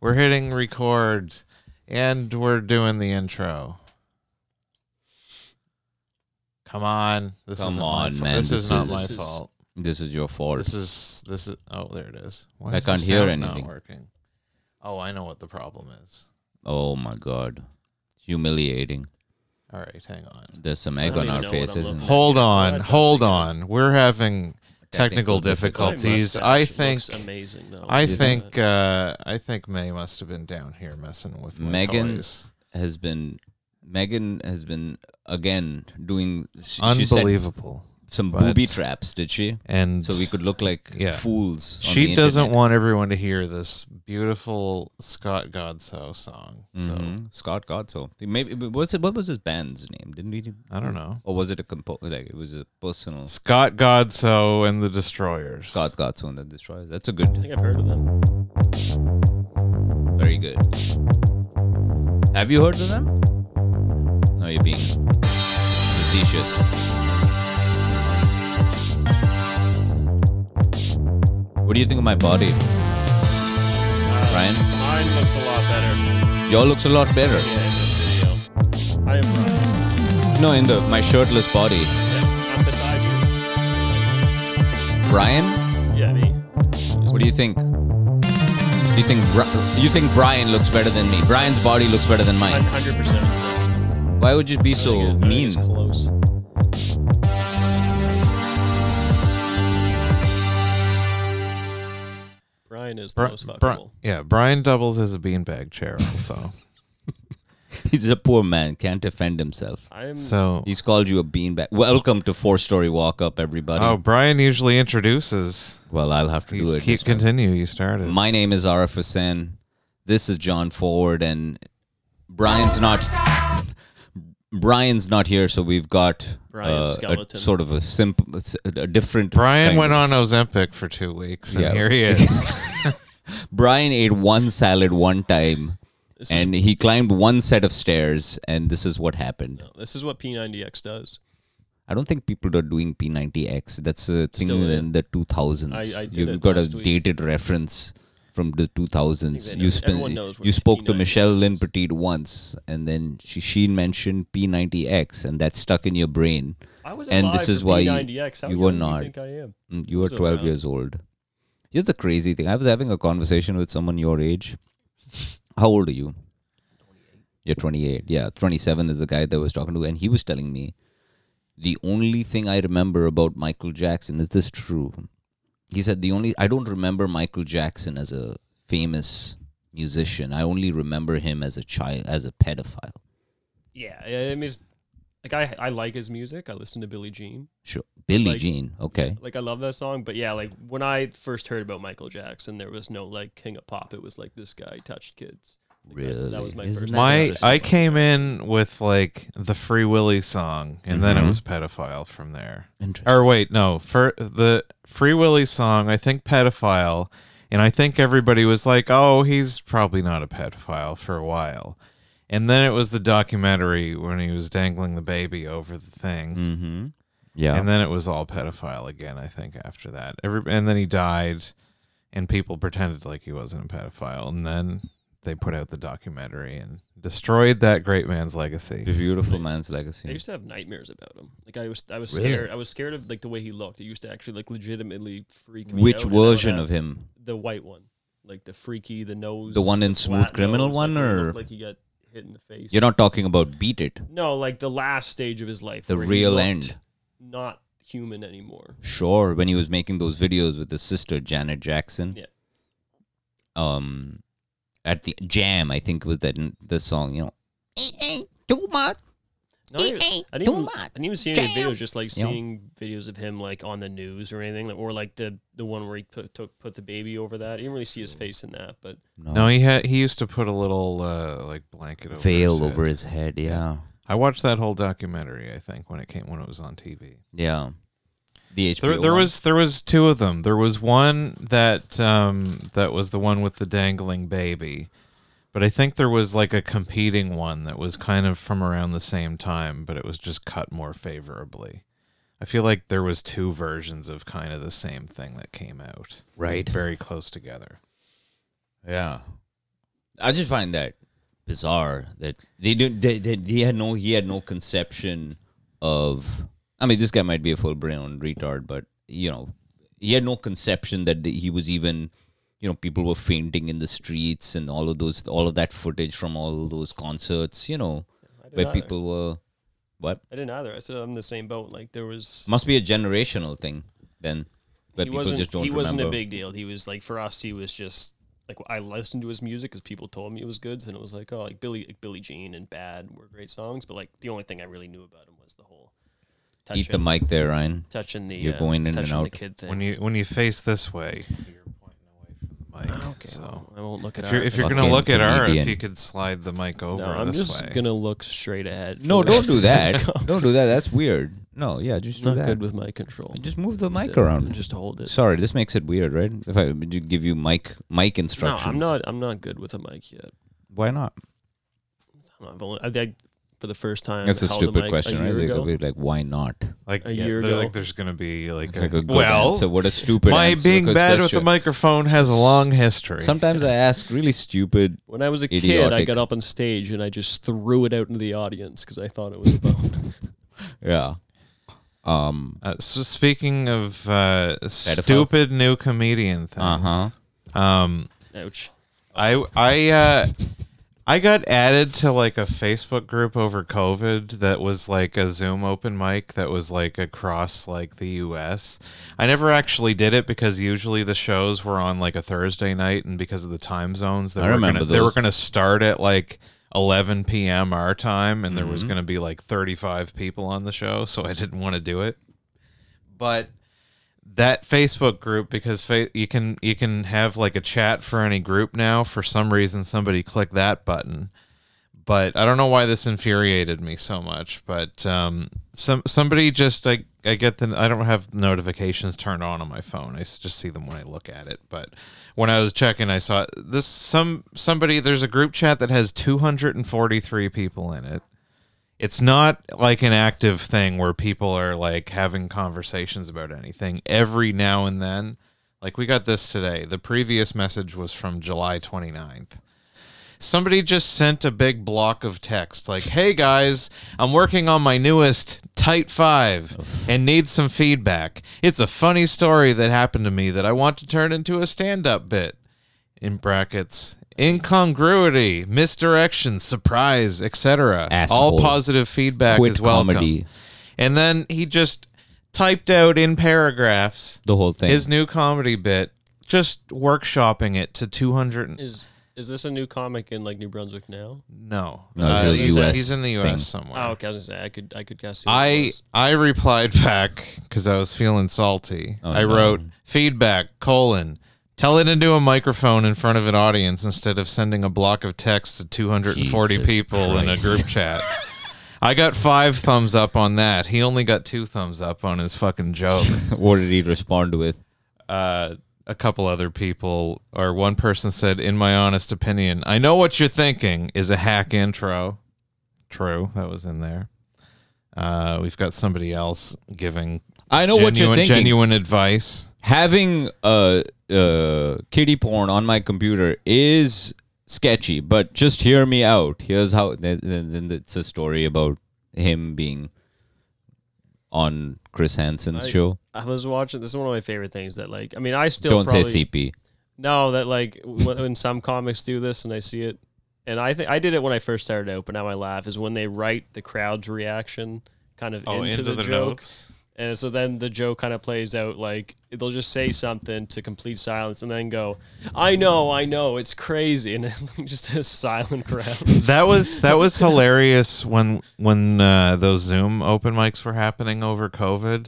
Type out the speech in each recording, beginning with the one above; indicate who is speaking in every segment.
Speaker 1: We're hitting record and we're doing the intro. Come on. This
Speaker 2: Come
Speaker 1: isn't my
Speaker 2: on,
Speaker 1: fa-
Speaker 2: man.
Speaker 1: This,
Speaker 2: This
Speaker 1: is not
Speaker 2: is-
Speaker 1: my
Speaker 2: this is-
Speaker 1: fault.
Speaker 2: This is your fault.
Speaker 1: This is this is oh there it is. Why
Speaker 2: I
Speaker 1: is the
Speaker 2: can't hear
Speaker 1: sound not
Speaker 2: anything.
Speaker 1: working? Oh, I know what the problem is.
Speaker 2: oh my god, humiliating.
Speaker 1: All right, hang on.
Speaker 2: There's some
Speaker 3: I
Speaker 2: egg
Speaker 3: don't
Speaker 2: on
Speaker 3: even
Speaker 2: our
Speaker 3: know what
Speaker 2: faces.
Speaker 3: I'm
Speaker 2: and
Speaker 3: looking
Speaker 1: Hold on.
Speaker 3: that's
Speaker 1: Hold
Speaker 3: actually
Speaker 1: on. We're having technical
Speaker 2: Technical
Speaker 3: My
Speaker 2: difficulties.
Speaker 1: difficulties.
Speaker 3: mustache
Speaker 1: I
Speaker 3: looks
Speaker 1: think
Speaker 3: amazing though.
Speaker 1: I
Speaker 3: Look at
Speaker 1: think uh,
Speaker 3: that.
Speaker 1: I think May must have been down here messing with my
Speaker 2: Megan
Speaker 1: toys.
Speaker 2: has been Megan has been again doing she, she set
Speaker 1: Unbelievable.
Speaker 2: some
Speaker 1: but-
Speaker 2: booby traps, did she?
Speaker 1: And
Speaker 2: So we could look like
Speaker 1: Yeah.
Speaker 2: fools. on
Speaker 1: She
Speaker 2: the
Speaker 1: doesn't
Speaker 2: internet.
Speaker 1: want everyone to hear this beautiful Scott Godsoe song. So
Speaker 2: Mhm. Scott Godso. Maybe what's it? What was his band's name? Didn't he?
Speaker 1: I don't know.
Speaker 2: Or was it a compo? Like it was a personal
Speaker 1: Scott Godsoe and the Destroyers.
Speaker 2: Scott Godso and the Destroyers. That's a good.
Speaker 3: I think I've heard of them.
Speaker 2: Very good. Have you heard of them? No, you're being facetious. What do you think of my body? Ryan?
Speaker 3: Mine looks a lot better
Speaker 2: Your looks a lot better.
Speaker 3: in this video. I am Ryan.
Speaker 2: No, in the my shirtless body.
Speaker 3: I'm beside
Speaker 2: Brian,
Speaker 3: you. Yeah, me.
Speaker 2: what do you think? You think Bri- you think Brian looks better than me? Brian's body looks better than mine.
Speaker 3: 100%.
Speaker 2: Why would you be so mean?
Speaker 3: It's close. Brian is the
Speaker 1: Bri-
Speaker 3: most
Speaker 1: Bri-
Speaker 3: fuckable.
Speaker 1: yeah, Brian doubles as a beanbag chair also.
Speaker 2: He's a poor man, can't defend himself.
Speaker 3: I'm
Speaker 1: so
Speaker 2: He's called you a beanbag. Welcome to Four Story Walk Up, everybody.
Speaker 1: Oh, Brian usually introduces.
Speaker 2: Well, I'll have to do it.
Speaker 1: Keep
Speaker 2: this time.
Speaker 1: continue, you started.
Speaker 2: My name is Arif Hussain. This is John Forward, and Brian's not. Brian's not here, so we've got
Speaker 3: Brian
Speaker 2: uh, a,
Speaker 3: Skeleton.
Speaker 2: sort of a simple, a s- a different.
Speaker 1: Brian
Speaker 2: kind
Speaker 1: went on
Speaker 2: of-
Speaker 1: Ozempic for two weeks and
Speaker 2: Yeah.
Speaker 1: here he is.
Speaker 2: Brian ate one salad one time,
Speaker 3: This is-
Speaker 2: and he climbed one set of stairs, and this is what happened.
Speaker 3: this is what P90X does.
Speaker 2: I don't think people are doing P90X. That's a thing
Speaker 3: Still, yeah.
Speaker 2: in the 2000s.
Speaker 3: I- I did
Speaker 2: You've
Speaker 3: it
Speaker 2: got a
Speaker 3: last week.
Speaker 2: dated reference from the 2000s.
Speaker 3: Even
Speaker 2: You
Speaker 3: if
Speaker 2: spent,
Speaker 3: everyone knows what
Speaker 2: you spoke to
Speaker 3: P90X
Speaker 2: Michelle Lynn
Speaker 3: is.
Speaker 2: Petit once, and then she, she mentioned P90X, and that's stuck in your brain.
Speaker 3: I was
Speaker 2: And
Speaker 3: alive
Speaker 2: this is
Speaker 3: for
Speaker 2: why you-
Speaker 3: P90X. How
Speaker 2: you were
Speaker 3: young do
Speaker 2: not.
Speaker 3: think I am?
Speaker 2: Mm, You were
Speaker 3: So
Speaker 2: 12
Speaker 3: around.
Speaker 2: years old. Here's the crazy thing I was having a conversation with someone your age. How old are you? You're 28. Yeah, 27 is the guy that I was talking to, and he was telling me the only thing I remember about Michael Jackson is this true? He said the only I don't remember Michael Jackson as a famous musician. I only remember him as a child, as a pedophile.
Speaker 3: Yeah, I mean, it's- like I, I like his music. I listen to Billie Jean.
Speaker 2: Sure, Billie
Speaker 3: Like-
Speaker 2: Jean. Okay,
Speaker 3: Like I love that song, but yeah, like when I first heard about Michael Jackson, there was no like King of Pop. It was like this guy touched kids. Like, that's- That was my
Speaker 2: Really?
Speaker 3: first.
Speaker 2: Isn't that
Speaker 1: My
Speaker 2: interesting?
Speaker 1: I came in with like the Free Willy song and then it
Speaker 2: Mhm.
Speaker 1: was pedophile from there.
Speaker 2: interesting.
Speaker 1: Or wait, no. For the Free Willy song, I think pedophile, and I think everybody was like, "Oh, he's probably not a pedophile for a while." And then it was the documentary when he was dangling the baby over the thing,
Speaker 2: Mm-hmm. Yeah,
Speaker 1: and then it was all pedophile again. I think after that, every and then he died, and people pretended like he wasn't a pedophile, and then they put out the documentary and destroyed that great man's legacy.
Speaker 2: The beautiful man's legacy.
Speaker 3: I used to have nightmares about him. Like I was, I was
Speaker 2: Really?
Speaker 3: scared. I was scared of like the way he looked. It used to actually like legitimately freak me out.
Speaker 2: Which
Speaker 3: and I would
Speaker 2: version
Speaker 3: have
Speaker 2: of him?
Speaker 3: the white one? Like the freaky, the nose,
Speaker 2: The one in
Speaker 3: the
Speaker 2: Smooth
Speaker 3: flat
Speaker 2: Criminal
Speaker 3: nose,
Speaker 2: one,
Speaker 3: like, where he
Speaker 2: or-
Speaker 3: looked like he got hit in the face.
Speaker 2: You're not talking about Beat It,
Speaker 3: no, like the last stage of his life,
Speaker 2: the
Speaker 3: where he
Speaker 2: real
Speaker 3: looked
Speaker 2: end.
Speaker 3: not human anymore.
Speaker 2: Sure, when he was making those videos with his sister Janet Jackson.
Speaker 3: Yeah.
Speaker 2: Um, at the jam, I think was that the song. You know, it ain't too much.
Speaker 3: No, I
Speaker 2: It
Speaker 3: didn't-
Speaker 2: ain't
Speaker 3: I didn't, even,
Speaker 2: too much.
Speaker 3: I didn't even see any
Speaker 2: Jam.
Speaker 3: videos. Just like
Speaker 2: Yeah.
Speaker 3: seeing videos of him like on the news or anything, like, or like the the one where he put took, put the baby over that. You didn't really see his face in that, but
Speaker 1: No, he had he used to put a little uh, like blanket over
Speaker 2: veil
Speaker 1: his head.
Speaker 2: over his head. Yeah,
Speaker 1: I watched that whole documentary. I think when it came when it was on TV.
Speaker 2: yeah. The HBO.
Speaker 1: There, there
Speaker 2: one.
Speaker 1: was there was two of them. There was one that um, that was the one with the dangling baby, but I think there was like a competing one that was kind of from around the same time, but it was just cut more favorably. I feel like there was two versions of kind of the same thing that came out
Speaker 2: right.
Speaker 1: very close together.
Speaker 2: Yeah. I just find that bizarre that they didn't. They, they, he had no. He had no conception of. I mean, this guy might be a full brain retard, but you know, he had no conception that the, he was even. You know, people were fainting in the streets and all of those, all of that footage from all those concerts. You know,
Speaker 3: I didn't
Speaker 2: where
Speaker 3: either.
Speaker 2: people were. What
Speaker 3: I didn't either. I said I'm in the same boat. Like there was.
Speaker 2: must be a generational thing then, where
Speaker 3: he
Speaker 2: people
Speaker 3: wasn't.
Speaker 2: just don't
Speaker 3: he wasn't a
Speaker 2: remember.
Speaker 3: big deal. He was like for us. He was just like I listened to his music because people told me it was good. So then it was like oh like Billy like Billie Jean and Bad were great songs. But like the only thing I really knew about him was the whole touching,
Speaker 2: Eat the mic there, Ryan.
Speaker 3: touching the
Speaker 2: You're
Speaker 3: uh,
Speaker 2: going in and
Speaker 3: touching
Speaker 2: out.
Speaker 3: the kid thing.
Speaker 1: When you when you face this way, you're pointing away from the mic.
Speaker 3: okay,
Speaker 1: So
Speaker 3: well, I won't look at
Speaker 1: if you're
Speaker 3: our-
Speaker 1: if you're gonna
Speaker 2: Fucking
Speaker 1: look at her, if
Speaker 2: comedian.
Speaker 1: you could slide the mic over
Speaker 3: no, I'm
Speaker 1: this
Speaker 3: just
Speaker 1: way.
Speaker 3: gonna look straight ahead. for
Speaker 2: No,
Speaker 3: the
Speaker 2: don't
Speaker 3: rest
Speaker 2: do
Speaker 3: of this
Speaker 2: that.
Speaker 3: call.
Speaker 2: Don't do that. That's weird. No, yeah, just
Speaker 3: It's
Speaker 2: do
Speaker 3: not
Speaker 2: that.
Speaker 3: good with my control.
Speaker 2: Just move the mic
Speaker 3: Uh,
Speaker 2: around.
Speaker 3: Just hold it.
Speaker 2: Sorry, this makes it weird, right? If I would you give you mic mic
Speaker 3: No, I'm
Speaker 2: instructions.
Speaker 3: not. I'm not good with a mic yet.
Speaker 2: Why not?
Speaker 3: I don't know, I've only, I, I, for the first time,
Speaker 2: That's a
Speaker 3: held
Speaker 2: stupid
Speaker 3: mic
Speaker 2: question,
Speaker 3: a
Speaker 2: right?
Speaker 3: year
Speaker 2: Like,
Speaker 3: ago.
Speaker 2: we're like, why not?
Speaker 1: like
Speaker 3: a
Speaker 1: yeah,
Speaker 3: year
Speaker 1: they're
Speaker 3: ago.
Speaker 1: like there's gonna be like a,
Speaker 2: Like a good
Speaker 1: well.
Speaker 2: answer. What a stupid
Speaker 1: my
Speaker 2: answer.
Speaker 1: being
Speaker 2: Good
Speaker 1: bad with
Speaker 2: question.
Speaker 1: the microphone has a long history.
Speaker 2: Sometimes I ask really stupid.
Speaker 3: When I was a kid, I
Speaker 2: Idiotic.
Speaker 3: got up on stage and I just threw it out into the audience because I thought it was a bone.
Speaker 2: Yeah. Um.
Speaker 1: Uh, so speaking of uh, stupid new comedian things,
Speaker 2: Uh-huh.
Speaker 1: um,
Speaker 3: Ouch.
Speaker 1: I I uh, I got added to like a Facebook group over COVID that was like a Zoom open mic that was like across like the U.S. I never actually did it because usually the shows were on like a Thursday night, and because of the time zones, they
Speaker 2: I
Speaker 1: were
Speaker 2: remember
Speaker 1: gonna, they were
Speaker 2: those.
Speaker 1: going to start at like. 11 p.m. our time, and there was
Speaker 2: Mm-hmm.
Speaker 1: going to be like 35 people on the show, so I didn't want to do it but that Facebook group because fa- you can you can have like a chat for any group now. For some reason, somebody clicked that button, but I don't know why this infuriated me so much. But um, some somebody just I I get the I don't have notifications turned on on my phone. I s- just see them when I look at it. But when I was checking, I saw this some somebody there's a group chat that has 243 people in it it's not like an active thing where people are like having conversations about anything every now and then like we got this today the previous message was from july 29th somebody just sent a big block of text like hey guys i'm working on my newest tight five and need some feedback it's a funny story that happened to me that i want to turn into a stand-up bit in brackets incongruity misdirection surprise etc all
Speaker 2: Asshole.
Speaker 1: positive feedback
Speaker 2: Quit
Speaker 1: is welcome
Speaker 2: comedy.
Speaker 1: and then he just typed out in paragraphs
Speaker 2: The whole thing.
Speaker 1: his new comedy bit just workshopping it to 200
Speaker 3: Is is this a new comic in like New Brunswick now?
Speaker 1: no, Uh,
Speaker 2: No, this is a
Speaker 1: he's,
Speaker 2: US
Speaker 1: he's in the us
Speaker 2: thing.
Speaker 1: somewhere
Speaker 3: Oh, okay. I was gonna say I could I could guess. who it
Speaker 1: I
Speaker 3: was.
Speaker 1: I replied back because I was feeling salty. I
Speaker 2: Oh, no.
Speaker 1: wrote feedback colon tell it into a microphone in front of an audience instead of sending a block of text to 240
Speaker 2: Jesus
Speaker 1: people in a
Speaker 2: Christ.
Speaker 1: group chat. I got five thumbs up on that. He only got two thumbs up on his fucking joke.
Speaker 2: what did he respond with?
Speaker 1: Uh, a couple other people, or one person said, "In my honest opinion, I know what you're thinking is a hack intro." True, that was in there. Uh, we've got somebody else giving
Speaker 2: I know what you're
Speaker 1: genuine-
Speaker 2: thinking.
Speaker 1: Genuine advice.
Speaker 2: having uh, uh, kitty porn on my computer is sketchy, but just hear me out. Here's how. Then, then then it's a story about him being on Chris Hansen's
Speaker 3: I-
Speaker 2: show.
Speaker 3: I was watching. This is one of my favorite things. That like I mean I still
Speaker 2: Don't
Speaker 3: probably,
Speaker 2: say CP.
Speaker 3: No, that like when, when some comics do this and I see it, and I think I did it when I first started out, but now I laugh is when they write the crowd's reaction kind of Oh,
Speaker 1: Oh,
Speaker 3: into, the, joke, and so then the joke kind of plays out like they'll just say something to complete silence and then go, "I know, I know, it's crazy," and it's like just a silent crowd.
Speaker 1: That was that was hilarious when when uh, those Zoom open mics were happening over COVID.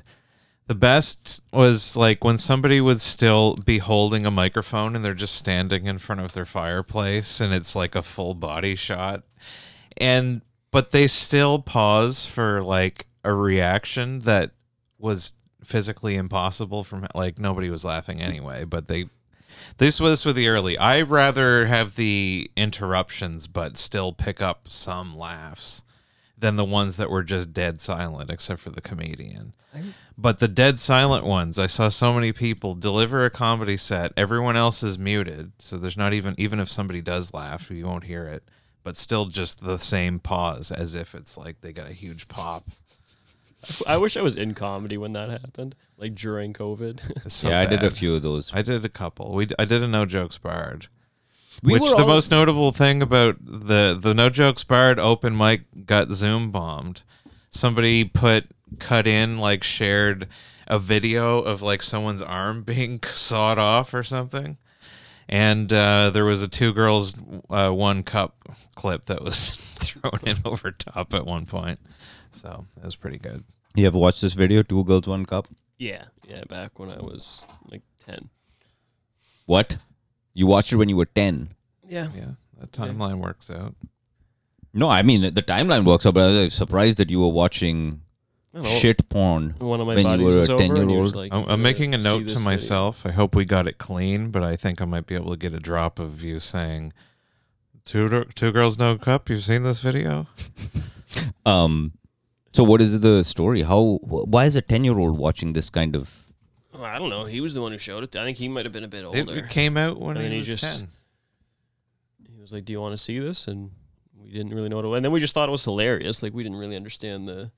Speaker 1: The best was like when somebody would still be holding a microphone and they're just standing in front of their fireplace and it's like a full body shot. And but they still pause for like a reaction that was physically impossible from like nobody was laughing anyway, but they this was for the early. I rather have the interruptions but still pick up some laughs than the ones that were just dead silent, except for the comedian. But the dead silent ones, I saw so many people deliver a comedy set. Everyone else is muted, so there's not even even if somebody does laugh, you won't hear it. But still, just the same pause, as if it's like they got a huge pop.
Speaker 3: I wish I was in comedy when that happened, like during COVID.
Speaker 1: It's so
Speaker 2: yeah, I did a
Speaker 1: bad.
Speaker 2: few of those.
Speaker 1: I did a couple. We d- I did a no jokes barred.
Speaker 2: We
Speaker 1: Which
Speaker 2: were
Speaker 1: the
Speaker 2: all-
Speaker 1: most notable thing about the the no jokes barred open mic got Zoom bombed. Somebody put cut in like shared a video of like someone's arm being sawed off or something. And uh, there was a two girls uh, one cup clip that was thrown in over top at one point. So that was pretty good.
Speaker 2: You ever watched this video? Two girls, one cup.
Speaker 3: Yeah, yeah, back when I was like ten.
Speaker 2: What? You watched it when you were ten?
Speaker 3: Yeah,
Speaker 1: Yeah, that timeline works out.
Speaker 2: No, I mean the timeline works out, but I was like, surprised that you were watching
Speaker 3: I don't know,
Speaker 2: shit porn
Speaker 3: One of my
Speaker 2: when you
Speaker 3: buddies
Speaker 2: were
Speaker 3: was
Speaker 2: a
Speaker 3: over, and he
Speaker 2: 10-year-old.
Speaker 3: was like,
Speaker 1: I'm,
Speaker 3: "You
Speaker 1: I'm making a
Speaker 3: gotta see
Speaker 1: note
Speaker 3: this
Speaker 1: to
Speaker 3: video."
Speaker 1: myself. I hope we got it clean, but I think I might be able to get a drop of you saying, two, two girls, no cup. You've seen this video?
Speaker 2: Um, so what is the story? How? wh- Why is a ten-year-old watching this kind of?
Speaker 3: Oh, I don't know. He was the one who showed it. I think he might have been a bit
Speaker 1: It,
Speaker 3: older.
Speaker 1: it came out when
Speaker 3: And
Speaker 1: he
Speaker 3: then
Speaker 1: was
Speaker 3: he just-
Speaker 1: 10.
Speaker 3: he was like, "Do you want to see this?" And we didn't really know what it was. And then we just thought it was hilarious. Like we didn't really understand the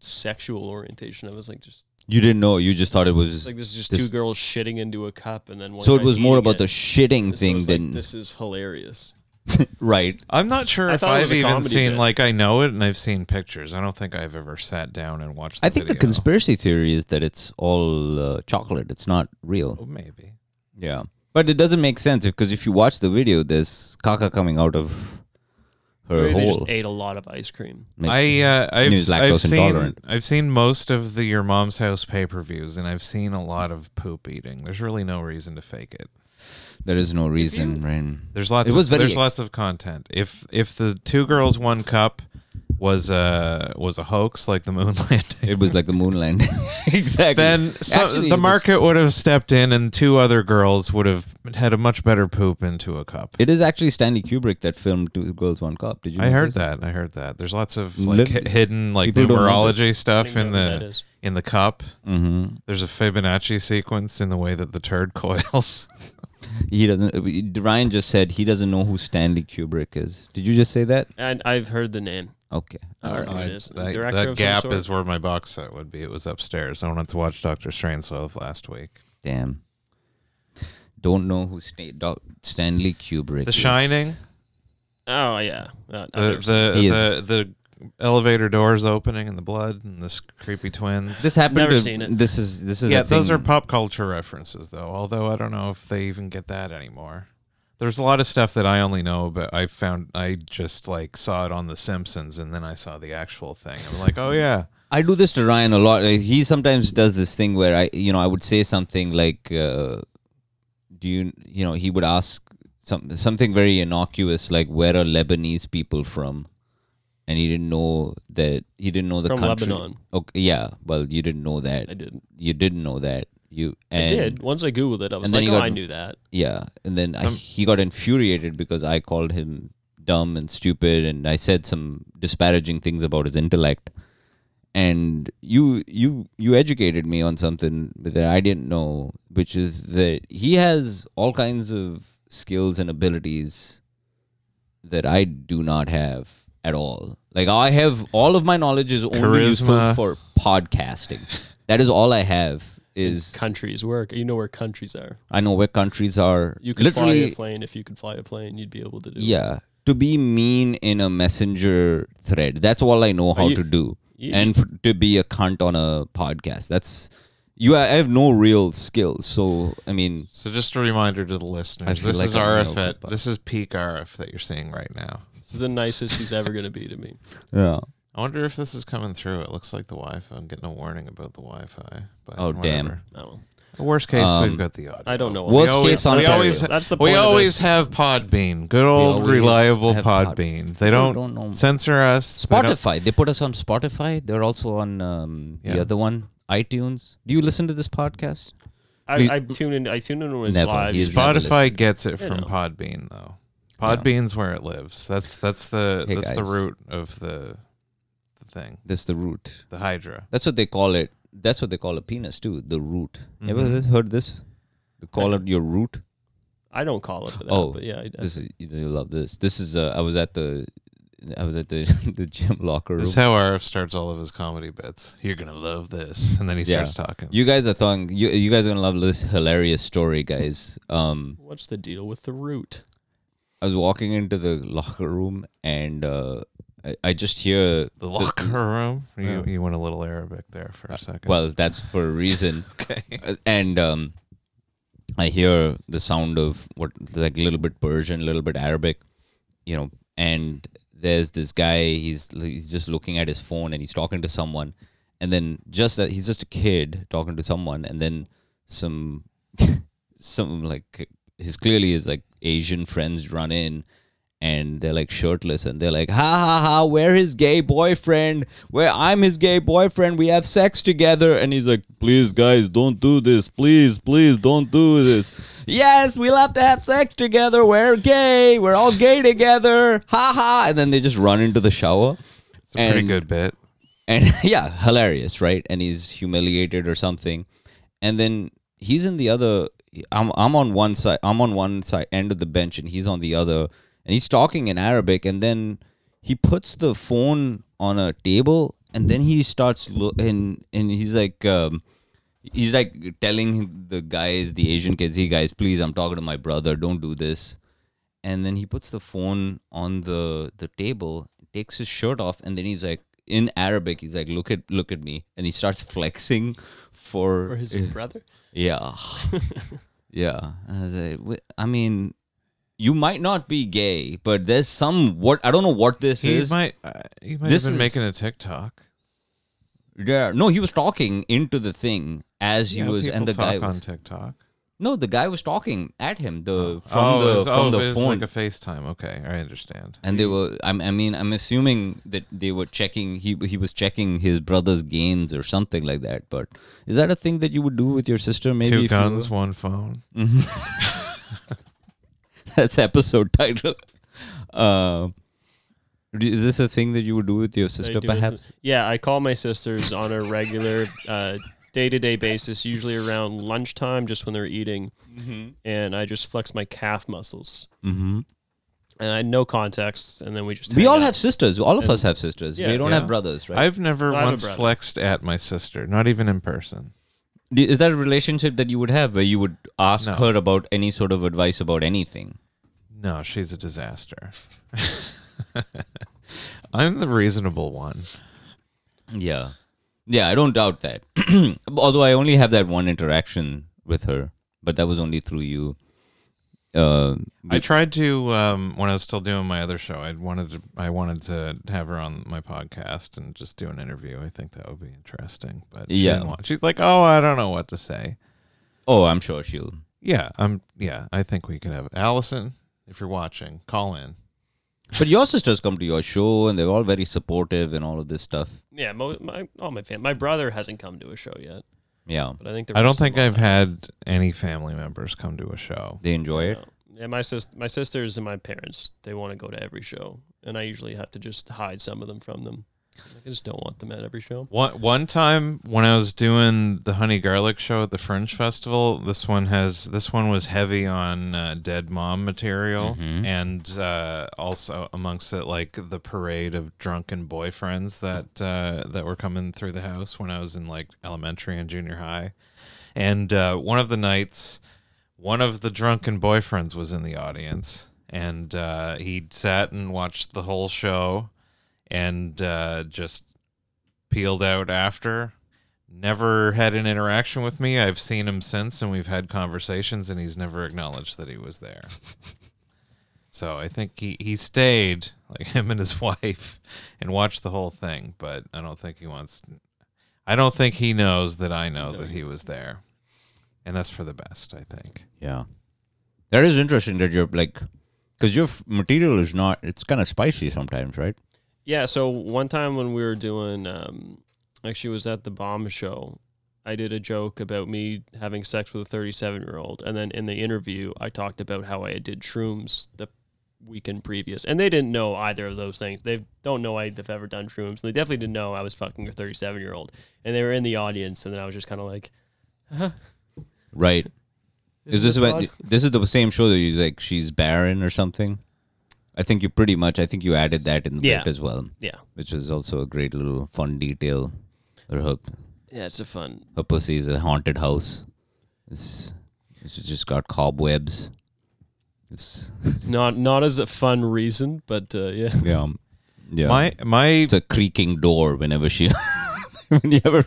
Speaker 3: sexual orientation of it. It's like just
Speaker 2: You didn't know. You just thought it was.
Speaker 3: like this is just
Speaker 2: This-
Speaker 3: two girls shitting into a cup, and then one
Speaker 2: so it
Speaker 3: guy's
Speaker 2: was more
Speaker 3: eating
Speaker 2: about the shitting
Speaker 3: So
Speaker 2: thing
Speaker 3: it's like,
Speaker 2: than
Speaker 3: this is hilarious.
Speaker 2: right.
Speaker 1: I'm not sure
Speaker 3: I
Speaker 1: if
Speaker 3: thought it
Speaker 1: I've
Speaker 3: was a
Speaker 1: even
Speaker 3: comedy
Speaker 1: seen,
Speaker 3: bit.
Speaker 1: like, I know it and I've seen pictures. I don't think I've ever sat down and watched the
Speaker 2: I think the
Speaker 1: video.
Speaker 2: conspiracy theory is that it's all uh, chocolate. It's not real.
Speaker 1: Oh, maybe.
Speaker 2: Yeah, but it doesn't make sense because if you watch the video, there's caca coming out of her
Speaker 3: Maybe they just
Speaker 2: hole.
Speaker 3: ate a lot of ice cream.
Speaker 2: Like,
Speaker 1: I uh, I've,
Speaker 2: News
Speaker 1: I've
Speaker 2: lactose
Speaker 1: seen
Speaker 2: intolerant.
Speaker 1: I've seen most of the your mom's house pay per views, and I've seen a lot of poop eating. There's really no reason to fake it.
Speaker 2: there is no reason, right?
Speaker 1: There's lots.
Speaker 2: It was
Speaker 1: of,
Speaker 2: very
Speaker 1: there's
Speaker 2: ex-
Speaker 1: lots of content. If if the two girls one cup was a was a hoax like the moon landing,
Speaker 2: It was like the moon landing. exactly.
Speaker 1: then so-
Speaker 2: Actually,
Speaker 1: the
Speaker 2: it was-
Speaker 1: market would have stepped in, and two other girls would have had a much better poop into a cup.
Speaker 2: It is actually Stanley Kubrick that filmed Two Girls One Cup. Did you?
Speaker 1: I
Speaker 2: know
Speaker 1: heard
Speaker 2: this?
Speaker 1: that. I heard that. There's lots of
Speaker 2: Lit-
Speaker 1: like hi- hidden like
Speaker 2: people don't know this.
Speaker 1: numerology stuff
Speaker 3: Didn't
Speaker 1: in
Speaker 3: know what that
Speaker 1: the
Speaker 3: is.
Speaker 1: in the cup.
Speaker 2: Mhm.
Speaker 1: There's a Fibonacci sequence in the way that the turd coils.
Speaker 2: He doesn't. uh, Ryan just said he doesn't know who Stanley Kubrick is. Did you just say that?
Speaker 3: And I've heard the name.
Speaker 2: Okay.
Speaker 3: I don't know who
Speaker 1: I-
Speaker 3: Oh, it is.
Speaker 1: that
Speaker 3: Director
Speaker 1: that
Speaker 3: of some
Speaker 1: gap
Speaker 3: sort?
Speaker 1: is where my box set would be. It was upstairs. I wanted to watch Doctor Strangelove last week.
Speaker 2: Damn. Don't know who Sta- Doc- Stanley Kubrick.
Speaker 1: The
Speaker 2: is.
Speaker 1: Shining.
Speaker 3: Oh yeah. Uh, I've
Speaker 1: The
Speaker 3: never seen
Speaker 1: the
Speaker 2: He
Speaker 1: the, the elevator doors opening and the blood and this creepy twins.
Speaker 2: This happened.
Speaker 3: Never
Speaker 2: to-
Speaker 3: seen it.
Speaker 2: This is this is.
Speaker 1: yeah,
Speaker 2: a
Speaker 1: those
Speaker 2: thing.
Speaker 1: are pop culture references though. Although I don't know if they even get that anymore. There's a lot of stuff that I only know, but I found I just like saw it on The Simpsons, and then I saw the actual thing. I'm like, oh yeah,
Speaker 2: I do this to Ryan a lot. Uh, He sometimes does this thing where I, you know, I would say something like, uh, "Do you, you know?" He would ask something something very innocuous like, "Where are Lebanese people from?" And he didn't know that he didn't know the
Speaker 3: From
Speaker 2: country.
Speaker 3: Lebanon.
Speaker 2: Okay, yeah. Well, you didn't know that.
Speaker 3: I didn't.
Speaker 2: You didn't know that. You
Speaker 3: I
Speaker 2: and
Speaker 3: did. Once I googled it, I was
Speaker 2: then
Speaker 3: like,
Speaker 2: you
Speaker 3: "Oh,
Speaker 2: got-
Speaker 3: I knew that."
Speaker 2: Yeah, and then I,
Speaker 1: Some-
Speaker 2: he got infuriated because I called him dumb and stupid, and I said some disparaging things about his intellect. And you, you, you educated me on something that I didn't know, which is that he has all kinds of skills and abilities that I do not have at all. Like I have all of my knowledge is only useful
Speaker 1: Charisma.
Speaker 2: for podcasting. that is all I have. Is
Speaker 3: Countries work. You know where countries are.
Speaker 2: I know where countries are.
Speaker 3: You could
Speaker 2: literally
Speaker 3: fly a plane. If you could fly a plane, you'd be able to do. it.
Speaker 2: Yeah. To be mean in a messenger thread. That's all I know how
Speaker 3: you-
Speaker 2: to do.
Speaker 3: you-
Speaker 2: and f- to be a cunt on a podcast. That's you I have no real skills. So I mean
Speaker 1: So just a reminder to the listeners,
Speaker 2: feel
Speaker 1: this
Speaker 2: like
Speaker 1: is
Speaker 2: I'm
Speaker 1: RF.
Speaker 2: an
Speaker 1: at-
Speaker 2: Oompa.
Speaker 1: this is peak RF that you're seeing right now.
Speaker 3: This is the nicest he's ever gonna be to me.
Speaker 2: Yeah.
Speaker 1: I wonder if this is coming through. It looks like the Wi-Fi. I'm getting a warning about the Wi-Fi. But
Speaker 2: Oh, damn.
Speaker 1: whatever.
Speaker 3: I don't.
Speaker 1: The worst case,
Speaker 2: Um,
Speaker 1: we've got the audio.
Speaker 3: I don't know.
Speaker 2: Worst
Speaker 1: We always-
Speaker 2: case on
Speaker 1: we
Speaker 2: podcast.
Speaker 1: always,
Speaker 3: That's the
Speaker 1: we
Speaker 3: point of
Speaker 1: always
Speaker 3: this.
Speaker 1: have Podbean. Good old
Speaker 2: always
Speaker 1: reliable
Speaker 2: have Pod-
Speaker 1: Podbean. They don't,
Speaker 2: don't know.
Speaker 1: censor us. They don't-
Speaker 2: Spotify. They put us on Spotify. They're also on um, the
Speaker 1: Yeah.
Speaker 2: other one, iTunes. Do you listen to this podcast? We-
Speaker 3: I, I tune in. I tune in when it's
Speaker 2: Never.
Speaker 3: live.
Speaker 2: He's-
Speaker 1: Spotify gets it
Speaker 3: You
Speaker 1: from
Speaker 3: know.
Speaker 1: Podbean though. Podbean's where it lives. That's that's the
Speaker 2: Hey,
Speaker 1: that's the
Speaker 2: guys.
Speaker 1: root of the thing,
Speaker 2: That's the root.
Speaker 1: the Hydra.
Speaker 2: That's what they call it. That's what they call a penis too. The root.
Speaker 1: Mm-hmm.
Speaker 2: Ever
Speaker 3: Mm-hmm.
Speaker 2: heard this? They call it your root.
Speaker 3: I don't call it for that.
Speaker 2: Oh,
Speaker 3: but yeah, I, I-
Speaker 2: This is, you you love this. This is. Uh, I was at the. I was at the the gym locker room.
Speaker 1: This is how RF starts all of his comedy bits. You're gonna love this, and then he
Speaker 2: Yeah.
Speaker 1: starts talking.
Speaker 2: You guys are thong. You you guys are gonna love this hilarious story, guys. Um,
Speaker 3: what's the deal with the root?
Speaker 2: I was walking into the locker room and uh, I, I just hear
Speaker 1: the locker room. You, you went a little Arabic there for a second.
Speaker 2: Well, that's for a reason.
Speaker 1: okay.
Speaker 2: Uh, and um, I hear the sound of what like a little bit Persian, a little bit Arabic, you know. And there's this guy. He's he's just looking at his phone and he's talking to someone. And then just that he's just a kid talking to someone, and then some some like his clearly his like Asian friends run in. And they're like shirtless, and they're like, "Ha ha ha! Where his gay boyfriend? Where I'm his gay boyfriend? We have sex together." And he's like, "Please, guys, don't do this. Please, please, don't do this. Yes, we'll have to have sex together. We're gay. We're all gay together. Ha ha!" And then they just run into the shower.
Speaker 1: It's a pretty
Speaker 2: and-
Speaker 1: good bit.
Speaker 2: and yeah, hilarious, right? And he's humiliated or something, and then he's in the other. I'm I'm on one side. I'm on one side end of the bench, and he's on the other, and he's talking in Arabic, and then he puts the phone on a table, and then he starts lo- and and he's like. Um, He's like telling the guys, the Asian kids, "Hey guys, please, I'm talking to my brother. Don't do this." and then he puts the phone on the the table, takes his shirt off, and then he's like in Arabic, he's like, "Look at look at me," and he starts flexing for,
Speaker 3: Or his brother?
Speaker 2: yeah, yeah. And I was like, "Wait, I mean, you might not be gay, but there's some what I don't know what this
Speaker 1: He
Speaker 2: is.
Speaker 1: might. Uh, he might
Speaker 2: this
Speaker 1: have been
Speaker 2: is-
Speaker 1: making a TikTok.
Speaker 2: yeah, no, he was talking into the thing as
Speaker 1: Yeah,
Speaker 2: he was, and
Speaker 1: people
Speaker 2: the guy
Speaker 1: talk
Speaker 2: was
Speaker 1: on TikTok.
Speaker 2: no, the guy was talking at him the from
Speaker 1: oh,
Speaker 2: the
Speaker 1: it's,
Speaker 2: from
Speaker 1: oh,
Speaker 2: the
Speaker 1: but it's
Speaker 2: phone.
Speaker 1: like a FaceTime. Okay, I understand.
Speaker 2: And they were. I'm, I mean, I'm assuming that they were checking. He he was checking his brother's gains or something like that. But is that a thing that you would do with your sister? Maybe
Speaker 1: Two
Speaker 2: if you were-
Speaker 1: guns, one phone.
Speaker 2: That's episode title. Uh, do- is this a thing that you would do with your
Speaker 3: I
Speaker 2: sister?
Speaker 3: do it
Speaker 2: Perhaps.
Speaker 3: to- Yeah, I call my sisters on a regular uh, day-to-day basis, usually around lunchtime, just when they're eating, and I just flex my calf muscles.
Speaker 2: Mm-hmm.
Speaker 3: And I no context, and then we just
Speaker 2: We
Speaker 3: hang
Speaker 2: all
Speaker 3: out.
Speaker 2: have sisters. All of us have sisters.
Speaker 3: Yeah.
Speaker 2: we don't
Speaker 1: Yeah.
Speaker 2: have brothers, right?
Speaker 1: I've never
Speaker 3: I have a
Speaker 1: once
Speaker 3: brother.
Speaker 1: flexed at my sister, not even in person.
Speaker 2: Do- Is that a relationship that you would have where you would ask
Speaker 1: No.
Speaker 2: her about any sort of advice about anything?
Speaker 1: No, she's a disaster. I'm the reasonable one.
Speaker 2: Yeah. Yeah, I don't doubt that. Although I only have that one interaction with her, but that was only through you. Uh,
Speaker 1: I tried to um, when I was still doing my other show. I wanted to I wanted to have her on my podcast and just do an interview. I think that would be interesting. But she
Speaker 2: Yeah.
Speaker 1: didn't want- she's like, oh, I don't know what to say.
Speaker 2: oh, I'm sure she'll.
Speaker 1: Yeah, I'm. Yeah, I think we could have Allison. If you're watching, call in.
Speaker 2: But your sisters come to your show and they're all very supportive and all of this stuff.
Speaker 3: Yeah, mo- my all my family. My brother hasn't come to a show yet,
Speaker 2: Yeah.
Speaker 3: but I think the
Speaker 1: I don't
Speaker 3: rest of
Speaker 1: think
Speaker 3: them
Speaker 1: I've had any family members come to a show.
Speaker 2: They enjoy it.
Speaker 3: all- Yeah, my sis, my sisters and my parents, they want to go to every show, and I usually have to just hide some of them from them. I just don't want them at every show.
Speaker 1: One one time when I was doing the honey garlic show at the Fringe Festival, this one has this one was heavy on uh, dead mom material, and uh, also amongst it like the parade of drunken boyfriends that uh, that were coming through the house when I was in like elementary and junior high, and uh, one of the nights one of the drunken boyfriends was in the audience and uh, he sat and watched the whole show and uh, just peeled out after never had an interaction with me i've seen him since and we've had conversations and he's never acknowledged that he was there so i think he, he stayed like him and his wife and watched the whole thing but i don't think he wants i don't think he knows that i know that he was there and that's for the best i think
Speaker 2: Yeah. That is interesting that you're like, because your f- material is not, it's kind of spicy sometimes, right?
Speaker 3: Yeah, so one time when we were doing, um, actually, it was at the bomb show. I did a joke about me having sex with a 37 year old, and then in the interview, I talked about how I did shrooms the weekend previous, and they didn't know either of those things. They don't know I've ever done shrooms, and they definitely didn't know I was fucking a 37 year old. And they were in the audience, and then I was just kind of like,
Speaker 2: Right. Is this
Speaker 3: odd?
Speaker 2: about, this is the same show that you like she's barren or something? I think you pretty much I think you added that in
Speaker 3: Yeah.
Speaker 2: bit as well,
Speaker 3: yeah,
Speaker 2: which is also a great little fun detail. Or her
Speaker 3: yeah, it's a fun.
Speaker 2: her pussy is a haunted house. It's it's just got cobwebs. It's
Speaker 3: Not not as a fun reason, but uh, yeah.
Speaker 2: yeah. Yeah.
Speaker 1: My my
Speaker 2: it's a creaking door whenever she when you ever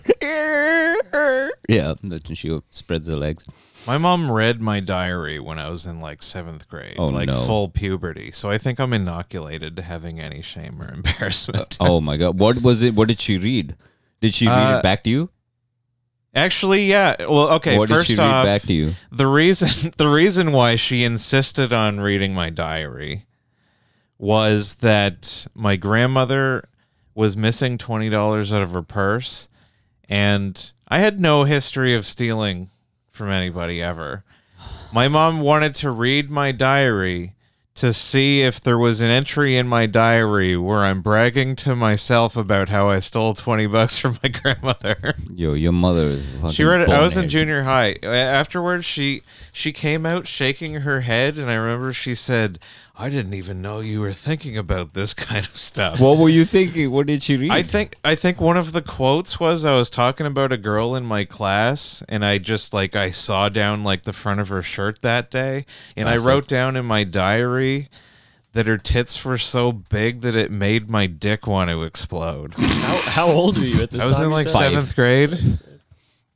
Speaker 2: Yeah, that's when she spreads her legs.
Speaker 1: my mom read my diary when I was in like seventh grade,
Speaker 2: Oh,
Speaker 1: like
Speaker 2: no.
Speaker 1: full puberty. So I think I'm inoculated to having any shame or embarrassment.
Speaker 2: Oh my god. What was it? What did she read? Did she read
Speaker 1: Uh,
Speaker 2: it back to you?
Speaker 1: Actually, yeah. Well, okay.
Speaker 2: what
Speaker 1: first
Speaker 2: did she
Speaker 1: off,
Speaker 2: read back to you?
Speaker 1: the reason the reason why she insisted on reading my diary was that my grandmother was missing twenty dollars out of her purse, and I had no history of stealing from anybody ever. My mom wanted to read my diary to see if there was an entry in my diary where I'm bragging to myself about how I stole 20 bucks from my grandmother.
Speaker 2: Yo, your mother. Is a
Speaker 1: She
Speaker 2: fucking
Speaker 1: read it. I was in
Speaker 2: bonehead.
Speaker 1: junior high. A- Afterwards, she she came out shaking her head, and I remember she said, "I didn't even know you were thinking about this kind of stuff."
Speaker 2: What were you thinking? What did she read?
Speaker 1: I think I think one of the quotes was I was talking about a girl in my class, and I just like I saw down like the front of her shirt that day, and I
Speaker 2: Classic.
Speaker 1: wrote down in my diary that her tits were so big that it made my dick want to explode.
Speaker 3: How, how old were you at this
Speaker 1: I was
Speaker 3: time?
Speaker 1: in
Speaker 3: you
Speaker 1: like
Speaker 3: said?
Speaker 2: Five.
Speaker 1: seventh grade.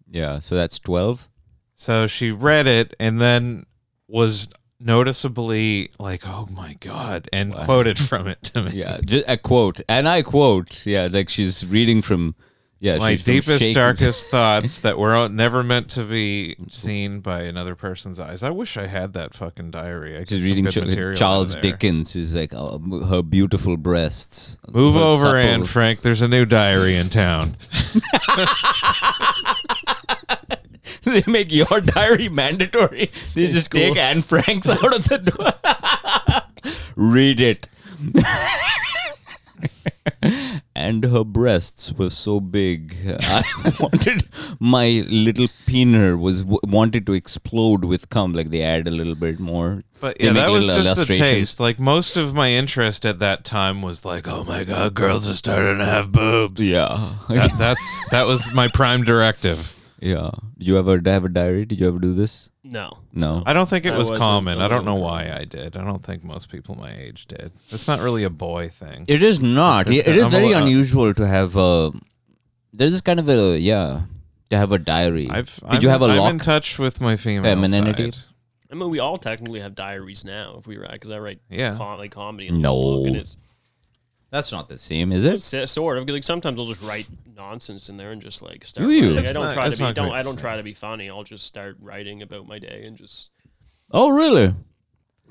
Speaker 2: Yeah, so that's 12.
Speaker 1: So she read it and then was noticeably like, "Oh my god," and
Speaker 2: Wow.
Speaker 1: quoted from it to me.
Speaker 2: Yeah, just a quote. And I quote. Yeah, like she's reading from. Yeah,
Speaker 1: My
Speaker 2: she's from
Speaker 1: deepest,
Speaker 2: Shakespeare.
Speaker 1: darkest thoughts that were all- never meant to be seen by another person's eyes. I wish I had that fucking diary. I
Speaker 2: She's
Speaker 1: get some
Speaker 2: reading
Speaker 1: good
Speaker 2: Ch- uh,
Speaker 1: material out of
Speaker 2: Charles
Speaker 1: there.
Speaker 2: Dickens. She's like, oh, m- her beautiful breasts.
Speaker 1: Move
Speaker 2: her
Speaker 1: over,
Speaker 2: supple-
Speaker 1: Anne Frank. There's a new diary in town.
Speaker 2: they make your diary mandatory. They
Speaker 3: In
Speaker 2: just
Speaker 3: schools.
Speaker 2: take Anne Frank's out of the door. Read it. and her breasts were so big. I wanted my little peener was w- wanted to explode with cum. Like they add a little bit more.
Speaker 1: But
Speaker 2: They
Speaker 1: yeah,
Speaker 2: make
Speaker 1: that was
Speaker 2: little
Speaker 1: just the
Speaker 2: illustrations.
Speaker 1: taste. Like most of my interest at that time was like, "Oh my god, girls are starting to have boobs."
Speaker 2: Yeah,
Speaker 1: That- that's that was my prime directive.
Speaker 2: yeah. You ever have a diary? Did you ever do this?
Speaker 3: No.
Speaker 2: No.
Speaker 1: I don't think it
Speaker 3: I
Speaker 1: was
Speaker 3: wasn't
Speaker 1: common.
Speaker 3: a
Speaker 1: I don't know
Speaker 3: little
Speaker 1: why I did. I don't think most people my age did. It's not really a boy thing.
Speaker 2: It is not.
Speaker 1: It's
Speaker 2: It- it
Speaker 1: kind
Speaker 2: is
Speaker 1: of a uh,
Speaker 2: very
Speaker 1: lot.
Speaker 2: unusual to have a. There's this kind of a yeah to have a diary.
Speaker 1: I've
Speaker 2: Did
Speaker 1: I'm,
Speaker 2: you have a
Speaker 1: I'm
Speaker 2: lock?
Speaker 1: in touch with my female
Speaker 2: Femininity?
Speaker 1: side.
Speaker 3: I mean, we all technically have diaries now. If we write, because I write
Speaker 1: Yeah.
Speaker 3: com- like comedy. in a
Speaker 2: No.
Speaker 3: book, and it's
Speaker 2: That's not the same, is it?
Speaker 3: It's s- sort of 'cause, like sometimes I'll just write nonsense in there and just like start.
Speaker 2: Do you?
Speaker 3: writing. I
Speaker 2: That's
Speaker 3: don't
Speaker 1: not-
Speaker 3: try
Speaker 1: that's
Speaker 3: to be
Speaker 1: not
Speaker 3: don't
Speaker 1: quite
Speaker 3: I
Speaker 1: the
Speaker 3: don't
Speaker 1: same.
Speaker 3: try to be funny. I'll just start writing about my day and just
Speaker 2: Oh, really?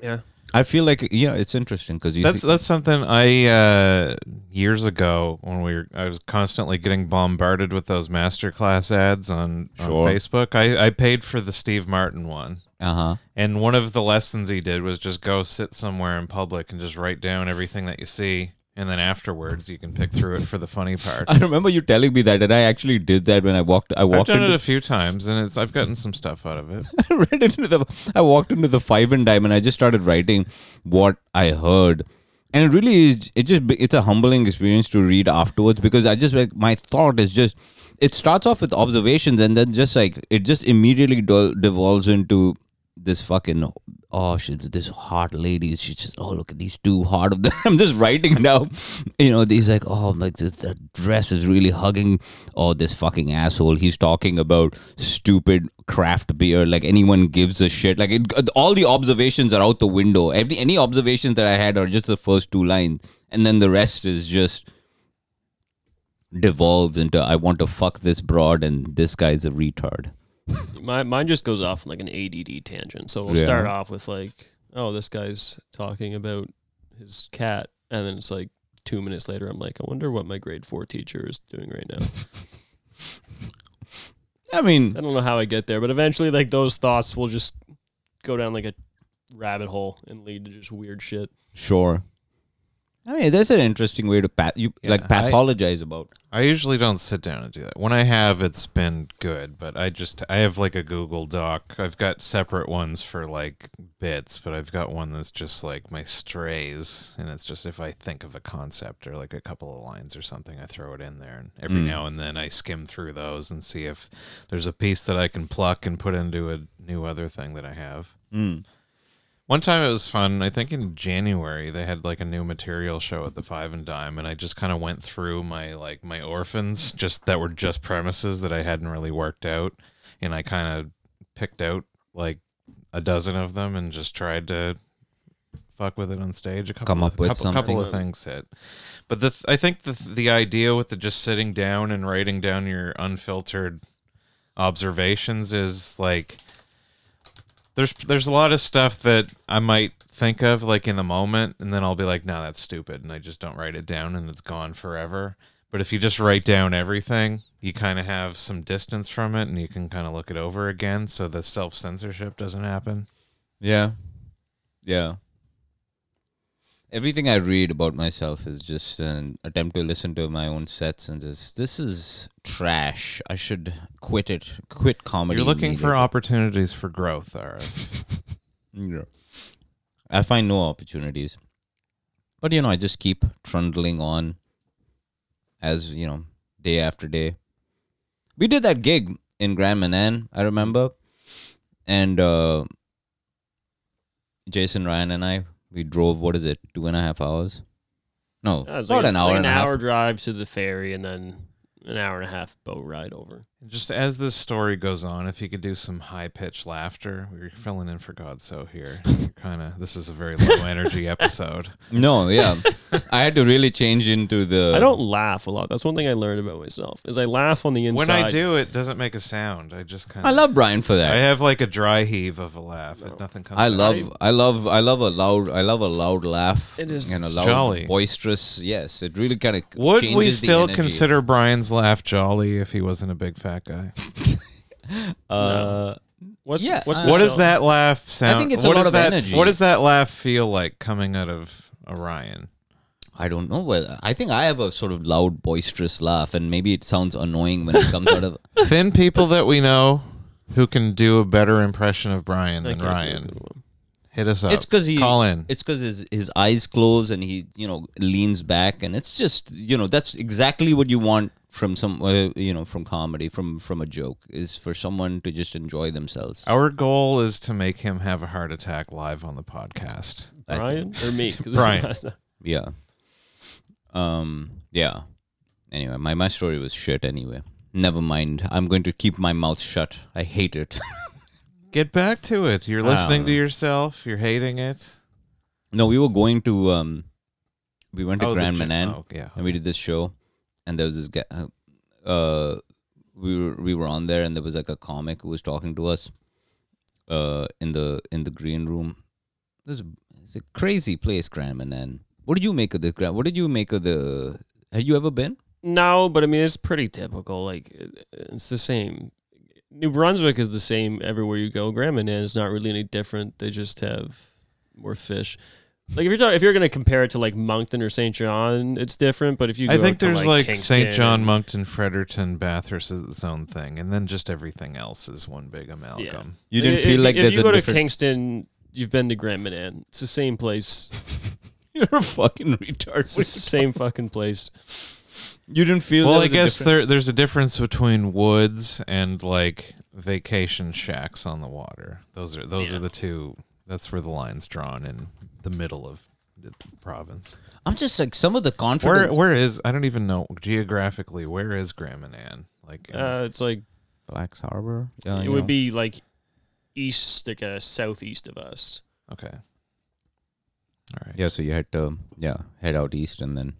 Speaker 3: yeah.
Speaker 2: I feel like yeah, it's interesting because you.
Speaker 1: That's
Speaker 2: see-
Speaker 1: that's something I uh, years ago when we were, I was constantly getting bombarded with those masterclass ads on,
Speaker 2: Sure.
Speaker 1: on Facebook. I, I paid for the Steve Martin one.
Speaker 2: uh-huh.
Speaker 1: And one of the lessons he did was just go sit somewhere in public and just write down everything that you see and then afterwards you can pick through it for the funny part.
Speaker 2: I remember you telling me that, and I actually did that when I walked. I
Speaker 1: I've
Speaker 2: walked
Speaker 1: done it
Speaker 2: into.
Speaker 1: a few times, and it's I've gotten some stuff out of it.
Speaker 2: I ran into the. I walked into the five and dime, and I just started writing what I heard, and it really is. It just be- it's a humbling experience to read afterwards because I just like my thought is just. It starts off with observations, and then just like it just immediately do- devolves into this fucking oh shit this hot lady she's just oh look at these two hot of them i'm just writing now you know these like oh like this, that dress is really hugging oh this fucking asshole he's talking about stupid craft beer like anyone gives a shit like it, uh, all the observations are out the window Every, any observations that i had are just the first two lines and then the rest is just devolves into i want to fuck this broad and this guy's a retard
Speaker 3: My mine just goes off on like an ADD tangent. So we'll
Speaker 2: Yeah.
Speaker 3: start off with like, oh, this guy's talking about his cat, and then it's like two minutes later, I'm like, I wonder what my grade four teacher is doing right now.
Speaker 2: i mean
Speaker 3: I don't know how I get there, but eventually, like those thoughts will just go down like a rabbit hole and lead to just weird shit.
Speaker 2: Sure. I mean, that's an interesting way to pat you like
Speaker 1: Yeah, I-
Speaker 2: pathologize about.
Speaker 1: I usually don't sit down and do that. When I have, it's been good, but I just I have like a Google Doc. I've got separate ones for like bits, but I've got one that's just like my strays, and it's just if I think of a concept or like a couple of lines or something, I throw it in there, and every
Speaker 2: Mm.
Speaker 1: now and then I skim through those and see if there's a piece that I can pluck and put into a new other thing that I have.
Speaker 2: Mm.
Speaker 1: One time it was fun. I think in January they had like a new material show at the Five and Dime, and I just kind of went through my like my orphans just that were just premises that I hadn't really worked out, and I kind of picked out like a dozen of them and just tried to fuck with it on stage. A couple
Speaker 2: Come
Speaker 1: of,
Speaker 2: up with
Speaker 1: couple, couple of
Speaker 3: something.
Speaker 1: things hit, but the th- I think the the idea with the just sitting down and writing down your unfiltered observations is like there's there's a lot of stuff that I might think of like in the moment, and then I'll be like, no, that's stupid, and I just don't write it down, and it's gone forever. But if you just write down everything, you kind of have some distance from it, and you can kind of look it over again, so the self censorship doesn't happen.
Speaker 2: Yeah. Yeah. Everything I read about myself is just an attempt to listen to my own sets and just this is trash. I should quit it. Quit comedy.
Speaker 1: You're looking for
Speaker 2: immediately."
Speaker 1: opportunities for growth, Ara.
Speaker 2: Yeah. I find no opportunities. But you know, I just keep trundling on as, you know, day after day. We did that gig in Grand Manan, I remember. And uh Jason Ryan and I, we drove what is it, two and a half hours? No,
Speaker 3: Uh, it's
Speaker 2: about
Speaker 3: like a-
Speaker 2: an hour
Speaker 3: like
Speaker 2: and a
Speaker 3: an
Speaker 2: half.
Speaker 3: hour drive to the ferry and then an hour and a half boat ride over.
Speaker 1: Just as this story goes on, if you could do some high pitched laughter, we're filling in for God so here. Kind of, this is a very low energy episode.
Speaker 2: No, yeah. I had to really change into the
Speaker 3: I don't laugh a lot. That's one thing I learned about myself is I laugh on the inside.
Speaker 1: When I do, it doesn't make a sound. I just kind of.
Speaker 2: I love Brian for that.
Speaker 1: I have like a dry heave of a laugh. It Nothing comes.
Speaker 2: I
Speaker 1: out.
Speaker 2: love, I love, I love a loud, I love a loud laugh.
Speaker 3: It is-
Speaker 2: and a
Speaker 1: It's
Speaker 2: loud,
Speaker 1: jolly.
Speaker 2: boisterous. Yes, it really kind of
Speaker 1: Would we still consider Brian's laugh jolly if he wasn't a big fat guy?
Speaker 2: Uh,
Speaker 3: What's
Speaker 2: Yeah,
Speaker 3: what's
Speaker 2: uh,
Speaker 3: the
Speaker 1: What
Speaker 3: show-
Speaker 1: does that laugh sound?
Speaker 2: think it's a
Speaker 1: what
Speaker 2: lot
Speaker 1: does
Speaker 2: of
Speaker 1: that,
Speaker 2: energy.
Speaker 1: What does that laugh feel like coming out of Orion?
Speaker 2: I don't know whether I think I have a sort of loud, boisterous laugh, and maybe it sounds annoying when it comes out of.
Speaker 1: Thin people that we know who can do a better impression of Brian
Speaker 3: I
Speaker 1: than
Speaker 3: can't do a
Speaker 1: Ryan.
Speaker 3: good one.
Speaker 1: Hit us up.
Speaker 2: It's because he
Speaker 1: call in.
Speaker 2: It's because his his eyes close and he you know leans back, and it's just you know that's exactly what you want from some uh, you know from comedy from from a joke is for someone to just enjoy themselves.
Speaker 1: Our goal is to make him have a heart attack live on the podcast.
Speaker 2: I think.
Speaker 3: Brian or me? 'Cause
Speaker 1: Brian.
Speaker 3: that's not-
Speaker 2: Yeah. Um. Yeah. Anyway, my my story was shit. Anyway, never mind. I'm going to keep my mouth shut. I hate it.
Speaker 1: Get back to it. You're listening to
Speaker 2: Um,
Speaker 1: yourself. You're hating it.
Speaker 2: no, we were going to um, we went to
Speaker 1: the
Speaker 2: Grand
Speaker 1: gen-
Speaker 2: Manan
Speaker 1: oh, yeah.
Speaker 2: and we did this show, and there was this guy. Uh, we were we were on there, and there was like a comic who was talking to us, uh, in the in the green room. This it's a crazy place, Grand Manan. What did you make of the Grand? What did you make of the? Had you ever been?
Speaker 3: No, but I mean it's pretty typical. Like it- it's the same. New Brunswick is the same everywhere you go. Grand Manan is not really any different. They just have more fish. Like if you're talking, if you're gonna compare it to like Moncton or Saint John, it's different. But if you,
Speaker 1: I
Speaker 3: go
Speaker 1: think
Speaker 3: to,
Speaker 1: there's like
Speaker 3: Kingston
Speaker 1: St. John,
Speaker 3: and-
Speaker 1: Moncton, Fredericton, Bathurst is its own thing, and then just everything else is one big amalgam.
Speaker 2: You didn't
Speaker 3: If-
Speaker 2: feel like
Speaker 3: if
Speaker 2: there's
Speaker 3: you
Speaker 2: a
Speaker 3: go to
Speaker 2: different.
Speaker 3: Kingston, you've been to Grand Manan. It's the same place.
Speaker 2: You're a fucking retard.
Speaker 3: It's the same fucking place.
Speaker 2: You didn't feel.
Speaker 1: Well, I guess there, there's a difference between woods and like vacation shacks on the water. Those are those are
Speaker 3: Yeah.
Speaker 1: the two. That's where the line's drawn in the middle of the province.
Speaker 2: I'm just like some of the confidence.
Speaker 1: Where where is I don't even know geographically where is Graminan? Like in-
Speaker 3: Uh, it's like
Speaker 2: Black's Harbor.
Speaker 3: it would be like east, like uh, southeast of us.
Speaker 1: okay. All right.
Speaker 2: Yeah, so you had to yeah head out east and then,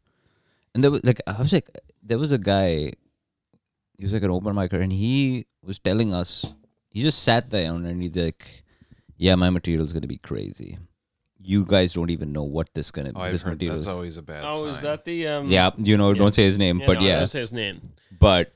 Speaker 2: and there was like I was like there was a guy, he was like an open micer and he was telling us he just sat there and he's like, yeah, my material's gonna be crazy. You guys don't even know what this gonna
Speaker 1: Oh,
Speaker 2: be.
Speaker 1: I've
Speaker 2: this
Speaker 1: heard
Speaker 2: material
Speaker 1: that's
Speaker 2: is.
Speaker 1: always a bad
Speaker 3: Oh, is
Speaker 1: sign.
Speaker 3: that the um?
Speaker 2: Yeah, you know,
Speaker 3: Yeah.
Speaker 2: don't say his name, but
Speaker 3: no, I
Speaker 2: yeah,
Speaker 3: don't say his name.
Speaker 2: but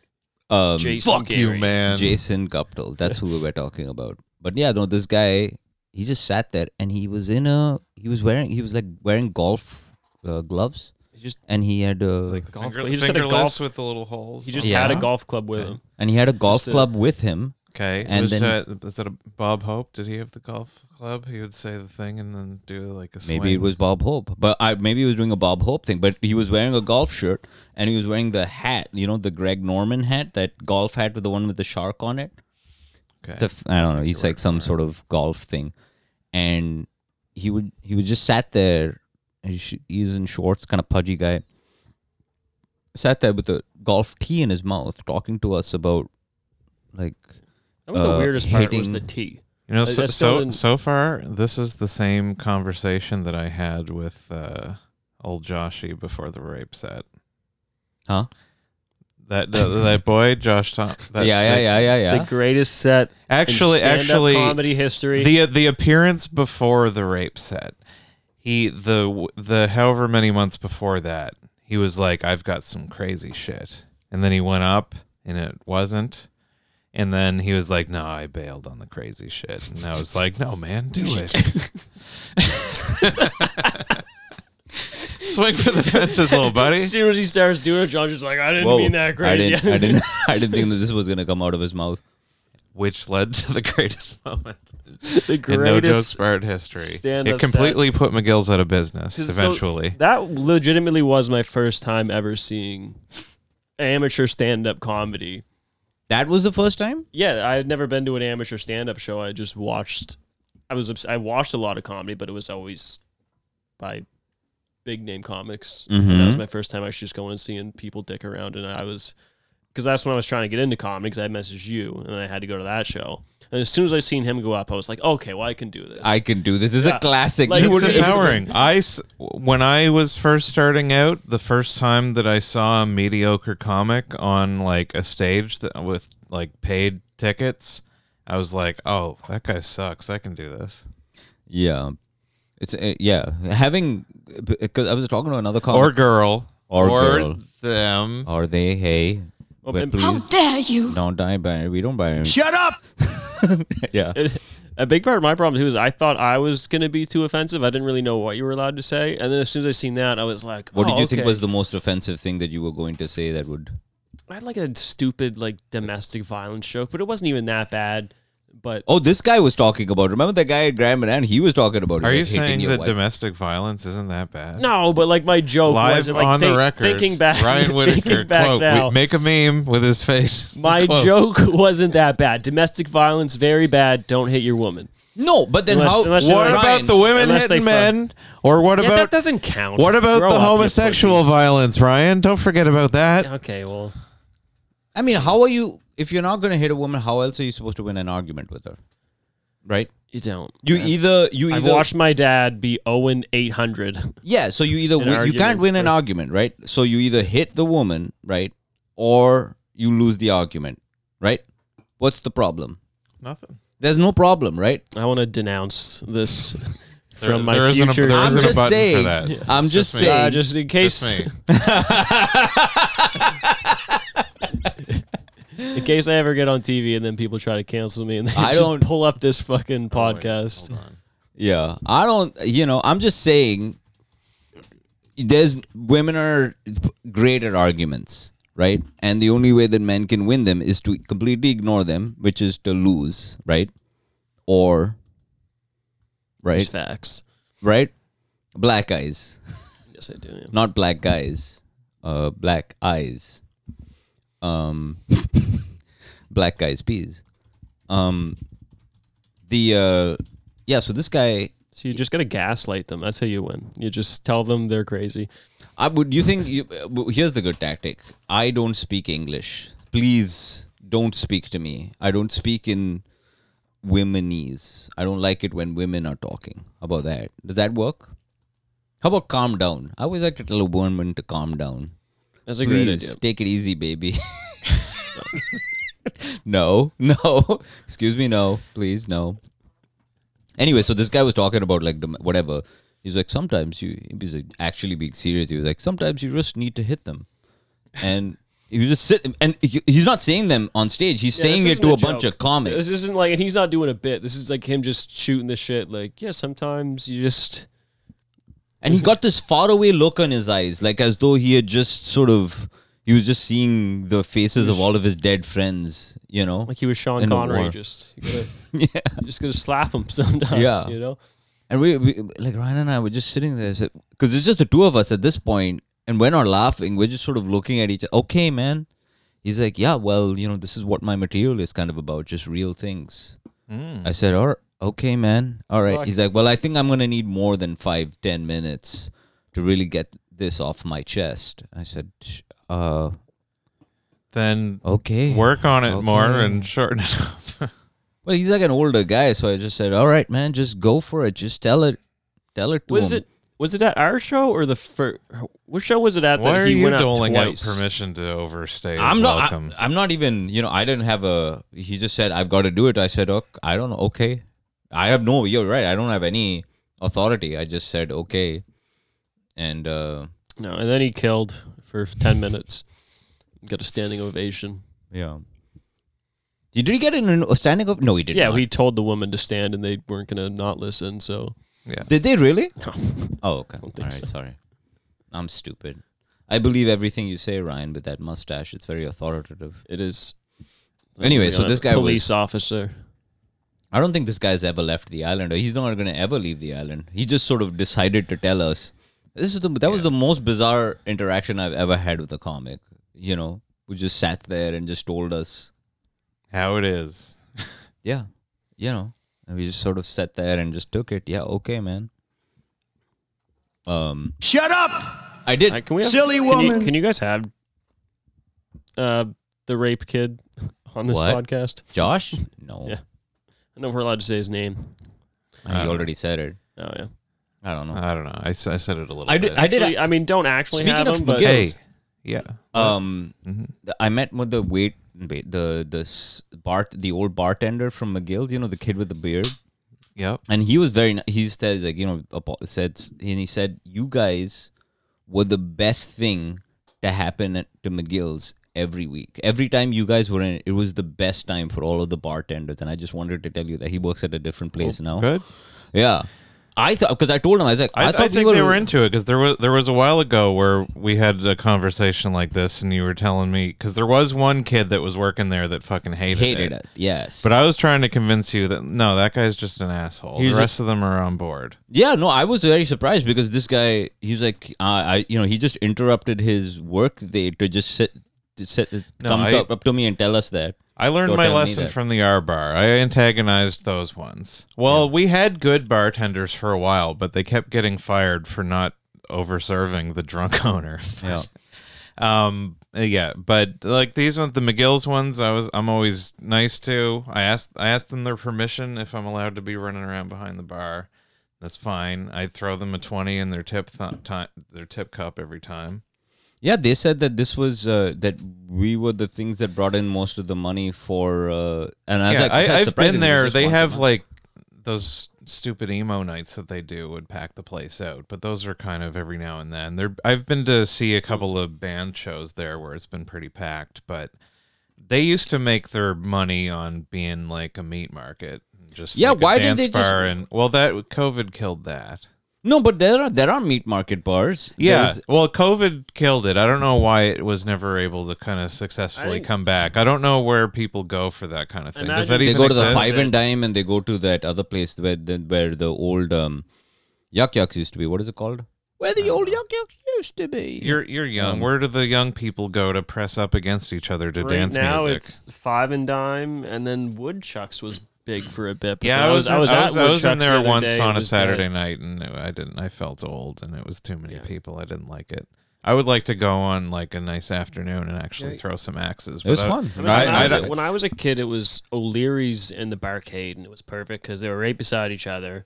Speaker 2: um,
Speaker 1: E
Speaker 3: Jason
Speaker 1: Fuck you,
Speaker 3: Gary.
Speaker 1: man.
Speaker 2: Jason Guptill. That's who we were talking about. But yeah, no, this guy he just sat there and he was in a he was wearing he was like wearing golf uh, gloves
Speaker 3: He just
Speaker 2: and he had a
Speaker 1: Like
Speaker 3: Golf
Speaker 1: finger,
Speaker 3: club. He just had a
Speaker 1: fingerless
Speaker 3: golf-
Speaker 1: with the little holes.
Speaker 3: he just
Speaker 1: on
Speaker 3: had a
Speaker 1: top?
Speaker 3: golf club with him.
Speaker 2: and he had a golf
Speaker 3: just a-
Speaker 2: club with him.
Speaker 1: Okay.
Speaker 2: and
Speaker 1: was
Speaker 2: then-
Speaker 1: that, is that a Bob Hope? Did he have the golf club? He would say the thing and then do like a swing.
Speaker 2: Maybe it was Bob Hope, but I maybe he was doing a Bob Hope thing. But he was wearing a golf shirt and he was wearing the hat, you know, the Greg Norman hat, that golf hat with the one with the shark on it.
Speaker 1: Okay.
Speaker 2: It's a f- I don't know.
Speaker 1: Take
Speaker 2: He's
Speaker 1: your
Speaker 2: like
Speaker 1: word
Speaker 2: some
Speaker 1: for it.
Speaker 2: sort of golf thing, and he would he would just sat there. and sh- He was in shorts, kind of pudgy guy. Sat there with a golf tee in his mouth, talking to us about like
Speaker 3: That was
Speaker 2: Uh,
Speaker 3: the weirdest part was
Speaker 2: hitting-
Speaker 3: the tee.
Speaker 1: You know,
Speaker 3: I-
Speaker 1: so
Speaker 3: I Uh, still
Speaker 1: so,
Speaker 3: didn't-
Speaker 1: so far, this is the same conversation that I had with uh, old Joshy before the rape set.
Speaker 2: Huh?
Speaker 1: That that, that boy, Josh. Tom, that,
Speaker 2: yeah yeah
Speaker 1: that-
Speaker 2: yeah yeah yeah.
Speaker 3: The greatest set
Speaker 1: Actually,
Speaker 3: in stand-up
Speaker 1: actually,
Speaker 3: comedy history.
Speaker 1: the the appearance before the rape set, he the the however many months before that, he was like, "I've got some crazy shit," and then he went up, and it wasn't. And then he was like, "No, I bailed on the crazy shit," and I was like, "No, man, do it." Swing for the fences, little buddy.
Speaker 3: as soon as he starts doing it, John's just like, I didn't
Speaker 2: Whoa,
Speaker 3: mean that crazy.
Speaker 2: I didn't, I didn't, I didn't think that this was gonna come out of his mouth.
Speaker 1: Which led to the greatest moment
Speaker 3: the
Speaker 1: in No Joke
Speaker 3: greatest.
Speaker 1: Spart history.
Speaker 3: stand-up
Speaker 1: It completely put McGill's out of business
Speaker 3: 'Cause so-
Speaker 1: eventually.
Speaker 3: that legitimately was my first time ever seeing amateur stand-up comedy.
Speaker 2: That was the first time.
Speaker 3: Yeah, I had never been to an amateur stand-up show. I just watched. I was obs- I watched a lot of comedy, but it was always by big name comics. And That was
Speaker 2: Mhm.
Speaker 3: my first time actually just going and seeing people dick around, and I was because that's when I was trying to get into comedy. Because I messaged you, and I had to go to that show. And as soon as I seen him go up, I was like, okay, well I can do this.
Speaker 2: I can do this. This is a
Speaker 3: Yeah.
Speaker 2: classic.
Speaker 3: Like,
Speaker 2: You
Speaker 3: it's
Speaker 2: would-
Speaker 1: it's
Speaker 3: wouldn't-
Speaker 1: empowering. I s- when I was first starting out, the first time that I saw a mediocre comic on like a stage that with like paid tickets, I was like, "Oh, that guy sucks. I can do this."
Speaker 2: yeah, it's uh, yeah. Having because I was talking to another
Speaker 3: Oh.
Speaker 1: Or
Speaker 2: comic.
Speaker 1: girl,
Speaker 2: Or girl. Oh,
Speaker 1: them.
Speaker 2: are they? Hey,
Speaker 3: Well,
Speaker 2: but
Speaker 3: and-
Speaker 4: How
Speaker 2: please
Speaker 4: dare you!
Speaker 2: don't die by. We don't buy. Shut up.
Speaker 1: Oh,
Speaker 2: yeah.
Speaker 3: it, a big part of my problem too is I thought I was gonna be too offensive. I didn't really know what you were allowed to say, and then as soon as I seen that, I was like,
Speaker 2: What did
Speaker 3: oh,
Speaker 2: you think
Speaker 3: okay.
Speaker 2: was the most offensive thing that you were going to say that would?
Speaker 3: I had like a stupid like domestic violence joke, but it wasn't even that bad. But
Speaker 2: Oh, this guy was talking about. Remember that guy at Grand Manan? He was talking about. it,
Speaker 1: Are
Speaker 2: like,
Speaker 1: you
Speaker 2: hitting
Speaker 1: saying
Speaker 2: your
Speaker 1: that
Speaker 2: wife.
Speaker 1: domestic violence isn't that bad?
Speaker 3: no, but like my joke
Speaker 1: Live
Speaker 3: wasn't like
Speaker 1: on the
Speaker 3: think-
Speaker 1: record.
Speaker 3: Thinking back,
Speaker 1: Ryan Whitaker
Speaker 3: thinking back
Speaker 1: quote:
Speaker 3: now,
Speaker 1: "We- "Make a meme with his face."
Speaker 3: my
Speaker 1: Quote.
Speaker 3: joke wasn't that bad. Domestic violence, very bad. Don't hit your woman.
Speaker 2: No, but then
Speaker 3: Unless-
Speaker 2: how?
Speaker 3: unless you're
Speaker 1: What
Speaker 3: Ryan,
Speaker 1: about the women
Speaker 3: unless they
Speaker 1: hitting
Speaker 3: fu-
Speaker 1: men, or what
Speaker 3: yeah, that
Speaker 1: about
Speaker 3: doesn't count.
Speaker 1: What about
Speaker 3: Grow
Speaker 1: the
Speaker 3: up, you
Speaker 1: homosexual
Speaker 3: pussies.
Speaker 1: violence, Ryan? Don't forget about that.
Speaker 3: Okay, well,
Speaker 2: I mean, how are you? If you're not going to hit a woman, how else are you supposed to win an argument with her? Right.
Speaker 3: you don't.
Speaker 2: You either you
Speaker 3: I've
Speaker 2: either
Speaker 3: watched my dad be Owen eight hundred.
Speaker 2: yeah. So you either
Speaker 3: an
Speaker 2: win, you can't
Speaker 3: argument's
Speaker 2: win an
Speaker 3: worth-
Speaker 2: argument, right? So you either hit the woman, right, or you lose the argument, right? What's the problem?
Speaker 1: Nothing.
Speaker 2: There's no problem, right?
Speaker 3: I want to denounce this
Speaker 1: There-
Speaker 3: from my
Speaker 1: there isn't a-
Speaker 3: future.
Speaker 1: there
Speaker 2: I'm
Speaker 1: isn't a
Speaker 2: just
Speaker 1: button for
Speaker 2: saying-
Speaker 1: that.
Speaker 2: I'm
Speaker 1: It's
Speaker 2: just
Speaker 1: me.
Speaker 2: saying-
Speaker 3: Uh, just in case,
Speaker 1: Just me.
Speaker 3: in case I ever get on TV and then people try to cancel me and they
Speaker 2: I
Speaker 3: just
Speaker 2: don't-
Speaker 3: pull up this fucking podcast.
Speaker 2: Yeah. I don't. You know, I'm just saying. There's women are great at arguments, right? And the only way that men can win them is to completely ignore them, which is to lose, right? Or
Speaker 3: There's
Speaker 2: right,
Speaker 3: facts.
Speaker 2: right? Black eyes.
Speaker 3: Yes, I do. yeah.
Speaker 2: not black guys, uh, black eyes, um, black guys peas. Um, the uh, yeah. So this guy,
Speaker 3: So you just gotta gaslight them. That's how you win. You just tell them they're crazy.
Speaker 2: I would. You think? You, uh, w- here's the good tactic. I don't speak English. Please don't speak to me. I don't speak in womenese. I don't like it when women are talking. How about that? Does that work? How about calm down? I always like to tell a woman to calm down.
Speaker 3: That's a great idea.
Speaker 2: Please take it easy, baby. no, no. Excuse me, no. Please, no. Anyway, so this guy was talking about like dom- whatever. He's like, sometimes you. He was like, actually being serious. He was like, sometimes you just need to hit them, and You just sit and you- he's not saying them on stage. He's
Speaker 3: Yeah,
Speaker 2: saying
Speaker 3: this
Speaker 2: it
Speaker 3: isn't
Speaker 2: to a, bunch
Speaker 3: joke.
Speaker 2: of comics.
Speaker 3: This isn't like, and he's not doing a bit. This is like him just shooting the shit. Like, yeah, sometimes you just
Speaker 2: and he got this faraway look on his eyes, like as though he had just sort of he was just seeing the faces of all of his dead friends. You know,
Speaker 3: like he was Sean
Speaker 2: In a
Speaker 3: Connery.
Speaker 2: war.
Speaker 3: Just you gotta,
Speaker 2: yeah.
Speaker 3: you just gonna slap him sometimes.
Speaker 2: Yeah.
Speaker 3: you know.
Speaker 2: And we, we like Ryan and I were just sitting there because it's just the two of us at this point, and we're not laughing. We're just sort of looking at each. other. Okay, man. He's like, yeah, well, you know, this is what my material is kind of about, just real things. I said, all right, okay, man. All right.
Speaker 3: Hmm. Fuck.
Speaker 2: He's like, well, I think I'm gonna need more than five, ten minutes to really get this off my chest. I said, uh,
Speaker 1: Then
Speaker 2: okay.
Speaker 1: work on it more
Speaker 2: Okay.
Speaker 1: and shorten it up.
Speaker 2: Well, he's like an older guy, so I just said, all right, man, just go for it. Just tell it, tell it to
Speaker 3: Was
Speaker 2: him.
Speaker 3: it was it at our show or the first? What show was it at
Speaker 1: Why
Speaker 3: that
Speaker 1: are
Speaker 3: he
Speaker 1: you
Speaker 3: went out
Speaker 1: doling out
Speaker 3: twice?
Speaker 1: permission to overstay?
Speaker 2: I'm
Speaker 1: his
Speaker 2: not.
Speaker 1: welcome?
Speaker 2: I, am not even. You know, I didn't have a. He just said, "I've got to do it." I said, "Ok, I don't know. Okay, I have no. You're right. I don't have any authority. I just said okay, and uh,
Speaker 3: No, and then he killed for ten minutes. Got a standing ovation.
Speaker 2: yeah. Did he get an a standing up? No, he didn't.
Speaker 3: yeah, he told the woman to stand, and they weren't gonna not listen. So
Speaker 2: did. They really?
Speaker 3: No.
Speaker 2: Oh, okay. All
Speaker 3: Don't think
Speaker 2: right.
Speaker 3: so.
Speaker 2: Sorry, I'm stupid. I believe everything you say, Ryan. With that mustache, it's very authoritative.
Speaker 3: it is.
Speaker 2: Anyway, so this guy was-
Speaker 3: police officer.
Speaker 2: I don't think this guy's ever left the island, or he's not going to ever leave the island. He just sort of decided to tell us. This is the that was the most bizarre interaction I've ever had with a comic. You know, who just sat there and just told us,
Speaker 1: How it is.
Speaker 2: yeah, you know, and we just sort of sat there and just took it. Yeah, okay, man. Um,
Speaker 4: Shut up!
Speaker 2: I did.
Speaker 3: Uh, can we have,
Speaker 4: Silly
Speaker 3: can you-
Speaker 4: woman.
Speaker 3: can you guys have uh, the rape kid on this
Speaker 2: What?
Speaker 3: podcast?
Speaker 2: Josh? No,
Speaker 3: Yeah. I don't know if we're allowed to say his name.
Speaker 2: he already said it.
Speaker 3: Oh yeah.
Speaker 2: I don't know.
Speaker 1: I don't know. I, s- I said it a little
Speaker 2: I
Speaker 1: bit.
Speaker 2: did. I did.
Speaker 3: Actually, I mean, don't actually
Speaker 2: Speaking
Speaker 3: have
Speaker 2: of
Speaker 3: him, but
Speaker 1: hey, yeah.
Speaker 2: Um, th- I met with the wait, wait the the s- Bart, the old bartender from McGill's. You know, the kid with the beard,
Speaker 1: Yep.
Speaker 2: and he was very. ni- He says like you know apo- said s- and he said you guys were the best thing to happen at, to McGill's every week. Every time you guys were in, it was the best time for all of the bartenders. And I just wanted to tell you that he works at a different place now.
Speaker 1: Good.
Speaker 2: Yeah. I thought because I told him I was like
Speaker 1: I,
Speaker 2: I,
Speaker 1: I,
Speaker 2: thought we
Speaker 1: think
Speaker 2: were,
Speaker 1: they were into it because there was there was a while ago where we had a conversation like this, and you were telling me because there was one kid that was working there that fucking hated,
Speaker 2: hated it. Yes,
Speaker 1: But I was trying to convince you that no, that guy's just an asshole.
Speaker 2: He's a-
Speaker 1: the rest of them are on board.
Speaker 2: Yeah, no, I was very surprised because this guy, he's like, uh, I, you know, he just interrupted his work day to just sit, to sit, come
Speaker 1: I-
Speaker 2: up, up to me and tell us that.
Speaker 1: I learned
Speaker 2: Don't
Speaker 1: my
Speaker 2: tell me
Speaker 1: lesson
Speaker 2: that.
Speaker 1: from the R bar. I antagonized those ones. Well, we had good bartenders for a while, but they kept getting fired for not overserving the drunk owner.
Speaker 2: Yeah.
Speaker 1: um yeah, but like these ones the McGill's ones I was I'm always nice to. I asked I asked them their permission if I'm allowed to be running around behind the bar. That's fine. I throw them a 20 in their tip th- ti their tip cup every time.
Speaker 2: Yeah, they said that this was uh, that we were the things that brought in most of the money for, uh, and I was
Speaker 1: yeah,
Speaker 2: like,
Speaker 1: I,
Speaker 2: that's
Speaker 1: I've
Speaker 2: surprising,
Speaker 1: been
Speaker 2: it
Speaker 1: there.
Speaker 2: was just
Speaker 1: They
Speaker 2: once a
Speaker 1: have
Speaker 2: month.
Speaker 1: like those stupid emo nights that they do would pack the place out, but those are kind of every now and then. There, I've been to see a couple of band shows there where it's been pretty packed, but they used to make their money on being like a meat market. Just
Speaker 2: Yeah,
Speaker 1: like a
Speaker 2: why did
Speaker 1: dance
Speaker 2: they just-
Speaker 1: bar and well that COVID killed that.
Speaker 2: no, but there are there are meat market bars.
Speaker 1: Yeah,
Speaker 2: There's-
Speaker 1: well, COVID killed it. I don't know why it was never able to kind of successfully come back. I don't know where people go for that kind of thing. Does that
Speaker 3: Imagine-
Speaker 2: they
Speaker 1: even
Speaker 2: go to the
Speaker 1: exist?
Speaker 2: five and dime and they go to that other place where the, where the old um, yuck yucks used to be. What is it called? Where the old yuck yucks used to be.
Speaker 1: You're you're young. Where do the young people go to press up against each other to
Speaker 3: Um, right
Speaker 1: dance
Speaker 3: now
Speaker 1: music?
Speaker 3: it's Five and Dime, and then Woodchucks was big for a bit. but
Speaker 1: yeah,
Speaker 3: then
Speaker 1: I was I was, I was,
Speaker 3: at
Speaker 1: in
Speaker 3: Woodchucks
Speaker 1: there
Speaker 3: other
Speaker 1: once
Speaker 3: day,
Speaker 1: on
Speaker 3: it
Speaker 1: a
Speaker 3: was
Speaker 1: Saturday
Speaker 3: dead.
Speaker 1: night, and I didn't. I felt old, and it was too many people. I didn't like it. I would like to go on like a nice afternoon and actually throw some axes.
Speaker 2: It was
Speaker 1: but I-
Speaker 2: fun. I
Speaker 3: I mean, when, I
Speaker 1: I, I,
Speaker 3: was,
Speaker 1: don't-
Speaker 3: when I was a kid, it was O'Leary's and the Barcade, and it was perfect because they were right beside each other.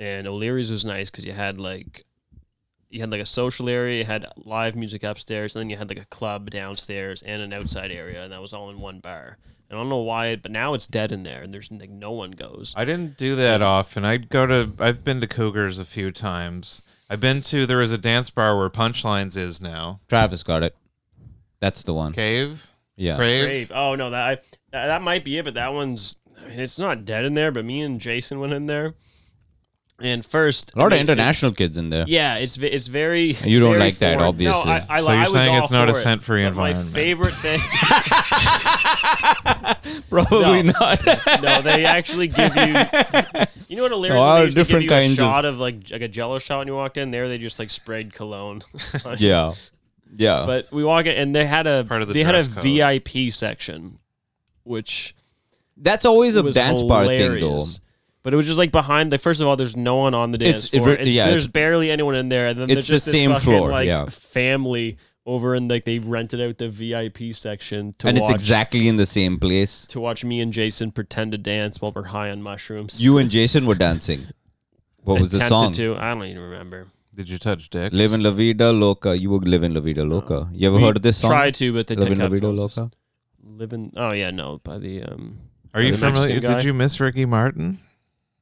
Speaker 3: And O'Leary's was nice because you had like, you had like a social area, you had live music upstairs, and then you had like a club downstairs and an outside area, and that was all in one bar. And I don't know why, but now it's dead in there, and there's like no one goes.
Speaker 1: I didn't do that often. I'd go to. I've been to Cougars a few times. I've been to. There was a dance bar where Punchlines is now.
Speaker 2: Travis got it. That's the one.
Speaker 1: Cave?
Speaker 2: Yeah.
Speaker 1: Crave?
Speaker 3: Crave. Oh no, that I, that that might be it. But that one's. I mean, it's not dead in there. But me and Jason went in there, and first
Speaker 2: A lot
Speaker 3: I
Speaker 2: of
Speaker 3: mean,
Speaker 2: international kids in there.
Speaker 3: It's, yeah, it's ve- it's very.
Speaker 2: You don't
Speaker 3: very
Speaker 2: like that,
Speaker 3: foreign.
Speaker 2: obviously.
Speaker 3: No, I, I,
Speaker 1: So
Speaker 3: I
Speaker 1: you're
Speaker 3: was
Speaker 1: saying
Speaker 3: all
Speaker 1: it's not a
Speaker 3: for it,
Speaker 1: scent-free
Speaker 3: but
Speaker 1: environment.
Speaker 3: My favorite thing.
Speaker 2: Probably
Speaker 3: No.
Speaker 2: not.
Speaker 3: no, they actually give you. You know what a lyric?
Speaker 2: Oh,
Speaker 3: they used to give
Speaker 2: different
Speaker 3: you
Speaker 2: kinds
Speaker 3: a
Speaker 2: of-
Speaker 3: shot of, like like a Jello shot when you walked in. There, they just like sprayed cologne.
Speaker 2: yeah. Yeah.
Speaker 3: But we walk in, and they had a
Speaker 1: part of the
Speaker 3: they had a
Speaker 1: dress code.
Speaker 3: VIP section, which
Speaker 2: That's always a
Speaker 3: was
Speaker 2: dance bar thing, though.
Speaker 3: hilarious. But it was just like behind the. First of all, there's no one on the
Speaker 2: It's-
Speaker 3: dance
Speaker 2: it
Speaker 3: floor.
Speaker 2: re-
Speaker 3: It's-
Speaker 2: yeah,
Speaker 3: there's
Speaker 2: it's-
Speaker 3: barely anyone in there. And then
Speaker 2: it's
Speaker 3: there's just
Speaker 2: the
Speaker 3: this
Speaker 2: same
Speaker 3: fucking,
Speaker 2: floor,
Speaker 3: like
Speaker 2: yeah.
Speaker 3: family over in like they rented out the VIP section to
Speaker 2: And
Speaker 3: watch,
Speaker 2: it's exactly in the same place.
Speaker 3: to watch me and Jason pretend to dance while we're high on mushrooms.
Speaker 2: You and Jason were dancing. What was the
Speaker 3: Attempted
Speaker 2: song?
Speaker 3: To, I don't even remember.
Speaker 1: Did you touch dick?
Speaker 2: Living La Vida Loca. You were living La Vida Loca. You ever
Speaker 3: We
Speaker 2: heard of this song?
Speaker 3: Tried to, but they
Speaker 2: Living
Speaker 3: took
Speaker 2: La
Speaker 3: out
Speaker 2: Vida
Speaker 3: those-
Speaker 2: Loca.
Speaker 3: Living. Oh yeah, no. By the um.
Speaker 1: Are you
Speaker 3: the Mexican
Speaker 1: familiar?
Speaker 3: guy?
Speaker 1: Did you miss Ricky Martin?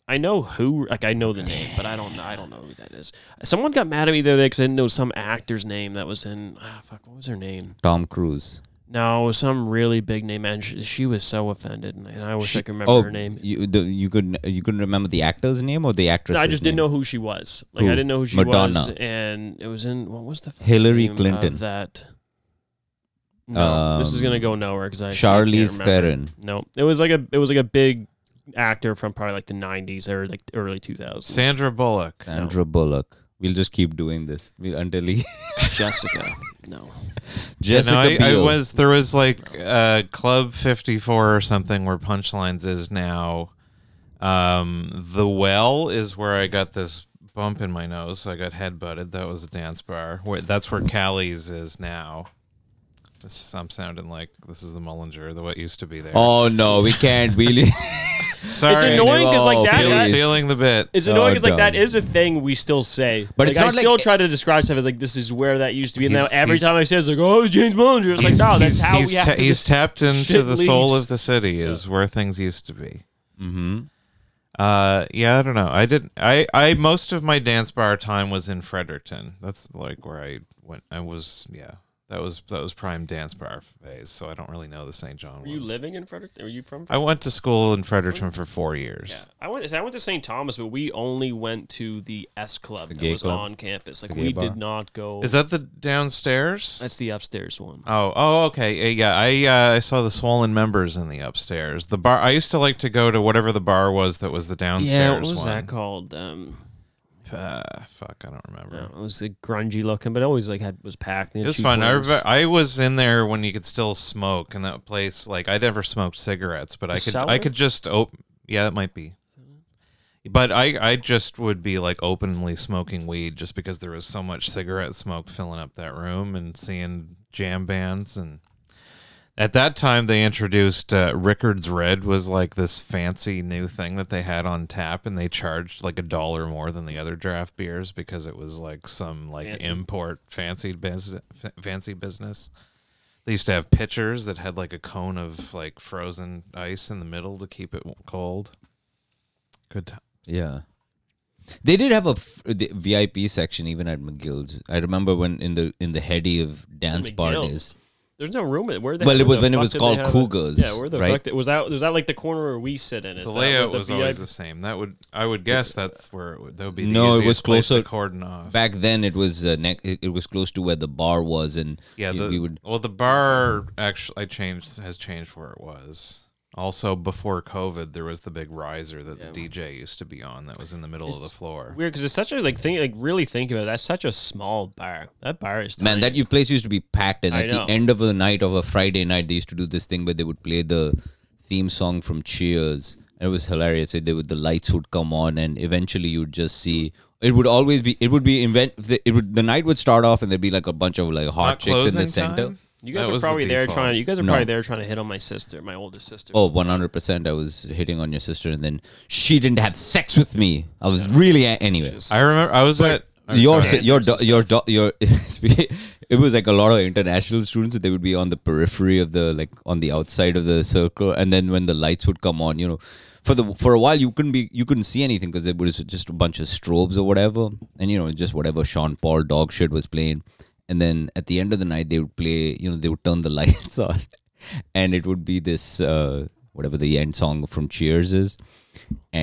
Speaker 3: I know who, like I know the name, but I don't know. I don't know who that is. Someone got mad at me the other day because I didn't know some actor's name that was in. Ah, fuck, what was her name?
Speaker 2: Tom Cruise.
Speaker 3: No, some really big name, and she, she was so offended, and I wish I
Speaker 2: She-
Speaker 3: could remember
Speaker 2: oh,
Speaker 3: her name.
Speaker 2: You, the, you couldn't you couldn't remember the actor's name or the actress.
Speaker 3: No, I just didn't know who she was. Like
Speaker 2: Who?
Speaker 3: I didn't know who she was,
Speaker 2: Madonna.
Speaker 3: and it was in what was the fucking
Speaker 2: Hillary
Speaker 3: name of
Speaker 2: Clinton.
Speaker 3: that. No, this is gonna
Speaker 2: Um,
Speaker 3: go nowhere because I actually can't
Speaker 2: Charlize
Speaker 3: remember.
Speaker 2: Theron.
Speaker 3: No, it was like a it was like a big actor from probably like the '90s or like the early 2000s.
Speaker 1: Sandra Bullock.
Speaker 2: Sandra Bullock. We'll just keep doing this we, until he.
Speaker 3: Jessica. No.
Speaker 1: Yeah,
Speaker 2: Jessica
Speaker 1: no, I, I
Speaker 2: Biel.
Speaker 1: was there was like uh, Club Fifty Four or something where Punchlines is now. Um, the Well is where I got this bump in my nose. So I got headbutted. That was a dance bar. Where, that's where Callie's is now. This I'm sounding like this is the Mullinger, the what used to be there.
Speaker 2: Oh no, we can't really.
Speaker 1: Sorry,
Speaker 3: It's annoying because
Speaker 2: Oh,
Speaker 3: like that.
Speaker 1: Steal-
Speaker 2: please.
Speaker 3: that-
Speaker 1: stealing the bit.
Speaker 3: it's annoying
Speaker 2: Oh,
Speaker 3: because like that
Speaker 2: dumb.
Speaker 3: is a thing we still say.
Speaker 2: But
Speaker 3: Like,
Speaker 2: it's not
Speaker 3: I
Speaker 2: like-
Speaker 3: still try to describe stuff as like this is where that used to be. And now
Speaker 1: He's-
Speaker 3: every
Speaker 1: he's-
Speaker 3: time I say it, it's like oh James Mullinger. It's like
Speaker 1: He's-
Speaker 3: no, that's
Speaker 1: he's-
Speaker 3: how
Speaker 1: he's
Speaker 3: we have
Speaker 1: ta-
Speaker 3: to.
Speaker 1: he's
Speaker 3: Just,
Speaker 1: tapped into
Speaker 3: shit
Speaker 1: the soul
Speaker 3: leaves.
Speaker 1: of the city is where things used to be.
Speaker 3: Mm-hmm.
Speaker 2: hmm
Speaker 1: Uh, yeah, I don't know. I didn't. I I most of my dance bar time was in Fredericton. That's like where I went. I was yeah. That was that was prime dance bar phase. So I don't really know the St. John.
Speaker 3: were you
Speaker 1: ones.
Speaker 3: living in Frederick? Were you from?
Speaker 1: I went to school in Fredericton for four years.
Speaker 3: Yeah, I went. I went to St. Thomas, but we only went to the S Club that
Speaker 2: gay
Speaker 3: was
Speaker 2: club?
Speaker 3: on campus. Like
Speaker 2: gay
Speaker 3: we
Speaker 2: bar?
Speaker 3: did not go.
Speaker 1: Is that the downstairs?
Speaker 3: that's the upstairs one.
Speaker 1: Oh, oh, okay. Uh, Yeah, I uh, I saw the swollen members in the upstairs. The bar. I used to like to go to whatever the bar was that was the downstairs
Speaker 3: yeah, what was
Speaker 1: one.
Speaker 3: that called? Um,
Speaker 1: Uh, fuck, I don't remember.
Speaker 3: no, it was a grungy looking, but always like had was packed.
Speaker 1: It was fun. I, remember- I was in there when you could still smoke in that place. Like I never smoked cigarettes, but I could
Speaker 3: The
Speaker 1: I
Speaker 3: Sour?
Speaker 1: could just open. Yeah, that might be. But I I just would be like openly smoking weed just because there was so much cigarette smoke filling up that room and seeing jam bands and. At that time, they introduced uh, Rickard's Red was like this fancy new thing that they had on tap, and they charged like a dollar more than the other draft beers because it was like some like
Speaker 3: Fancy.
Speaker 1: import fancy business. Fancy business. They used to have pitchers that had like a cone of like frozen ice in the middle to keep it cold. Good time.
Speaker 2: Yeah. They did have a f- the VIP section even at McGill's. I remember when in the in the heady of dance bar
Speaker 3: McGill's?
Speaker 2: days.
Speaker 3: There's no room. in- Where they,
Speaker 2: Well, it was
Speaker 3: where the
Speaker 2: when it
Speaker 3: fuck
Speaker 2: was
Speaker 3: did they
Speaker 2: called
Speaker 3: have it?
Speaker 2: Cougars,
Speaker 3: Yeah, where the
Speaker 2: right?
Speaker 3: fuck did, was that? Was that like the corner where we sit in? Is
Speaker 1: The
Speaker 3: that what
Speaker 1: layout was always the
Speaker 3: VIP
Speaker 1: same. That would I would guess that's where it would, that would be. The
Speaker 2: No, it
Speaker 1: easiest
Speaker 2: was
Speaker 1: place to
Speaker 2: closer-
Speaker 1: cordon off.
Speaker 2: Back then, it was uh, ne- it it was close to where the bar was, and
Speaker 1: Yeah,
Speaker 2: we-
Speaker 1: the,
Speaker 2: we would.
Speaker 1: well, the bar actually I changed has changed where it was. Also, before COVID, there was the big riser that the DJ used to be on that was in the middle of the floor.
Speaker 3: Weird because it's such a like thing. Like really think about it, that's such a small bar. That bar is
Speaker 2: Man, that you place used to be packed, and
Speaker 3: I
Speaker 2: at
Speaker 3: know.
Speaker 2: the end of the night of a Friday night, they used to do this thing where they would play the theme song from Cheers. It was hilarious. They would the lights would come on, and eventually you'd just see. It would always be. It would be invent. It would the night would start off, and there'd be like a bunch of like hot
Speaker 1: Not
Speaker 2: chicks in the
Speaker 1: closing
Speaker 2: center.
Speaker 1: time?
Speaker 3: you guys
Speaker 1: That
Speaker 3: are
Speaker 1: was the
Speaker 3: probably there
Speaker 1: default.
Speaker 3: trying. You guys are
Speaker 2: No.
Speaker 3: probably there trying to hit on my sister, my oldest sister.
Speaker 2: Oh, 100%. I was hitting on your sister, and then she didn't have sex with me. I was really, a- anyway.
Speaker 1: I remember I was at I'm
Speaker 2: Your,
Speaker 1: sorry.
Speaker 2: si- your, do- your, do- your, it was like a lot of international students. They would be on the periphery of the, like, on the outside of the circle. And then when the lights would come on, you know, for the, for a while, you couldn't be, you couldn't see anything because it was just a bunch of strobes or whatever. And, you know, just whatever Sean Paul dog shit was playing. and then at the end of the night they would play you know they would turn the lights on and it would be this uh, whatever the end song from cheers is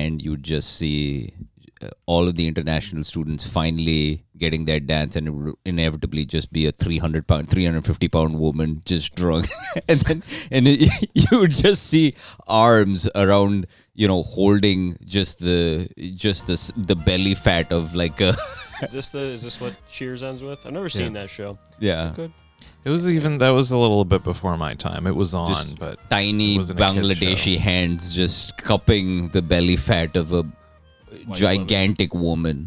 Speaker 2: and you would just see uh, all of the international students finally getting their dance and it would inevitably just be a 300 pound 350 pound woman just drunk and then and it, you would just see arms around you know holding just the just the s- the belly fat of like a
Speaker 3: Is this the is this what Cheers ends with? I've never seen that show.
Speaker 2: yeah
Speaker 3: Good.
Speaker 1: It was even that was a little bit before my time. It was on,
Speaker 2: Just-
Speaker 1: but
Speaker 2: tiny
Speaker 1: It wasn't a kid's
Speaker 2: Bangladeshi hands just cupping the belly fat of a gigantic woman.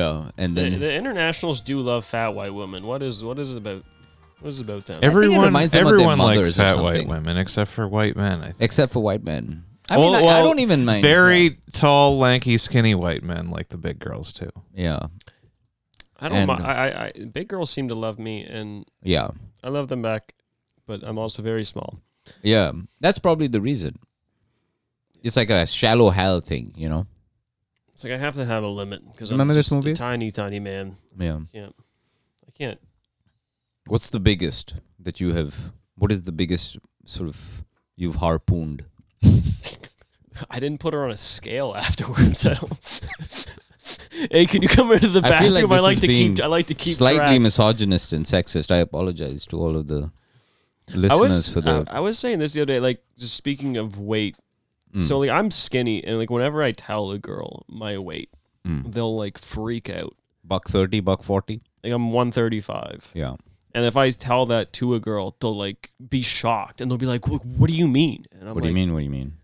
Speaker 2: Yeah, and
Speaker 3: The,
Speaker 2: then
Speaker 3: the internationals do love fat white women. What is what is it about what is it about them?
Speaker 1: everyone
Speaker 2: reminds them of their
Speaker 1: everyone likes
Speaker 2: mothers or
Speaker 1: fat white
Speaker 2: something.
Speaker 1: women except for white men. I think.
Speaker 2: except for white men. I
Speaker 1: Well-
Speaker 2: mean, I- I,
Speaker 1: well,
Speaker 2: don't even mind.
Speaker 1: Very tall, lanky, skinny white men like the big girls too.
Speaker 2: Yeah,
Speaker 3: I don't.
Speaker 2: and-
Speaker 3: mi- I, I, I big girls seem to love me, and
Speaker 2: yeah,
Speaker 3: I love them back, but I'm also very small.
Speaker 2: yeah. That's probably the reason. It's like a shallow hell thing, you know.
Speaker 3: It's like I have to have a limit because I'm
Speaker 2: Remember this
Speaker 3: just a
Speaker 2: movie?
Speaker 3: tiny, tiny man.
Speaker 2: Yeah.
Speaker 3: I can't.
Speaker 2: What's the biggest that you have? What is the biggest sort of you've harpooned?
Speaker 3: I didn't put her on a scale afterwards. I don't. hey, can you come into the
Speaker 2: I feel
Speaker 3: bathroom?
Speaker 2: like
Speaker 3: I,
Speaker 2: this
Speaker 3: like
Speaker 2: is
Speaker 3: to
Speaker 2: being
Speaker 3: keep. I like to keep
Speaker 2: Slightly
Speaker 3: track.
Speaker 2: misogynist and sexist. I apologize to all of the listeners
Speaker 3: I was. uh,
Speaker 2: for the.
Speaker 3: I, I was saying this the other day. Like just speaking of weight.
Speaker 2: Mm.
Speaker 3: So like I'm skinny, and like whenever I tell a girl my weight,
Speaker 2: Mm.
Speaker 3: they'll like freak out.
Speaker 2: buck 30 buck 40
Speaker 3: Like I'm 135.
Speaker 2: yeah
Speaker 3: And if I tell that to a girl, they'll like be shocked and they'll be like, "What, what do you mean?" And I'm
Speaker 2: what do
Speaker 3: like,
Speaker 2: you mean what do you mean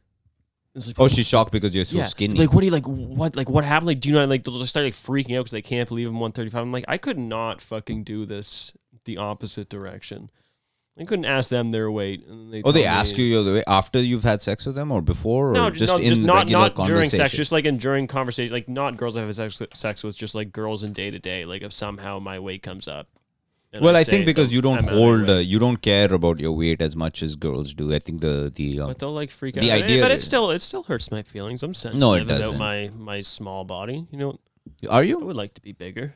Speaker 3: it's like,
Speaker 2: oh she's shocked because you're so
Speaker 3: yeah.
Speaker 2: skinny
Speaker 3: Like, what do you like? What like what happened? Like, do you not like? They'll just start like freaking out because they can't believe I'm 135. I'm like, I could not fucking do this the opposite direction. I couldn't ask them their weight. And then they
Speaker 2: oh they
Speaker 3: tell me-
Speaker 2: ask you your way after you've had sex with them or before or
Speaker 3: No, just,
Speaker 2: just
Speaker 3: no,
Speaker 2: in
Speaker 3: just not
Speaker 2: regular
Speaker 3: not during
Speaker 2: conversation
Speaker 3: sex, just like in during conversation, like not girls I have sex sex with, just like girls in day to day. Like if somehow my weight comes up. and
Speaker 2: well i
Speaker 3: say
Speaker 2: think because
Speaker 3: I'm-
Speaker 2: you don't
Speaker 3: I'm at my
Speaker 2: hold
Speaker 3: weight.
Speaker 2: uh, you don't care about your weight as much as girls do i think the the um,
Speaker 3: But they'll like freak out.
Speaker 2: The
Speaker 3: But-
Speaker 2: idea
Speaker 3: but
Speaker 2: that-
Speaker 3: it still it still hurts my feelings. I'm sensitive no, it
Speaker 2: doesn't.
Speaker 3: about my my small body. You know,
Speaker 2: are
Speaker 3: I
Speaker 2: you
Speaker 3: would like to be bigger.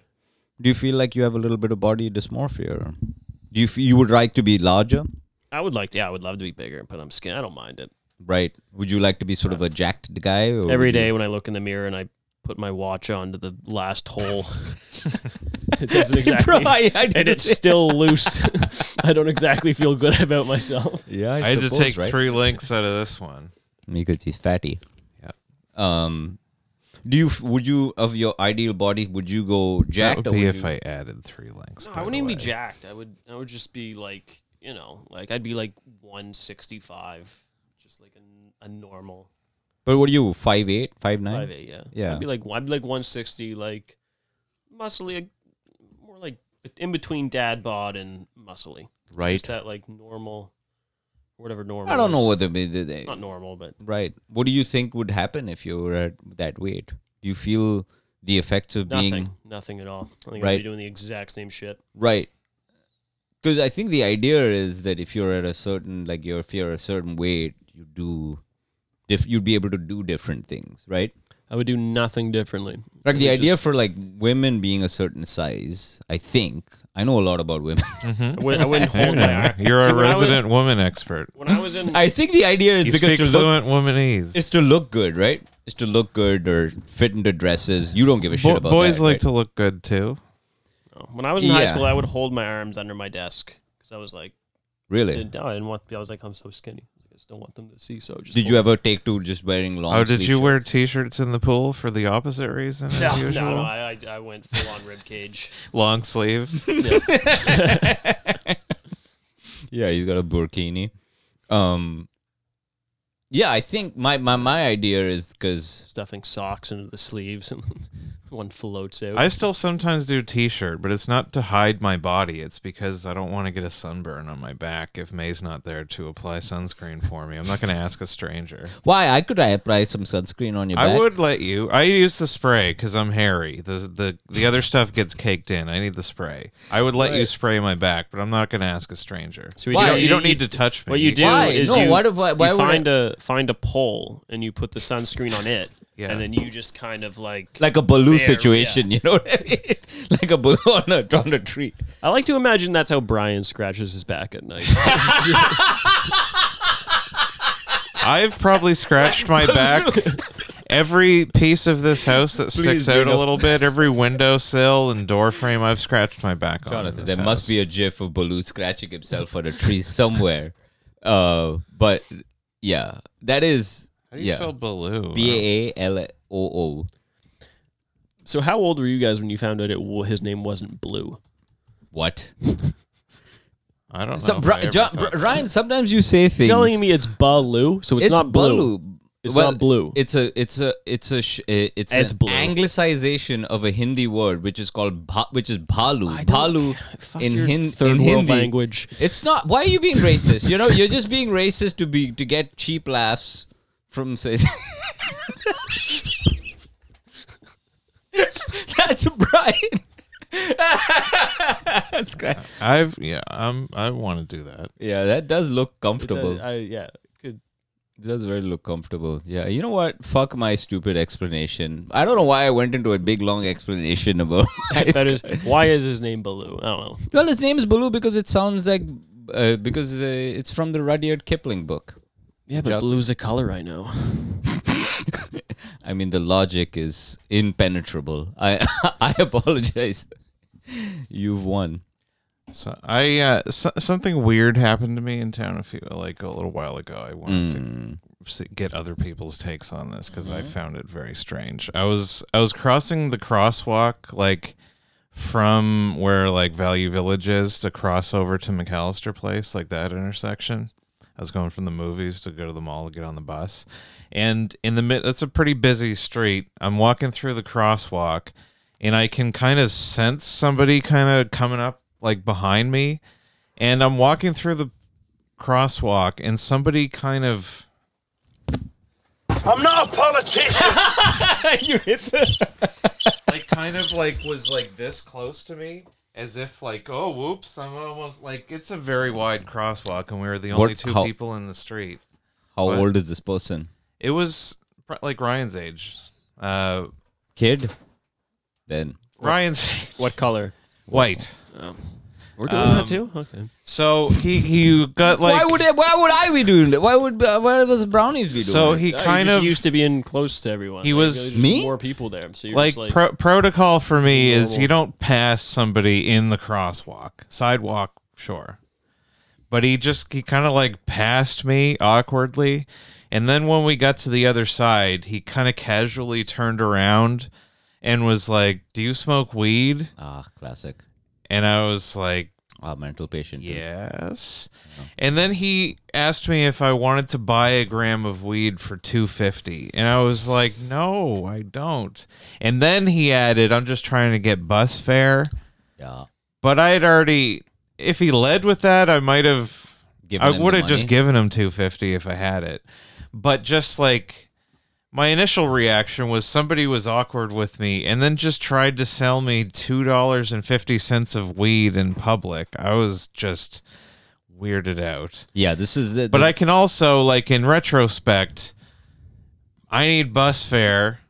Speaker 2: do you feel like you have a little bit of body dysmorphia do you f- you would like to be larger
Speaker 3: I would like to. Yeah, I would love to be bigger, but I'm skinny. I don't mind it.
Speaker 2: right would you like to be sort of a jacked guy or
Speaker 3: Every
Speaker 2: would you-
Speaker 3: day when I look in the mirror and I put my watch on to the last hole, it doesn't
Speaker 2: Bro,
Speaker 3: exactly.
Speaker 2: I- I did
Speaker 3: and it's
Speaker 2: the same.
Speaker 3: still loose. I don't exactly feel good about myself.
Speaker 2: yeah i,
Speaker 1: I, had to
Speaker 2: suppose,
Speaker 1: take
Speaker 2: right?
Speaker 1: three links out of this one.
Speaker 2: because he's fatty.
Speaker 1: Yeah.
Speaker 2: Um, do you f- would you of your ideal body would you go jacked?
Speaker 1: that would be
Speaker 2: or
Speaker 1: if
Speaker 2: you,
Speaker 1: I added three links.
Speaker 3: No,
Speaker 1: by
Speaker 3: I wouldn't
Speaker 1: the
Speaker 3: even be
Speaker 1: way.
Speaker 3: jacked. I would. I would just be like, you know, like I'd be like 165, just like a, a normal
Speaker 2: But what are you five eight five nine?
Speaker 3: Five eight, yeah.
Speaker 2: Yeah.
Speaker 3: I'd be like I'd be like one sixty, like muscly, like, more like in between dad bod and muscly.
Speaker 2: right.
Speaker 3: Just that like normal, whatever normal.
Speaker 2: I don't know
Speaker 3: is.
Speaker 2: what the, the, the
Speaker 3: Not normal, but
Speaker 2: right. What do you think would happen if you were at that weight? Do you feel the effects of
Speaker 3: nothing,
Speaker 2: being
Speaker 3: nothing at all. I think I'd
Speaker 2: Right.
Speaker 3: be doing the exact same shit.
Speaker 2: Right. Because I think the idea is that if you're at a certain, like, you're, if you're a certain weight, you do, diff- you'd be able to do different things, right?
Speaker 3: I would do nothing differently.
Speaker 2: Like
Speaker 3: It
Speaker 2: the
Speaker 3: would
Speaker 2: idea
Speaker 3: just-
Speaker 2: for like women being a certain size, I think I know a lot about women.
Speaker 3: I wouldn't, I wouldn't hold my
Speaker 1: Yeah,
Speaker 3: arm.
Speaker 1: You're
Speaker 3: See,
Speaker 1: a
Speaker 3: when I was-
Speaker 1: resident woman expert.
Speaker 3: When I was in,
Speaker 2: I think the idea is
Speaker 1: You
Speaker 2: because
Speaker 1: speak
Speaker 2: to look,
Speaker 1: fluent womanese.
Speaker 2: is to look good, right? Is to look good or fit into dresses. You don't give a shit
Speaker 1: Bo-
Speaker 2: about
Speaker 1: boys
Speaker 2: that,
Speaker 1: like
Speaker 2: right?
Speaker 1: to look good too.
Speaker 3: when I was in high
Speaker 2: Yeah.
Speaker 3: school, I would hold my arms under my desk because I was like,
Speaker 2: really.
Speaker 3: didn't, I didn't want. I was like, I'm so skinny. I was like, I just don't want them to see. So I just
Speaker 2: Did
Speaker 3: hold
Speaker 2: you ever take to just wearing long?
Speaker 1: Oh, did
Speaker 2: sleeve
Speaker 1: you wear
Speaker 2: shirts?
Speaker 1: t-shirts in the pool for the opposite reason as
Speaker 3: No,
Speaker 1: usual?
Speaker 3: no, no, I, I, I went full on rib cage.
Speaker 1: Long sleeves.
Speaker 2: Yeah, he's got a burkini. Um, yeah, I think my my my idea is because
Speaker 3: stuffing socks into the sleeves, and one floats out.
Speaker 1: I still sometimes do t-shirt, but it's not to hide my body. It's because I don't want to get a sunburn on my back if May's not there to apply sunscreen for me. I'm not going to ask a stranger.
Speaker 2: why I could I apply some sunscreen on your back?
Speaker 1: I would let you. I use the spray because I'm hairy. The, the the other stuff gets caked in. I need the spray. I would let you
Speaker 2: Right.
Speaker 1: spray my back, but I'm not going to ask a stranger.
Speaker 3: So we
Speaker 1: You
Speaker 2: Why?
Speaker 1: don't, you don't need to touch me.
Speaker 3: What you do
Speaker 2: Why?
Speaker 3: is
Speaker 2: No,
Speaker 3: you,
Speaker 2: why do- why- why
Speaker 3: you
Speaker 2: would I-
Speaker 3: find a find a pole and you put the sunscreen on it,
Speaker 1: Yeah.
Speaker 3: and then you just kind of like
Speaker 2: like a Baloo
Speaker 3: There,
Speaker 2: situation, you know what I mean? like a Baloo on a, on a tree.
Speaker 3: I like to imagine that's how Brian scratches his back at night.
Speaker 1: I've probably scratched my back. Every piece of this house that sticks
Speaker 2: Please
Speaker 1: out
Speaker 2: bring
Speaker 1: a
Speaker 2: up-
Speaker 1: little bit, every windowsill and door frame, I've scratched my back on. in
Speaker 2: Jonathan,
Speaker 1: this
Speaker 2: there must
Speaker 1: house.
Speaker 2: be a gif of Baloo scratching himself on a tree somewhere. Uh, but yeah, that is
Speaker 1: How do you
Speaker 2: yeah.
Speaker 1: spell Baloo?
Speaker 2: B A L O O.
Speaker 3: so how old were you guys when you found out it wa- his name wasn't Blue?
Speaker 2: What?
Speaker 1: I don't know.
Speaker 2: Some,
Speaker 1: if I
Speaker 2: Bri-
Speaker 1: ever
Speaker 2: John,
Speaker 1: thought-
Speaker 2: Bri- Ryan, sometimes you say things.
Speaker 3: Telling me it's Baloo, so it's, not Blue.
Speaker 2: Baloo.
Speaker 3: It's not blue.
Speaker 2: It's a it's a it's a sh- uh, it's,
Speaker 3: It's
Speaker 2: an
Speaker 3: blue.
Speaker 2: anglicization of a Hindi word which is called bha- which is balu.
Speaker 3: I don't-
Speaker 2: Balu
Speaker 3: Fuck
Speaker 2: in,
Speaker 3: your
Speaker 2: Hin-
Speaker 3: third
Speaker 2: in
Speaker 3: world
Speaker 2: Hindi.
Speaker 3: language.
Speaker 2: It's not. Why are you being racist? You know, you're just being racist to be to get cheap laughs from say. That's Brian. That's great.
Speaker 1: I've yeah, I'm I want to do that.
Speaker 2: Yeah, that does look comfortable.
Speaker 3: It, uh, I- yeah, good.
Speaker 2: It does very look comfortable. Yeah, you know what? Fuck my stupid explanation. I don't know why I went into a big long explanation about. why it's
Speaker 3: That
Speaker 2: co-
Speaker 3: is why is his name Baloo? I don't know.
Speaker 2: well, his name is Baloo because it sounds like uh, because uh, it's from the Rudyard Kipling book.
Speaker 3: Yeah,
Speaker 2: but Jack-
Speaker 3: blue's a color I know.
Speaker 2: I mean, the logic is impenetrable. I I apologize. You've won.
Speaker 1: So I uh, so, something weird happened to me in town a few like a little while ago. I wanted to s- get other people's takes on this because I found it very strange. I was I was crossing the crosswalk like from where like Value Village is to cross over to McAllister Place, like that intersection. I was going from the movies to go to the mall to get on the bus, and in the mid that's a pretty busy street. I'm walking through the crosswalk, and I can kind of sense somebody kind of coming up like behind me, and I'm walking through the crosswalk, and somebody kind of
Speaker 4: I'm not a politician.
Speaker 2: you hit the.
Speaker 1: like kind of like was like this close to me as if like oh whoops i'm almost like it's a very wide crosswalk and we were the only
Speaker 2: What-
Speaker 1: two
Speaker 2: how-
Speaker 1: people in the street
Speaker 2: How
Speaker 1: What?
Speaker 2: old is this person?
Speaker 1: it was pr- like ryan's age uh
Speaker 2: Kid. Then
Speaker 1: ryan's
Speaker 3: What color?
Speaker 1: white
Speaker 3: We're doing
Speaker 1: Um,
Speaker 3: that too. Okay.
Speaker 1: so he he got like
Speaker 2: why would it, why would I be doing that? Why would uh, why would the brownies be doing?
Speaker 1: so
Speaker 2: it?
Speaker 1: he
Speaker 3: Yeah, you
Speaker 1: kind
Speaker 3: just
Speaker 1: of
Speaker 3: used to being close to everyone.
Speaker 1: He
Speaker 3: Like,
Speaker 1: was-
Speaker 3: there's just
Speaker 2: Me?
Speaker 3: more people there, so you're
Speaker 1: like,
Speaker 3: just like
Speaker 1: pro- protocol for me is
Speaker 3: normal.
Speaker 1: you don't pass somebody in the crosswalk sidewalk sure but he just he kind of like passed me awkwardly and then when we got to the other side he kind of casually turned around and was like do you smoke weed
Speaker 2: ah classic.
Speaker 1: and i was like
Speaker 2: Ah, mental patient. dude.
Speaker 1: yes and then he asked me if i wanted to buy a gram of weed for 250 and i was like no i don't and then he added i'm just trying to get bus fare
Speaker 2: Yeah.
Speaker 1: but i had already if he led with that i might have
Speaker 2: Given
Speaker 1: i
Speaker 2: him the
Speaker 1: would have just
Speaker 2: money.
Speaker 1: given him 250 if i had it but just like my initial reaction was somebody was awkward with me and then just tried to sell me $2.50 of weed in public. I was just weirded out.
Speaker 2: Yeah, this is the,
Speaker 1: But I can also, like, in retrospect, I need bus fare.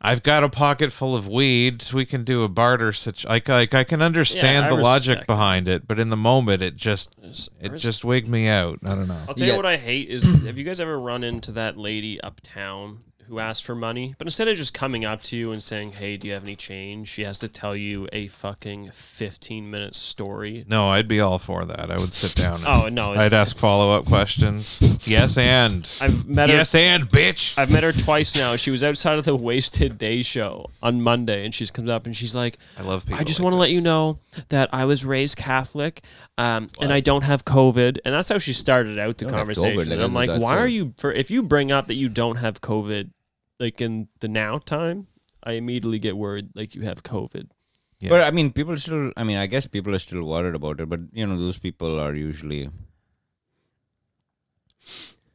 Speaker 1: I've got a pocket full of weed. so we can do a barter. Such like, like I can understand
Speaker 3: I
Speaker 1: the logic
Speaker 3: respect
Speaker 1: behind it, but in the moment, it just it
Speaker 3: Res-
Speaker 1: just wigged me out. I don't know.
Speaker 3: I'll tell
Speaker 2: Yeah.
Speaker 3: you what I hate is have you guys ever run into that lady uptown who asked for money, but instead of just coming up to you and saying, "Hey, do you have any change?" she has to tell you a fucking 15-minute story.
Speaker 1: No, I'd be all for that. I would sit down. And
Speaker 3: Oh, no, it's-
Speaker 1: I'd ask follow up questions. Yes, and
Speaker 3: I've met her
Speaker 1: yes, and bitch.
Speaker 3: I've met her twice now. She was outside of the Wasted Day show on Monday, and she comes up and she's like,
Speaker 1: I love people.
Speaker 3: "I just
Speaker 1: like
Speaker 3: want to let
Speaker 1: this.
Speaker 3: you know that I was raised Catholic, um, and I don't have COVID." And that's how she started out the
Speaker 2: Don't have
Speaker 3: conversation.
Speaker 2: COVID, like,
Speaker 3: and I'm like,
Speaker 2: that's
Speaker 3: "Why
Speaker 2: a-
Speaker 3: are you? For if you bring up that you don't have COVID, like in the now time, I immediately get worried like you have COVID."
Speaker 1: Yeah.
Speaker 2: But I mean, people still. I mean, I guess people are still worried about it. But you know, those people are usually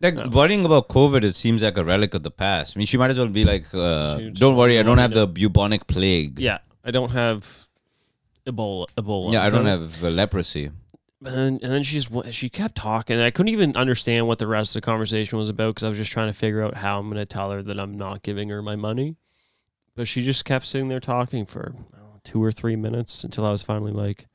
Speaker 2: like
Speaker 3: No.
Speaker 2: worrying about COVID. It seems like a relic of the past. I mean, she might as well be like, uh,
Speaker 3: She just
Speaker 2: "Don't worry, I don't
Speaker 3: don't worry
Speaker 2: have the bubonic plague.
Speaker 3: Yeah, I don't have Ebola. Ebola.
Speaker 2: yeah, I
Speaker 3: Is
Speaker 2: don't
Speaker 3: that-
Speaker 2: have uh, leprosy.
Speaker 3: and then, and then she just went- she kept talking. and I couldn't even understand what the rest of the conversation was about because I was just trying to figure out how I'm going to tell her that I'm not giving her my money. But she just kept sitting there talking for I don't know, two or three minutes until I was finally like,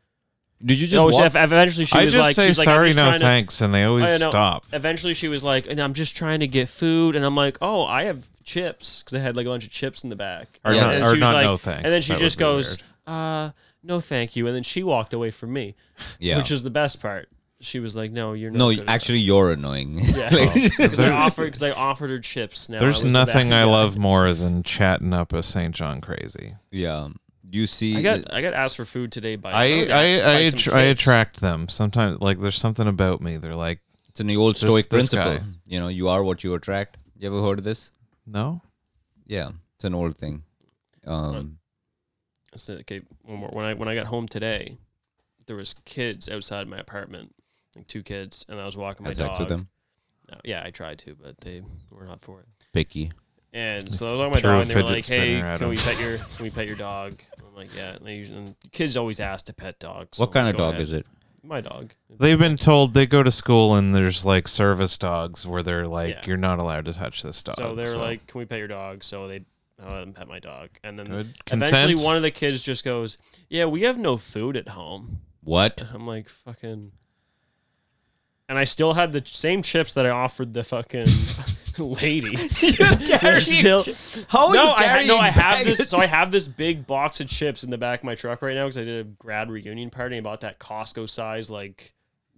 Speaker 2: Did you just
Speaker 3: no. she-
Speaker 2: walk?
Speaker 3: eventually, she
Speaker 1: I
Speaker 3: was
Speaker 1: just
Speaker 3: like,
Speaker 1: say
Speaker 3: she's like, I'm
Speaker 1: sorry,
Speaker 3: just
Speaker 1: no
Speaker 3: trying to-
Speaker 1: thanks, and they always
Speaker 3: I know.
Speaker 1: stop.
Speaker 3: eventually she was like, and I'm just trying to get food, and I'm like, oh, I have chips because I had like a bunch of chips in the back.
Speaker 1: Or
Speaker 3: and
Speaker 2: not-
Speaker 3: then
Speaker 1: or
Speaker 3: she was
Speaker 1: not,
Speaker 3: like-
Speaker 1: no thanks.
Speaker 3: And then she
Speaker 1: That
Speaker 3: just
Speaker 1: would be
Speaker 3: goes, uh, no, thank you. And then she walked away from me,
Speaker 2: yeah.
Speaker 3: which is the best part. She was like, no, you're not.
Speaker 2: no,
Speaker 3: good enough."
Speaker 2: actually, you're annoying.
Speaker 3: yeah, Oh.
Speaker 2: Like-
Speaker 3: because I
Speaker 1: There's-
Speaker 3: offered because I offered her chips. Now I
Speaker 1: There's
Speaker 3: was the
Speaker 1: nothing
Speaker 3: bad
Speaker 1: I
Speaker 3: guy.
Speaker 1: love more than chatting up a St. John crazy.
Speaker 2: yeah. You see,
Speaker 3: I got I got asked for food today by
Speaker 1: I
Speaker 3: another guy
Speaker 1: I
Speaker 3: to buy
Speaker 1: I,
Speaker 3: some
Speaker 1: attr- I
Speaker 3: chips.
Speaker 1: attract them sometimes. Like there's something about me. They're like,
Speaker 2: it's an old Stoic
Speaker 1: this
Speaker 2: principle.
Speaker 1: guy.
Speaker 2: You know, you are what you attract. You ever heard of this?
Speaker 1: no,
Speaker 2: Yeah, it's an old thing. Um,
Speaker 3: So, okay, one more. When I when I got home today, there was kids outside my apartment, like two kids, and I was walking my
Speaker 2: had
Speaker 3: dog.
Speaker 2: sex with them.
Speaker 3: No, yeah, I tried to, but they were not for it.
Speaker 2: Picky.
Speaker 3: And so I was on my
Speaker 1: Threw a
Speaker 3: dog, and they were
Speaker 1: fidget
Speaker 3: like, "Hey,
Speaker 1: spinner at
Speaker 3: can we
Speaker 1: him.
Speaker 3: pet your can we pet your dog?" I'm like, "Yeah." And, they usually, and kids always ask to pet dogs.
Speaker 2: What kind of dog is it?
Speaker 3: My dog.
Speaker 1: they've been told they go to school and there's like service dogs where they're like,
Speaker 3: Yeah.
Speaker 1: you're not allowed to touch this dog.
Speaker 3: so they were like, "Can we pet your dog?" So they I let them pet my dog, and then
Speaker 1: good
Speaker 3: eventually
Speaker 1: consent.
Speaker 3: one of the kids just goes, "Yeah, we have no food at home."
Speaker 2: What?
Speaker 3: And I'm like, "Fucking." And I still had the same chips that I offered the fucking lady. They're still,
Speaker 2: How
Speaker 3: no, I had, no, I have this. So I have this big box of chips in the back of my truck right now because I did a grad reunion party. and I bought that Costco size like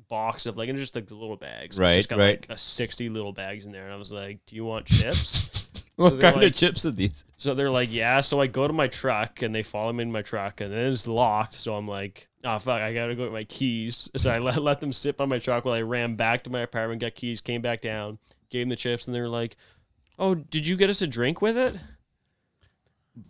Speaker 3: box of like and just like the little bags. It's
Speaker 2: Right,
Speaker 3: just got,
Speaker 2: right.
Speaker 3: Like, a sixty little bags in there, and I was like, "Do you want chips?"
Speaker 2: What
Speaker 3: they're
Speaker 2: kind
Speaker 3: like-
Speaker 2: of chips are these?
Speaker 3: so they're like, "Yeah." So I go to my truck, and they follow me in my truck, and then it's locked. So I'm like, "Oh fuck, I gotta go get my keys." So I let, let them sit by my truck while I ran back to my apartment, got keys, came back down, gave them the chips, and they were like, "Oh, did you get us a drink with it?"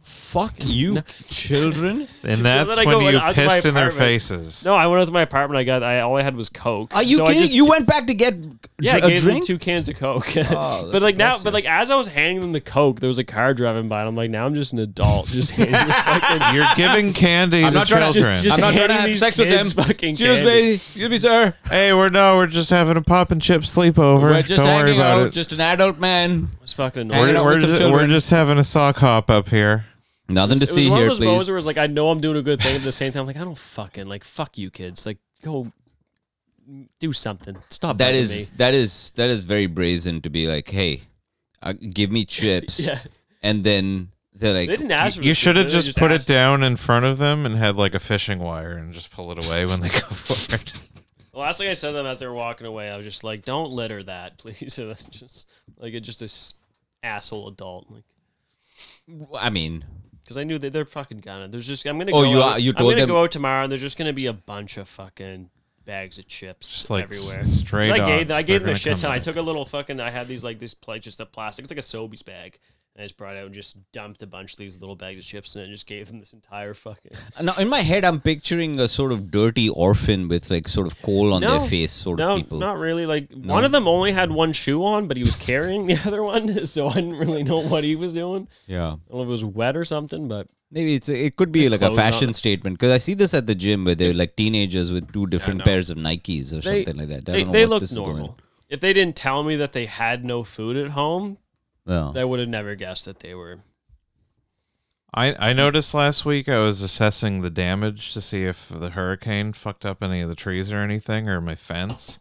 Speaker 2: Fuck you, children.
Speaker 1: and
Speaker 3: So
Speaker 1: that's
Speaker 3: then I
Speaker 1: when
Speaker 3: go
Speaker 1: you
Speaker 3: out to my
Speaker 1: pissed in their
Speaker 3: apartment.
Speaker 1: faces.
Speaker 3: No, I went out to my apartment. I got I all I had was Coke.
Speaker 2: Are you
Speaker 3: So I
Speaker 2: kidding?
Speaker 3: just-
Speaker 2: you went back to get dr-
Speaker 3: Yeah, I
Speaker 2: a
Speaker 3: gave
Speaker 2: drink?
Speaker 3: them two cans of Coke.
Speaker 2: Oh,
Speaker 3: but like now,
Speaker 2: bless you.
Speaker 3: but like as I was handing them the Coke, there was a car driving by, and I'm like, now I'm just an adult, just handing this fucking.
Speaker 1: You're giving candy
Speaker 2: I'm
Speaker 1: to
Speaker 2: not trying to-
Speaker 1: children.
Speaker 2: just-
Speaker 3: just
Speaker 2: I'm not trying to
Speaker 3: handing
Speaker 2: have
Speaker 3: these
Speaker 2: sex with them.
Speaker 3: kids Fucking
Speaker 2: Cheers,
Speaker 3: candy.
Speaker 2: baby. Excuse me, sir.
Speaker 1: hey, we're no, we're just having a pop and chip sleepover.
Speaker 2: We're just
Speaker 1: Don't worry
Speaker 2: hanging
Speaker 1: about
Speaker 2: out.
Speaker 1: it.
Speaker 2: Just an adult man.
Speaker 3: It was fucking annoying.
Speaker 2: Hanging
Speaker 1: we're,
Speaker 2: out
Speaker 1: we're
Speaker 2: with some
Speaker 1: just,
Speaker 2: children.
Speaker 1: we're just having a sock hop up here.
Speaker 2: Nothing to
Speaker 3: It was
Speaker 2: see
Speaker 3: one
Speaker 2: here,
Speaker 3: of those moments
Speaker 2: please.
Speaker 3: where it was like, I know I'm doing a good thing, but at the same time, like I don't fucking like fuck you kids. Like go do something. Stop.
Speaker 2: That
Speaker 3: bugging
Speaker 2: is that is that is very brazen to be like, hey, uh, give me chips,
Speaker 3: me. yeah.
Speaker 2: and then they're like,
Speaker 3: They didn't ask. for
Speaker 1: You
Speaker 3: the
Speaker 1: should have
Speaker 3: food, they
Speaker 1: just put it
Speaker 3: asked.
Speaker 1: down in front of them and had like a fishing wire and just pull it away when they go for it.
Speaker 3: The last thing I said to them as they were walking away, I was just like, "Don't litter that, please." And that's just like it's just this asshole adult, like
Speaker 2: I mean,
Speaker 3: because I knew that they're fucking gonna. There's just I'm gonna.
Speaker 2: Oh,
Speaker 3: go
Speaker 2: you
Speaker 3: out,
Speaker 2: are- you
Speaker 3: I'm
Speaker 2: told
Speaker 3: gonna
Speaker 2: them-
Speaker 3: go out tomorrow, and there's just gonna be a bunch of fucking bags of chips
Speaker 1: Just like
Speaker 3: everywhere.
Speaker 1: s- stray
Speaker 3: 'Cause I
Speaker 1: dogs.
Speaker 3: gave them, I
Speaker 1: They're
Speaker 3: gave them a
Speaker 1: gonna
Speaker 3: shit
Speaker 1: come
Speaker 3: ton. I
Speaker 1: back.
Speaker 3: took a little fucking. I had these like this pla- just a plastic. It's like a Sobeys bag. And I just brought it out and just dumped a bunch of these little bags of chips in it and just gave them this entire fucking.
Speaker 2: now in my head, I'm picturing a sort of dirty orphan with like sort of coal on
Speaker 3: No.
Speaker 2: their face, sort
Speaker 3: No,
Speaker 2: of people.
Speaker 3: not really. Like one of them only had one shoe on, but he was carrying the other one, so I didn't really know what he was doing.
Speaker 2: Yeah,
Speaker 3: I don't know if it was wet or something, but
Speaker 2: maybe it's it could be like a
Speaker 3: clothes on.
Speaker 2: fashion statement because I see this at the gym where they're like teenagers with two different pairs of Nikes or
Speaker 3: They-
Speaker 2: something like that. I
Speaker 3: they,
Speaker 2: don't know
Speaker 3: they
Speaker 2: what
Speaker 3: looked
Speaker 2: this is going on.
Speaker 3: normal. If they didn't tell me that they had no food at home,
Speaker 2: Yeah.
Speaker 3: I would have never guessed that they were.
Speaker 1: I, I noticed last week I was assessing the damage to see if the hurricane fucked up any of the trees or anything or my fence.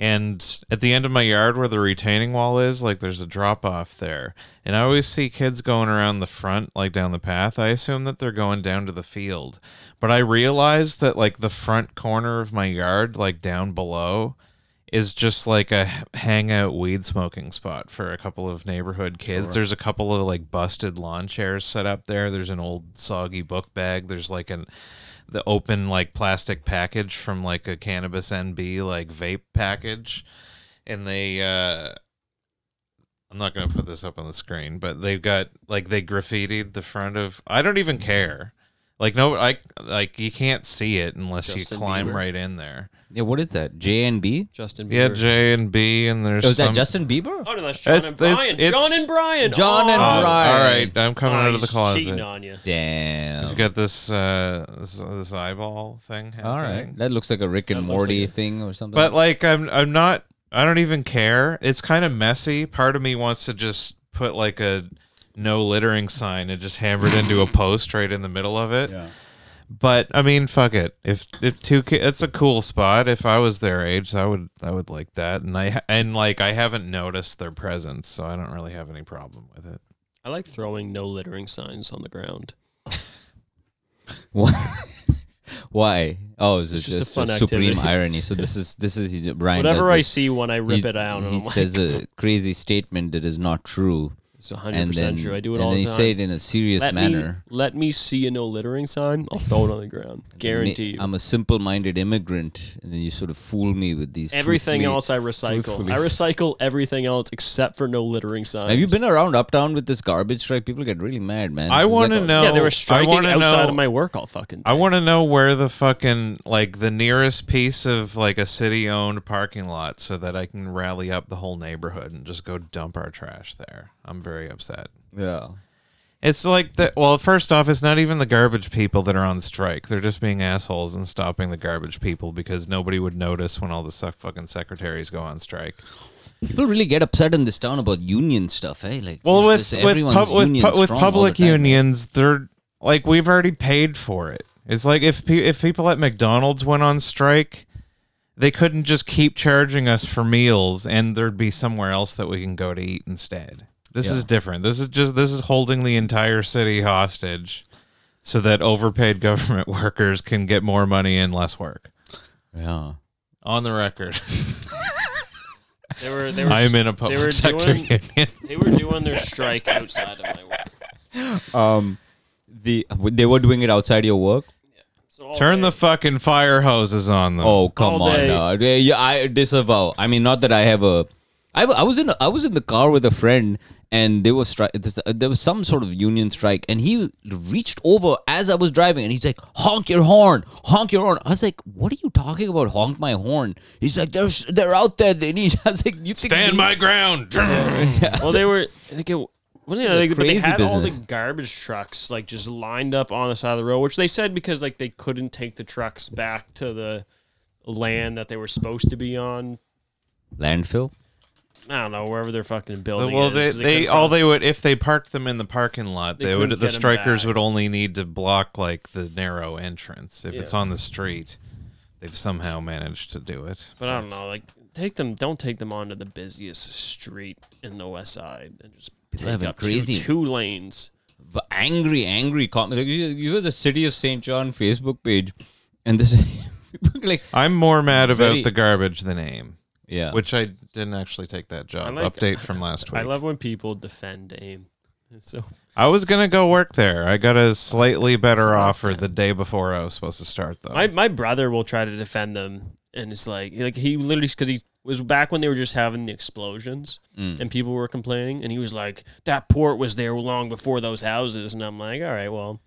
Speaker 1: And at the end of my yard where the retaining wall is, like there's a drop off there. And I always see kids going around the front, like down the path. I assume that they're going down to the field. But I realized that like the front corner of my yard, like down below, is just like a h- hangout weed smoking spot for a couple of neighborhood kids. There's a couple of like busted lawn chairs set up there. There's an old soggy book bag. There's like an the open like plastic package from like a cannabis NB like vape package. And they uh I'm not going to put this up on the screen, but they've got like they graffitied the front of I don't even care. Like no, I like you can't see it unless
Speaker 3: Justin
Speaker 1: you climb
Speaker 3: Bieber.
Speaker 1: right in there.
Speaker 2: Yeah, what is that? J and B?
Speaker 3: Justin Bieber.
Speaker 1: Yeah, J and B, and there's
Speaker 2: Oh, is
Speaker 1: some.
Speaker 2: that Justin Bieber?
Speaker 3: Oh no, that's John
Speaker 1: It's-
Speaker 3: and
Speaker 1: it's-
Speaker 3: Brian.
Speaker 1: it's-
Speaker 3: John and Brian.
Speaker 2: John and
Speaker 1: Oh,
Speaker 3: oh,
Speaker 1: all
Speaker 2: Brian.
Speaker 1: right, I'm coming
Speaker 3: oh,
Speaker 1: out of the
Speaker 3: he's Cheating
Speaker 1: closet.
Speaker 3: on you.
Speaker 2: Damn.
Speaker 1: I've got this uh this, this eyeball thing. Happening.
Speaker 2: All right, that looks like a Rick and
Speaker 3: That looks
Speaker 2: Morty
Speaker 3: like
Speaker 2: thing or something.
Speaker 1: But like I'm I'm not I don't even care. It's kind of messy. Part of me wants to just put like a no littering sign and just hammer it into a post right in the middle of it.
Speaker 2: Yeah.
Speaker 1: But I mean, fuck it. If if two ki- it's a cool spot. If I was their age, I would I would like that. And I ha- and like I haven't noticed their presence, so I don't really have any problem with it.
Speaker 3: I like throwing no littering signs on the ground.
Speaker 2: Why? Why? Oh, is it
Speaker 3: It's
Speaker 2: just,
Speaker 3: just a fun
Speaker 2: a supreme
Speaker 3: activity.
Speaker 2: irony? So this is this is he- Brian. does
Speaker 3: Whenever I
Speaker 2: this.
Speaker 3: see one, I rip
Speaker 2: he,
Speaker 3: it out.
Speaker 2: He
Speaker 3: And I'm like,
Speaker 2: says a crazy statement that is not true,
Speaker 3: it's 100
Speaker 2: and then
Speaker 3: percent true. I do it
Speaker 2: and
Speaker 3: all
Speaker 2: then
Speaker 3: the
Speaker 2: you
Speaker 3: time.
Speaker 2: say it in a serious
Speaker 3: let
Speaker 2: manner.
Speaker 3: Me, let me see a no littering sign. I'll throw it on the ground. Guarantee
Speaker 2: Me-
Speaker 3: you.
Speaker 2: I'm a simple-minded immigrant, and then you sort of fool me with these.
Speaker 3: everything
Speaker 2: truthfully-
Speaker 3: else I recycle.
Speaker 2: truthfully
Speaker 3: I
Speaker 2: s-
Speaker 3: recycle everything else except for no littering signs.
Speaker 2: Have you been around uptown with this garbage strike? People get really mad, man.
Speaker 1: I
Speaker 2: It's
Speaker 1: want
Speaker 2: like
Speaker 1: to
Speaker 2: a-
Speaker 1: know.
Speaker 3: yeah, they were
Speaker 1: I
Speaker 3: striking
Speaker 1: wanna
Speaker 3: outside
Speaker 1: know-
Speaker 3: of my work all fucking day.
Speaker 1: I want to know where the fucking like the nearest piece of like a city-owned parking lot, so that I can rally up the whole neighborhood and just go dump our trash there. I'm very upset.
Speaker 2: Yeah.
Speaker 1: It's like the well, first off, it's not even the garbage people that are on strike. They're just being assholes and stopping the garbage people because nobody would notice when all the suck fucking secretaries go on strike.
Speaker 2: People really get upset in this town about union stuff, eh? Like,
Speaker 1: Well,
Speaker 2: it's
Speaker 1: with
Speaker 2: just
Speaker 1: with,
Speaker 2: everyone's
Speaker 1: pub, with,
Speaker 2: union
Speaker 1: pu- with
Speaker 2: strong all the
Speaker 1: public
Speaker 2: time.
Speaker 1: unions, they're like we've already paid for it. It's like if pe- if people at McDonald's went on strike, they couldn't just keep charging us for meals, and there'd be somewhere else that we can go to eat instead. This
Speaker 2: Yeah.
Speaker 1: is different. This is just this is holding the entire city hostage, so that overpaid government workers can get more money and less work.
Speaker 2: Yeah.
Speaker 1: On the record,
Speaker 3: They were. They were.
Speaker 1: I'm in a
Speaker 3: they were
Speaker 1: public sector
Speaker 3: doing-
Speaker 1: union.
Speaker 3: They were doing their strike outside of my work.
Speaker 2: um the they were doing it outside your work
Speaker 3: So all
Speaker 1: Turn
Speaker 3: day-
Speaker 1: the fucking fire hoses on them.
Speaker 2: oh come
Speaker 3: All
Speaker 2: on
Speaker 3: day.
Speaker 2: now. Yeah, yeah, i disavow i mean not that i have a I, w- I was in a, I was in the car with a friend and they were stri- this- uh, there was some sort of union strike and he reached over as I was driving and he's like honk your horn honk your horn I was like what are you talking about honk my horn he's like they're they're out there they need I was like you think
Speaker 1: Stand
Speaker 2: we-
Speaker 1: my ground.
Speaker 3: Well, they were. I think it wasn't it. Like, but they
Speaker 2: crazy
Speaker 3: had all the
Speaker 2: business.
Speaker 3: garbage trucks like just lined up on the side of the road, which they said because like they couldn't take the trucks back to the land that they were supposed to be on.
Speaker 2: landfill
Speaker 3: I don't know wherever they're fucking building.
Speaker 1: Well,
Speaker 3: is,
Speaker 1: they,
Speaker 3: 'cause
Speaker 1: they,
Speaker 3: couldn't
Speaker 1: all
Speaker 3: find-
Speaker 1: they would if they parked them in the parking lot,
Speaker 3: They
Speaker 1: they, would
Speaker 3: couldn't
Speaker 1: the
Speaker 3: get 'em
Speaker 1: strikers
Speaker 3: back.
Speaker 1: would only need to block like the narrow entrance. If it's on the street, they've somehow managed to do it.
Speaker 3: But I don't know. Like, take them. Don't take them onto the busiest street in the West Side and just take
Speaker 2: having
Speaker 3: up
Speaker 2: crazy-
Speaker 3: Two, two lanes.
Speaker 2: v- angry, angry comment. Like, you, you have the City of St. John Facebook page, and this people like,
Speaker 1: I'm more mad about
Speaker 2: Very-
Speaker 1: the garbage than aim,
Speaker 2: yeah,
Speaker 1: which I didn't actually take that job.
Speaker 3: Oh. like-
Speaker 1: Update from last week.
Speaker 3: I love when people defend AIM. It's so
Speaker 1: I was gonna go work there. I got a slightly better offer the day before I was supposed to start, though.
Speaker 3: My my brother will try to defend them, and it's like like he literally because he was back when they were just having the explosions
Speaker 1: Mm.
Speaker 3: and people were complaining, and he was like, "That port was there long before those houses," and I'm like, "All right, well."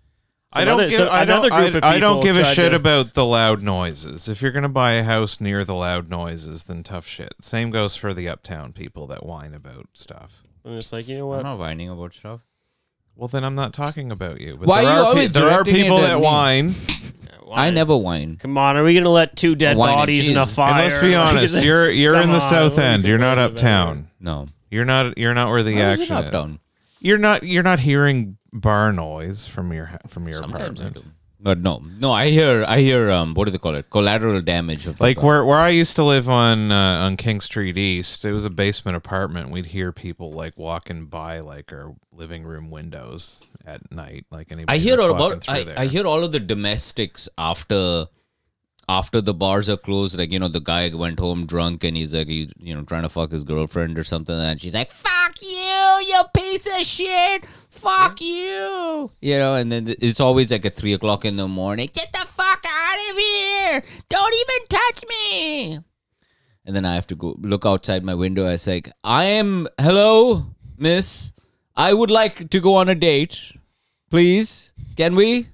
Speaker 3: So
Speaker 1: I don't
Speaker 3: another-
Speaker 1: give.
Speaker 3: so
Speaker 1: I don't.
Speaker 3: another
Speaker 1: I,
Speaker 3: group of
Speaker 1: I don't
Speaker 3: people
Speaker 1: give a
Speaker 3: tried
Speaker 1: shit
Speaker 3: to-
Speaker 1: about the loud noises. If you're gonna buy a house near the loud noises, then tough shit. Same goes for the uptown people that whine about stuff.
Speaker 3: And it's like you know
Speaker 2: I'm
Speaker 3: what?
Speaker 2: not whining about stuff.
Speaker 1: Well, then I'm not talking about you. But
Speaker 2: Why
Speaker 1: there
Speaker 2: are you
Speaker 1: pe-
Speaker 2: always
Speaker 1: there are
Speaker 2: directing it
Speaker 1: people
Speaker 2: at
Speaker 1: that
Speaker 2: me?
Speaker 1: whine.
Speaker 2: I never whine.
Speaker 3: Come on, are we gonna let two dead
Speaker 2: Wine and
Speaker 3: bodies in a
Speaker 2: cheese.
Speaker 3: fire?
Speaker 1: And let's be honest, you're you're in
Speaker 3: Come
Speaker 1: the
Speaker 3: on,
Speaker 1: South
Speaker 3: what are you
Speaker 1: End. You're not
Speaker 3: complaining about?
Speaker 1: uptown.
Speaker 2: No,
Speaker 1: You're not. You're not where the
Speaker 2: I was in
Speaker 1: action is.
Speaker 2: uptown.
Speaker 1: You're not. You're not hearing bar noise from your ha- from your
Speaker 2: Sometimes I
Speaker 1: apartment.
Speaker 2: do. But no, no, I hear, I hear, um, what do they call it? Collateral damage of
Speaker 1: Like
Speaker 2: the,
Speaker 1: where where I used to live on uh, on King Street East, it was a basement apartment. We'd hear people like walking by like our living room windows at night, like anybody.
Speaker 2: I hear
Speaker 1: that's
Speaker 2: all
Speaker 1: walking
Speaker 2: about.
Speaker 1: through
Speaker 2: I,
Speaker 1: there.
Speaker 2: I hear all of the domestics after, after the bars are closed. Like you know, the guy went home drunk and he's like, he, you know, trying to fuck his girlfriend or something, and she's like, "Fuck you, you piece of shit! Fuck you!" You know, and then it's always like at three o'clock in the morning. Get the fuck out of here! Don't even touch me! And then I have to go look outside my window. I say, "I am hello, miss." I would like to go on a date please can we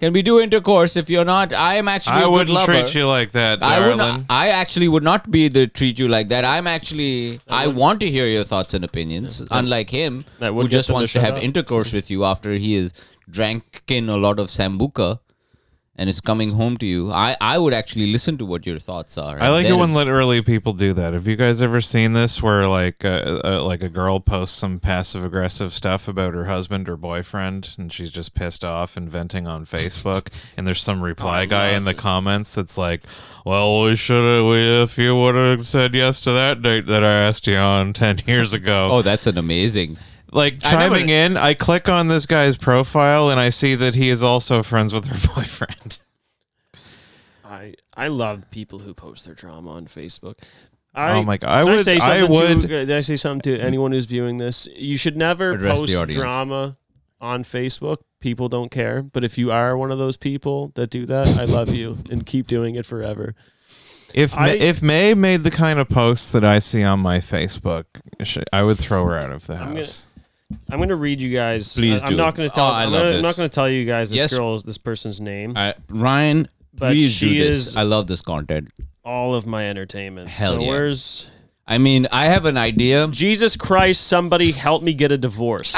Speaker 2: Can we do intercourse if you're not? I am actually.
Speaker 1: I
Speaker 2: a good
Speaker 1: wouldn't
Speaker 2: lover.
Speaker 1: treat you like that,
Speaker 2: I would.
Speaker 1: darling.
Speaker 2: Not, I actually would not be the treat you like that. I'm actually. I, want to hear your thoughts and opinions. Unlike him,
Speaker 3: That would
Speaker 2: who
Speaker 3: get
Speaker 2: just
Speaker 3: them to
Speaker 2: wants to
Speaker 3: shut
Speaker 2: have
Speaker 3: up.
Speaker 2: intercourse with you after he has drank in a lot of sambuca, and is coming home to you. I I would actually listen to what your thoughts are.
Speaker 1: I like it when
Speaker 2: little.
Speaker 1: literally people do that. Have you guys ever seen this where like a, a, like a girl posts some passive aggressive stuff about her husband or boyfriend, and she's just pissed off and venting on Facebook, and there's some reply guy in the comments that's like, "Well, we should have. We, if you would have said yes to that date that I asked you on ten years ago,
Speaker 2: Oh, that's an amazing.
Speaker 1: like
Speaker 2: I know
Speaker 1: chiming
Speaker 2: it-
Speaker 1: in, I click on this guy's profile and I see that he is also friends with her boyfriend.
Speaker 3: I I love people who post their drama on Facebook. I,
Speaker 1: Oh my God. I
Speaker 3: can
Speaker 1: would-
Speaker 3: say
Speaker 1: I
Speaker 3: something
Speaker 1: would-
Speaker 3: To, did I say something to anyone who's viewing this? You should never
Speaker 2: Uh, Address the
Speaker 3: post
Speaker 2: audience.
Speaker 3: drama on Facebook. People don't care. But if you are one of those people that do that, I love you and keep doing it forever.
Speaker 1: If Ma-
Speaker 3: I-
Speaker 1: if May made the kind of posts that I see on my Facebook, sh- I would throw her out of the
Speaker 3: gonna-
Speaker 1: house.
Speaker 3: I'm gonna read you guys.
Speaker 2: Please
Speaker 3: I,
Speaker 2: do.
Speaker 3: I'm not gonna tell.
Speaker 2: Oh, I
Speaker 3: I am
Speaker 2: love
Speaker 3: gonna,
Speaker 2: this.
Speaker 3: I'm not gonna tell you guys this
Speaker 2: Yes.
Speaker 3: girl's this person's name.
Speaker 2: Uh, Ryan,
Speaker 3: But
Speaker 2: please
Speaker 3: she
Speaker 2: do this.
Speaker 3: is-
Speaker 2: I love this content.
Speaker 3: All of my entertainment.
Speaker 2: Hell
Speaker 3: so
Speaker 2: yeah.
Speaker 3: where's
Speaker 2: I mean, I have an idea.
Speaker 3: Jesus Christ? Somebody help me get a divorce.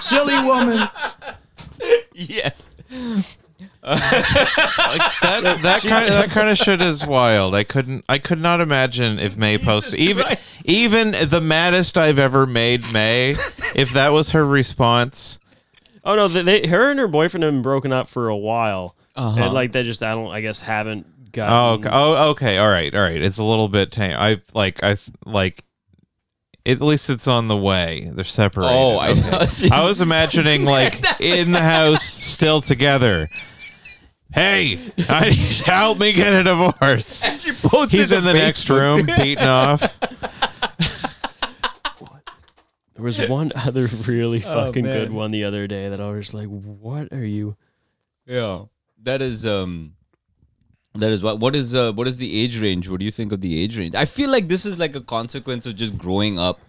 Speaker 5: Silly woman.
Speaker 2: Yes.
Speaker 1: That that kind of, that kind of shit is wild. I couldn't I could not imagine if May posted even
Speaker 2: Christ.
Speaker 1: even the maddest I've ever made May. if that was her response,
Speaker 3: Oh no, they, they her and her boyfriend have been broken up for a while, and like they just I don't I guess haven't
Speaker 1: oh
Speaker 3: gotten.
Speaker 1: okay, oh okay, all right, all right. It's a little bit tame. I like I like. At least it's on the way. They're separated.
Speaker 2: Oh, I,
Speaker 1: Okay.
Speaker 2: thought
Speaker 1: I was imagining like in the house still together. Hey, I need help me get a divorce.
Speaker 2: she posted
Speaker 1: He's in the next room beating off.
Speaker 3: There was one other really fucking good one the other day that I was like, what are you?
Speaker 2: Yeah, that is um, that is what what is uh, what is the age range? What do you think of the age range? I feel like this is like a consequence of just growing up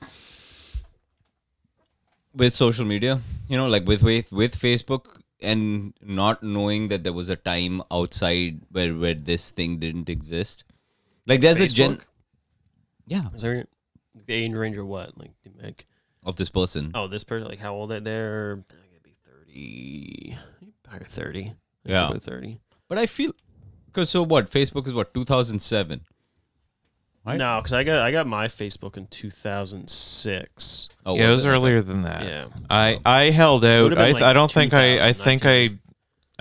Speaker 2: with social media. You know, like with with, with Facebook and not knowing that there was a time outside where where this thing didn't exist. Like there's a gen.
Speaker 3: Facebook?
Speaker 2: Yeah,
Speaker 3: Is there the age range or what? Like, the Meg-
Speaker 2: of this person.
Speaker 3: oh, this person, like how old are they? They're I think it'd be thirty, probably thirty.
Speaker 2: Yeah.
Speaker 3: Probably thirty.
Speaker 2: But I feel, cause so what? Facebook is what 2007. Right.
Speaker 3: No, because I got I got my Facebook in two thousand six.
Speaker 2: Oh,
Speaker 1: Yeah, it was
Speaker 2: it?
Speaker 1: earlier than that.
Speaker 3: Yeah.
Speaker 1: I I held out.
Speaker 3: would've been,
Speaker 1: I,
Speaker 3: like,
Speaker 1: I don't think I I think I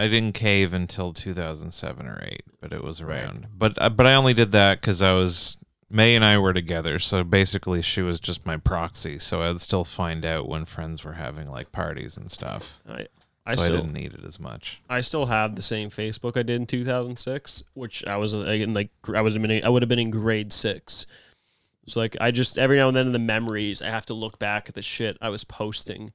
Speaker 1: I didn't cave until 2007 or 8, but it was around. But uh, but I only did that cuz I was May and I were together, so basically she was just my proxy, so I'd still find out when friends were having like parties and stuff.
Speaker 3: I
Speaker 1: So
Speaker 3: I still
Speaker 1: I didn't need it as much.
Speaker 3: I still have the same Facebook I did in 2006, which I was uh, in like gr- I was in, I would have been in grade six. So like I just every now and then in the memories I have to look back at the shit I was posting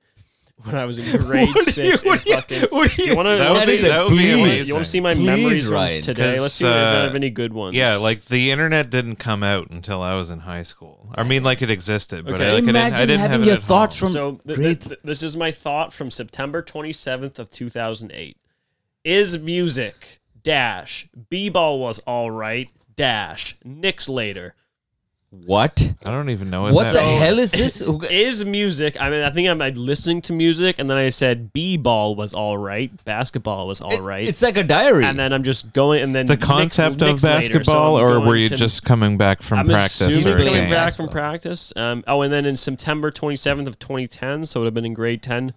Speaker 3: when I was in grade six. and fucking,
Speaker 2: what do
Speaker 3: do you want to?
Speaker 1: That would
Speaker 2: That
Speaker 1: be,
Speaker 2: is a
Speaker 1: that would be
Speaker 2: beast.
Speaker 1: amazing.
Speaker 3: You want to see my
Speaker 2: Please,
Speaker 3: memories from
Speaker 2: Ryan,
Speaker 3: today? Let's see if
Speaker 1: 'cause,
Speaker 3: I
Speaker 1: uh,
Speaker 3: have any good ones.
Speaker 1: Yeah, like the internet didn't come out until I was in high school. I mean, like it existed, but
Speaker 3: Okay.
Speaker 1: I, like, I didn't, I
Speaker 2: Imagine
Speaker 1: didn't
Speaker 2: having
Speaker 1: have it
Speaker 2: your
Speaker 1: at
Speaker 2: thoughts
Speaker 1: home.
Speaker 2: from-
Speaker 3: So th- th- th- this is my thought from September 27th of 2008. Is music dash b-ball was all right dash Knicks later.
Speaker 2: What?
Speaker 1: I don't even know what,
Speaker 2: What
Speaker 1: that
Speaker 2: the
Speaker 1: was.
Speaker 2: hell is this?
Speaker 3: Is music? I mean, I think I'm, I'm listening to music, and then I said b-ball was all right, basketball was all right,
Speaker 2: It's like a diary.
Speaker 3: and then I'm just going and then
Speaker 1: The
Speaker 3: Knicks-
Speaker 1: concept of
Speaker 3: Knicks later, so
Speaker 1: basketball,
Speaker 3: I'm
Speaker 1: or
Speaker 3: going
Speaker 1: were you
Speaker 3: to-
Speaker 1: just coming back from
Speaker 3: I'm
Speaker 1: practice or
Speaker 3: assuming
Speaker 1: a
Speaker 3: coming
Speaker 1: game?
Speaker 3: back from practice. Um, oh, and then in September 27th of 2010, so it would have been in grade 10,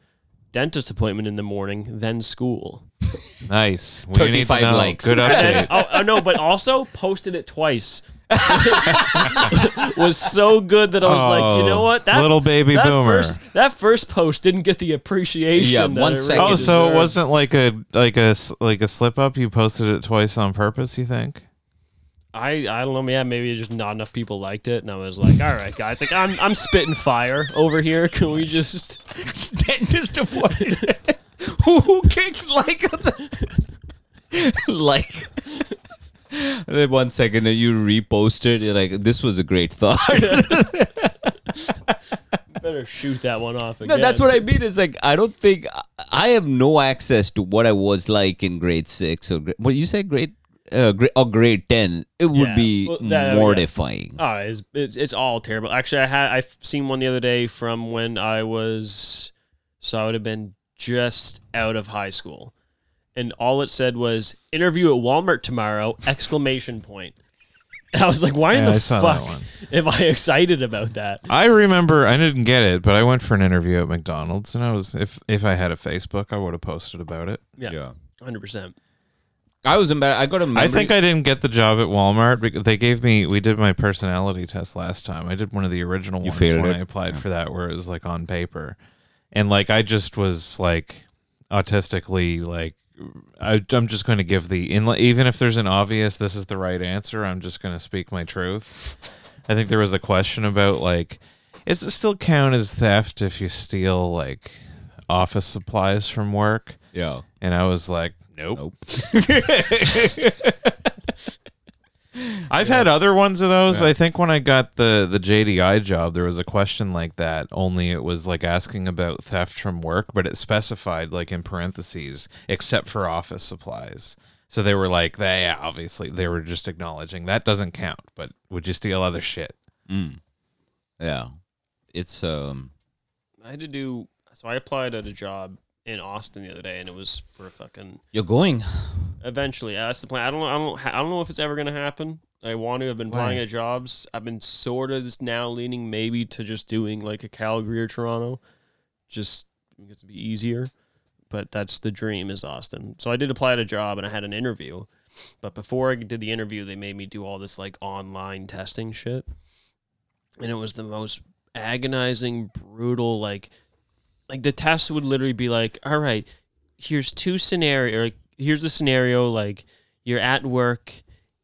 Speaker 3: dentist appointment in the morning, then school.
Speaker 1: Nice. We need to
Speaker 2: 35
Speaker 1: know.
Speaker 2: likes.
Speaker 1: Good update.
Speaker 3: And, oh, oh, no, but also posted it twice. was so good that I was like, you know
Speaker 1: Oh,
Speaker 3: what?
Speaker 1: little baby
Speaker 3: that
Speaker 1: boomer.
Speaker 3: First, that first post didn't get the appreciation.
Speaker 2: Yeah,
Speaker 3: that
Speaker 2: one
Speaker 3: it really
Speaker 2: second.
Speaker 1: oh, so it
Speaker 3: deserved.
Speaker 1: wasn't like a like a s- like a slip up. You posted it twice on purpose. You think?
Speaker 3: I I don't know. Yeah, maybe just not enough people liked it, and I was like, all right, guys, like I'm I'm spitting fire over here. Can we just?
Speaker 2: dentist appointment. who, who kicks like the like? Then one second, uh, you reposted. You're like, this was a great thought.
Speaker 3: better better shoot that one off
Speaker 2: No,
Speaker 3: again.
Speaker 2: that's what I mean. Is like I don't think I have no access to what I was like in grade six or grade, what you say grade uh, grade or grade ten. It would
Speaker 3: Yeah.
Speaker 2: be
Speaker 3: Well, that- yeah.
Speaker 2: mortifying.
Speaker 3: Oh, it's, it's it's all terrible. Actually, I had I've seen one the other day from when I was so I would have been just out of high school, and all it said was "interview at Walmart tomorrow!" exclamation point. And I was like, "Why
Speaker 1: Yeah,
Speaker 3: in
Speaker 1: I
Speaker 3: the
Speaker 1: saw that
Speaker 3: fuck
Speaker 1: one.
Speaker 3: am I excited about that?"
Speaker 1: I remember I didn't get it, but I went for an interview at McDonald's, and I was if if I had a Facebook, I would have posted about it.
Speaker 3: Yeah, hundred percent.
Speaker 2: I was embarrassed. I got a memory.
Speaker 1: I think I didn't get the job at Walmart because they gave me. We did my personality test last time. I did one of the original ones
Speaker 2: failed
Speaker 1: when
Speaker 2: it?
Speaker 1: I applied for that, where it was like on paper, and like I just was like autistically like I, I'm just going to give the in even if there's an obvious this is the right answer, I'm just going to speak my truth. I think there was a question about like, is it still count as theft if you steal like office supplies from work?
Speaker 2: yeah.
Speaker 1: And I was like, nope.
Speaker 2: Nope.
Speaker 1: I've had other ones of those. I think when I got the the JDI job, there was a question like that. Only it was like asking about theft from work, but it specified like in parentheses, except for office supplies. So they were like, they yeah, obviously they were just acknowledging that doesn't count. But would you steal other shit?
Speaker 2: Mm. Yeah. It's um.
Speaker 3: I had to do so. I applied at a job in Austin the other day, and it was for a fucking.
Speaker 2: You're going.
Speaker 3: Eventually, that's the plan. I don't know. I don't. ha- I don't know if it's ever gonna happen. I want to. I've been applying
Speaker 1: Why?
Speaker 3: at jobs. I've been sort of just now leaning maybe to just doing like a Calgary or Toronto, just because it'd be easier. But that's the dream is Austin. So I did apply at a job and I had an interview. But before I did the interview, they made me do all this like online testing shit, and it was the most agonizing, brutal. Like, like the test would literally be like, "All right, here's two scenario. Like, here's a scenario. Like, you're at work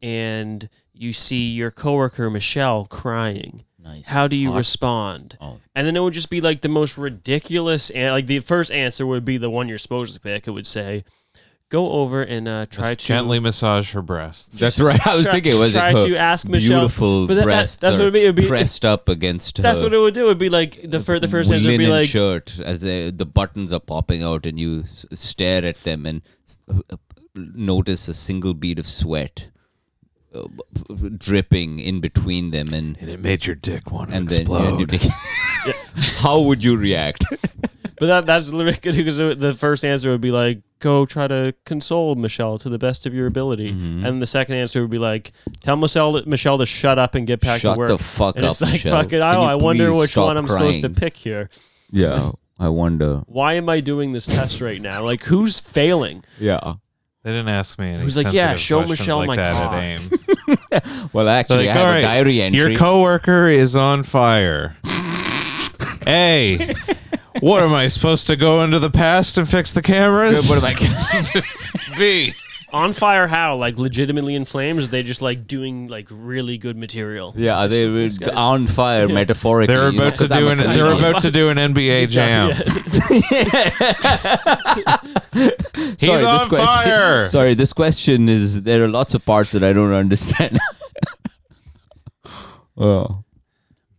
Speaker 3: and you see your coworker Michelle crying.
Speaker 2: Nice.
Speaker 3: How do you
Speaker 2: Hot.
Speaker 3: respond?"
Speaker 2: Oh.
Speaker 3: And then it would just be like the most ridiculous. And like the first answer would be the one you're supposed to pick. It would say, "Go over and uh, try
Speaker 1: Just
Speaker 3: to
Speaker 1: gently massage her breasts.
Speaker 2: That's right. I was
Speaker 3: try-
Speaker 2: thinking it was
Speaker 3: try
Speaker 2: like her
Speaker 3: to ask Michelle-
Speaker 2: beautiful
Speaker 3: But that- that-
Speaker 2: breasts
Speaker 3: that's what
Speaker 2: are
Speaker 3: it'd be. It'd be-
Speaker 2: pressed up against her.
Speaker 3: That's what it would do. It'd be like the first the first answer would be
Speaker 2: linen
Speaker 3: like
Speaker 2: shirt as uh, the buttons are popping out and you s- stare at them and s- uh, notice a single bead of sweat uh, b- b- dripping in between them and
Speaker 1: And it made your dick want to
Speaker 2: and then
Speaker 1: explode.
Speaker 2: and you begin- how would you react
Speaker 3: But that that's literally because the first answer would be like, "Go try to console Michelle to the best of your ability,"
Speaker 2: Mm-hmm.
Speaker 3: and the second answer would be like, "Tell Michelle Michelle to shut up and get back
Speaker 2: Shut
Speaker 3: to work."
Speaker 2: the fuck
Speaker 3: and
Speaker 2: up,
Speaker 3: It's like
Speaker 2: Michelle.
Speaker 3: fucking.
Speaker 2: Can
Speaker 3: Oh,
Speaker 2: you
Speaker 3: I wonder
Speaker 2: please
Speaker 3: which
Speaker 2: stop
Speaker 3: one I'm supposed to
Speaker 2: crying?"
Speaker 3: pick here.
Speaker 2: yeah i wonder
Speaker 3: Why am I doing this test right now? Like, who's failing?
Speaker 2: yeah
Speaker 1: they didn't ask me any.
Speaker 3: Who's like, "Yeah,
Speaker 1: sensitive
Speaker 3: show
Speaker 1: questions
Speaker 3: Michelle
Speaker 1: like
Speaker 3: my
Speaker 1: that
Speaker 3: cock."
Speaker 1: at AIM.
Speaker 2: well actually i
Speaker 1: Like,
Speaker 2: have
Speaker 1: all right,
Speaker 2: a diary entry
Speaker 1: Your coworker is on fire. hey, what am I supposed to go into the past and fix the cameras?
Speaker 2: what am I?
Speaker 1: B.
Speaker 3: On fire? How? Like, legitimately in flames? Are they just like doing like really good material?
Speaker 2: Yeah, are they
Speaker 3: these
Speaker 2: were
Speaker 3: guys.
Speaker 2: on fire metaphorically.
Speaker 1: They're
Speaker 2: you know,
Speaker 1: about to
Speaker 2: 'cause I'm
Speaker 1: do
Speaker 2: a
Speaker 1: an
Speaker 2: Scottish
Speaker 1: they're
Speaker 2: guy.
Speaker 1: about to do an NBA jam. He's
Speaker 2: Sorry, this
Speaker 1: on
Speaker 2: question-
Speaker 1: fire.
Speaker 2: Sorry, this question is there are lots of parts that I don't understand. oh,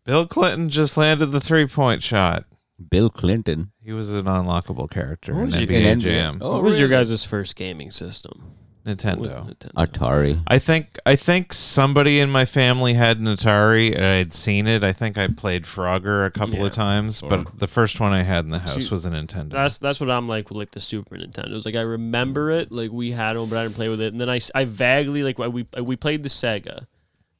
Speaker 1: Bill Clinton just landed the three point shot.
Speaker 2: Bill Clinton.
Speaker 1: He was an unlockable character in
Speaker 3: was he-
Speaker 1: NBA
Speaker 2: in NBA?
Speaker 1: Jam.
Speaker 2: Oh,
Speaker 3: What was your
Speaker 2: really?
Speaker 3: guys' first gaming system? With
Speaker 1: Nintendo.
Speaker 3: Nintendo.
Speaker 2: Atari.
Speaker 1: I think I think somebody in my family had an Atari and I'd seen it. I think I played Frogger a couple
Speaker 3: Yeah.
Speaker 1: of times, but the first one I had in the house was a Nintendo.
Speaker 3: That's that's what I'm like with like the Super Nintendo. It's like I remember it, like we had one, but I didn't play with it. And then I, s- I vaguely like we we played the Sega.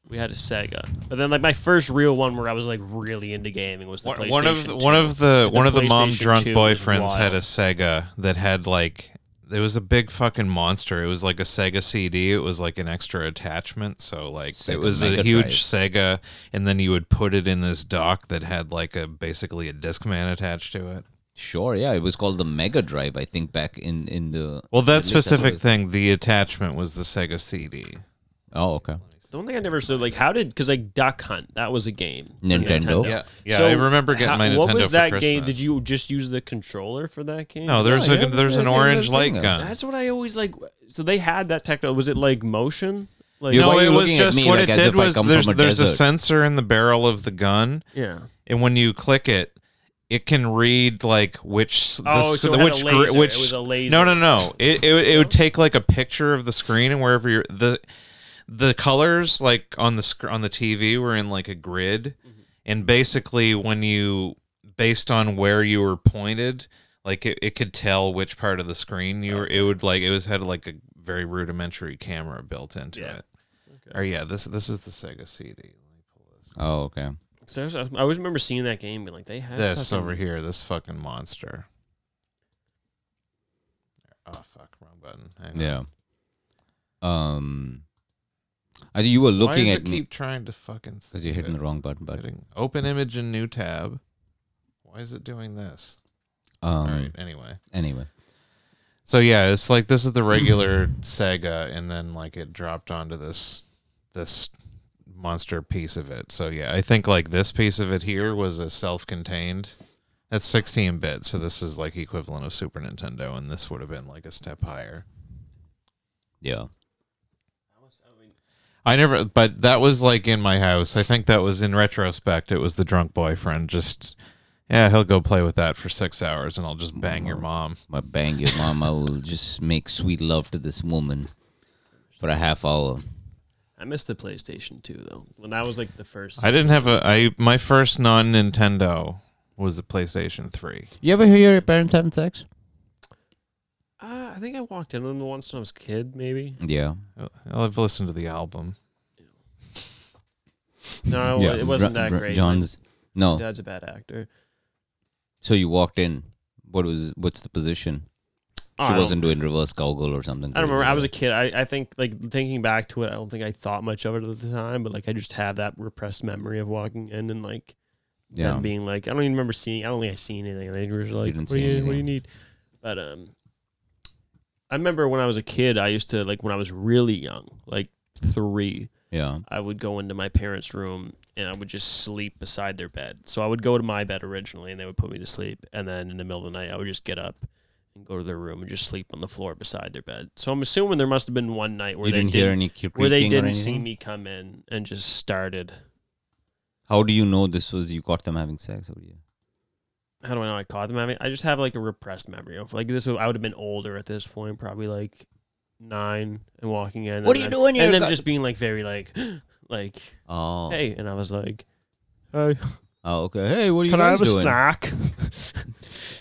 Speaker 3: We had a Sega, but then like my first real one where I was like really into gaming was the
Speaker 1: One
Speaker 3: PlayStation.
Speaker 1: one of the,
Speaker 3: 2.
Speaker 1: one of the
Speaker 3: The
Speaker 1: one of the mom
Speaker 3: PlayStation
Speaker 1: drunk
Speaker 3: 2 was
Speaker 1: boyfriends had a
Speaker 3: wild.
Speaker 1: Sega that had like it was a big fucking monster. It was like a Sega CD. It was like an extra attachment. So like
Speaker 2: Sega
Speaker 1: it was a
Speaker 2: Mega
Speaker 1: huge Sega, and then you would put it in this dock that had like a basically a Discman attached to it.
Speaker 2: Sure, yeah, it was called the Mega Drive, I think, back in in the.
Speaker 1: Well, that
Speaker 2: at least that's what
Speaker 1: specific
Speaker 2: it-
Speaker 1: thing, the attachment was the Sega CD.
Speaker 2: Oh, okay.
Speaker 3: The one thing I never understood, like how did because like Duck Hunt that was a game. for
Speaker 2: Nintendo.
Speaker 1: Yeah, yeah. I remember getting
Speaker 3: how-
Speaker 1: my Nintendo
Speaker 3: What was
Speaker 1: for
Speaker 3: that
Speaker 1: Christmas.
Speaker 3: game? Did you just use the controller for that game?
Speaker 1: No, there's
Speaker 2: No,
Speaker 1: a
Speaker 2: yeah,
Speaker 1: there's
Speaker 2: yeah,
Speaker 1: an
Speaker 2: yeah,
Speaker 1: orange
Speaker 2: that's
Speaker 1: light
Speaker 2: Sega.
Speaker 1: gun.
Speaker 3: That's what I always like. So they had that techno. Was it like motion? Like
Speaker 2: Yeah,
Speaker 1: no,
Speaker 2: why are
Speaker 1: it
Speaker 2: you
Speaker 1: was
Speaker 2: looking at
Speaker 1: just
Speaker 2: me
Speaker 1: what it
Speaker 2: like as
Speaker 1: did
Speaker 2: if I
Speaker 1: was
Speaker 2: come
Speaker 1: there's
Speaker 2: from a
Speaker 1: there's a
Speaker 2: desert?
Speaker 1: sensor in the barrel of the gun,
Speaker 3: yeah.
Speaker 1: and when you click it, it can read like which the,
Speaker 3: Oh,
Speaker 1: sc-
Speaker 3: so it
Speaker 1: the-
Speaker 3: had a
Speaker 1: which gr-
Speaker 3: laser. It
Speaker 1: which
Speaker 3: was a laser.
Speaker 1: no no no it it, would- it would take like a picture of the screen and wherever you're the the colors like on the sc- on the TV were in like a grid
Speaker 3: Mm-hmm.
Speaker 1: and basically when you based on where you were pointed like it, it could tell which part of the screen you were it would like it was had like a very rudimentary camera built into
Speaker 3: Yeah.
Speaker 1: it or yeah this this is the Sega CD Let me pull this.
Speaker 2: Oh, okay.
Speaker 3: So I was- I always remember seeing that game, and like they had
Speaker 1: this
Speaker 3: fucking-
Speaker 1: over here, this fucking monster. Oh fuck, wrong button. Hang on.
Speaker 2: Yeah. Um, I think you were
Speaker 1: Why
Speaker 2: looking
Speaker 1: does
Speaker 2: at
Speaker 1: it keep trying to fucking?
Speaker 2: because you're hitting the
Speaker 1: skip?
Speaker 2: wrong button, but
Speaker 1: Hitting- open image in new tab. Why is it doing this?
Speaker 2: um,
Speaker 1: All right. Anyway,
Speaker 2: anyway,
Speaker 1: so yeah, it's like this is the regular Sega, and then like it dropped onto this this monster piece of it. So yeah, I think like this piece of it here was a self-contained. That's 16 bit, so this is like equivalent of Super Nintendo, and this would have been like a step higher.
Speaker 2: yeah.
Speaker 1: I never, but that was like in my house. I think that was in retrospect. It was the drunk boyfriend. Just, yeah, he'll go play with that for six hours and I'll just bang your mom.
Speaker 2: My bang your mom. I will just make sweet love to this woman for a half hour.
Speaker 3: I missed the PlayStation 2 though. When that was like the first.
Speaker 1: I didn't have a, I, my first non Nintendo was the PlayStation 3.
Speaker 2: You ever hear your parents having sex?
Speaker 3: Uh, I think I walked in on them once when I was a kid, maybe.
Speaker 2: Yeah.
Speaker 1: Oh, I've listened to the album.
Speaker 3: No,
Speaker 2: yeah.
Speaker 3: it wasn't
Speaker 2: Br-
Speaker 3: that
Speaker 2: Br-
Speaker 3: great.
Speaker 2: John's no.
Speaker 3: My dad's a bad actor.
Speaker 2: So you walked in. What was what's the position?
Speaker 3: Oh, I
Speaker 2: she
Speaker 3: don't-
Speaker 2: wasn't doing reverse cowgirl or something.
Speaker 3: I don't remember. I was a
Speaker 2: crazy,
Speaker 3: kid. I, I think like thinking back to it, I don't think I thought much of it at the time, but like I just have that repressed memory of walking in and like
Speaker 2: right? yeah.
Speaker 3: them being like, I don't even remember seeing. I don't think I seen anything. They were just like,
Speaker 2: didn't
Speaker 3: what do,
Speaker 2: see
Speaker 3: you, what do
Speaker 2: anything.
Speaker 3: you need? But um, I remember when I was a kid, I used to like when I was really young, like three.
Speaker 2: yeah.
Speaker 3: I would go into my parents' room and I would just sleep beside their bed. So I would go to my bed originally and they would put me to sleep. And then in the middle of the night, I would just get up and go to their room and just sleep on the floor beside their bed. So I'm assuming there must have been one night where
Speaker 2: You
Speaker 3: they
Speaker 2: didn't
Speaker 3: didn't,
Speaker 2: hear any creaking
Speaker 3: where they
Speaker 2: or
Speaker 3: didn't
Speaker 2: anything?
Speaker 3: see me come in and just started.
Speaker 2: How do you know this was you got them having sex over you?
Speaker 3: How do I know I caught them? I mean, I just have like a repressed memory of like this. I would have been older at this point, probably like nine and walking in.
Speaker 2: What
Speaker 3: and
Speaker 2: are you
Speaker 3: then-
Speaker 2: doing here,
Speaker 3: And them
Speaker 2: God-
Speaker 3: just being like very like, like,
Speaker 2: Oh.
Speaker 3: hey. And I was like, hey.
Speaker 2: Oh, okay. Hey, what are you
Speaker 3: Can I
Speaker 2: guys
Speaker 3: have a
Speaker 2: doing?
Speaker 3: snack?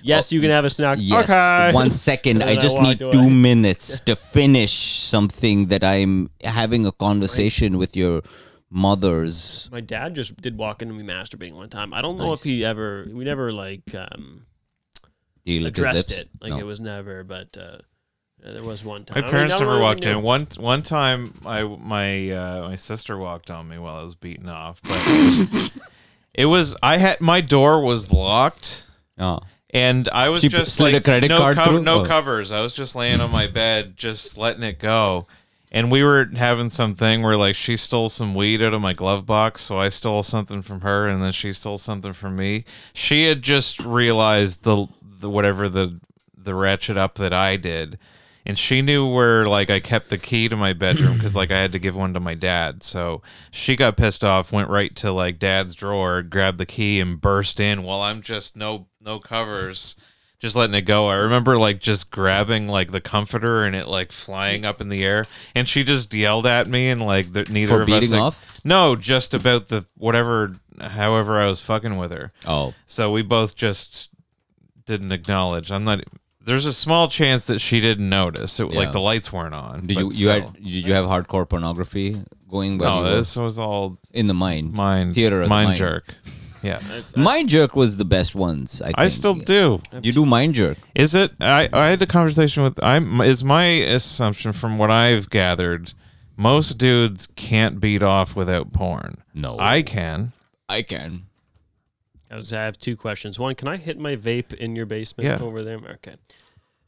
Speaker 3: yes,
Speaker 2: Oh,
Speaker 3: you can have a snack.
Speaker 2: Yes.
Speaker 3: Okay.
Speaker 2: One second.
Speaker 3: And
Speaker 2: I
Speaker 3: then I
Speaker 2: just need
Speaker 3: walked
Speaker 2: two
Speaker 3: away.
Speaker 2: minutes to finish something that I'm having a conversation with your mother's.
Speaker 3: My dad just did walk into me masturbating one time. I don't know
Speaker 2: Nice.
Speaker 3: if he ever. We never like um,
Speaker 2: Do you lick his
Speaker 3: addressed
Speaker 2: lips?
Speaker 3: it. Like
Speaker 2: No.
Speaker 3: it was never. But uh, there was one time.
Speaker 1: My
Speaker 3: I mean,
Speaker 1: parents
Speaker 3: I don't
Speaker 1: never
Speaker 3: know if
Speaker 1: walked
Speaker 3: we knew.
Speaker 1: in. One one time, I my uh, my sister walked on me while I was beaten off. But it was I had my door was locked.
Speaker 2: Oh.
Speaker 1: And I was
Speaker 2: She
Speaker 1: just
Speaker 2: slid
Speaker 1: like
Speaker 2: a credit
Speaker 1: no,
Speaker 2: card through?
Speaker 1: no
Speaker 2: Oh.
Speaker 1: covers. I was just laying on my bed, just letting it go. And we were having something where like she stole some weed out of my glove box, so I stole something from her, and then she stole something from me. She had just realized the, the whatever the the ratchet up that I did, and she knew where like I kept the key to my bedroom because like I had to give one to my dad. So she got pissed off, went right to like dad's drawer, grabbed the key, and burst in while I'm just no no covers, just letting it go. I remember like just grabbing like the comforter and it like flying up in the air, and she just yelled at me and like the, neither
Speaker 2: For
Speaker 1: of us,
Speaker 2: beating
Speaker 1: like-
Speaker 2: off?
Speaker 1: No, just about the whatever, however I was fucking with her.
Speaker 2: Oh.
Speaker 1: So we both just didn't acknowledge. I'm not. There's a small chance that she didn't notice. It,
Speaker 2: Yeah.
Speaker 1: Like the lights weren't on.
Speaker 2: Did
Speaker 1: but
Speaker 2: you you had
Speaker 1: still.
Speaker 2: did you have hardcore pornography going while
Speaker 1: No,
Speaker 2: you were-
Speaker 1: this was all
Speaker 2: in the mind?
Speaker 1: mind
Speaker 2: Theater of the
Speaker 1: mind
Speaker 2: mind.
Speaker 1: jerk. Yeah,
Speaker 2: Mind jerk was the best ones. I, think.
Speaker 1: I still do.
Speaker 2: You do mind jerk.
Speaker 1: Is it? I I had a conversation with. I'm. Is my assumption from what I've gathered, most dudes can't beat off without porn.
Speaker 2: No.
Speaker 1: I can.
Speaker 2: I can.
Speaker 3: I was- I have two questions. One, can I hit my vape in your basement
Speaker 1: Yeah.
Speaker 3: over there? Okay.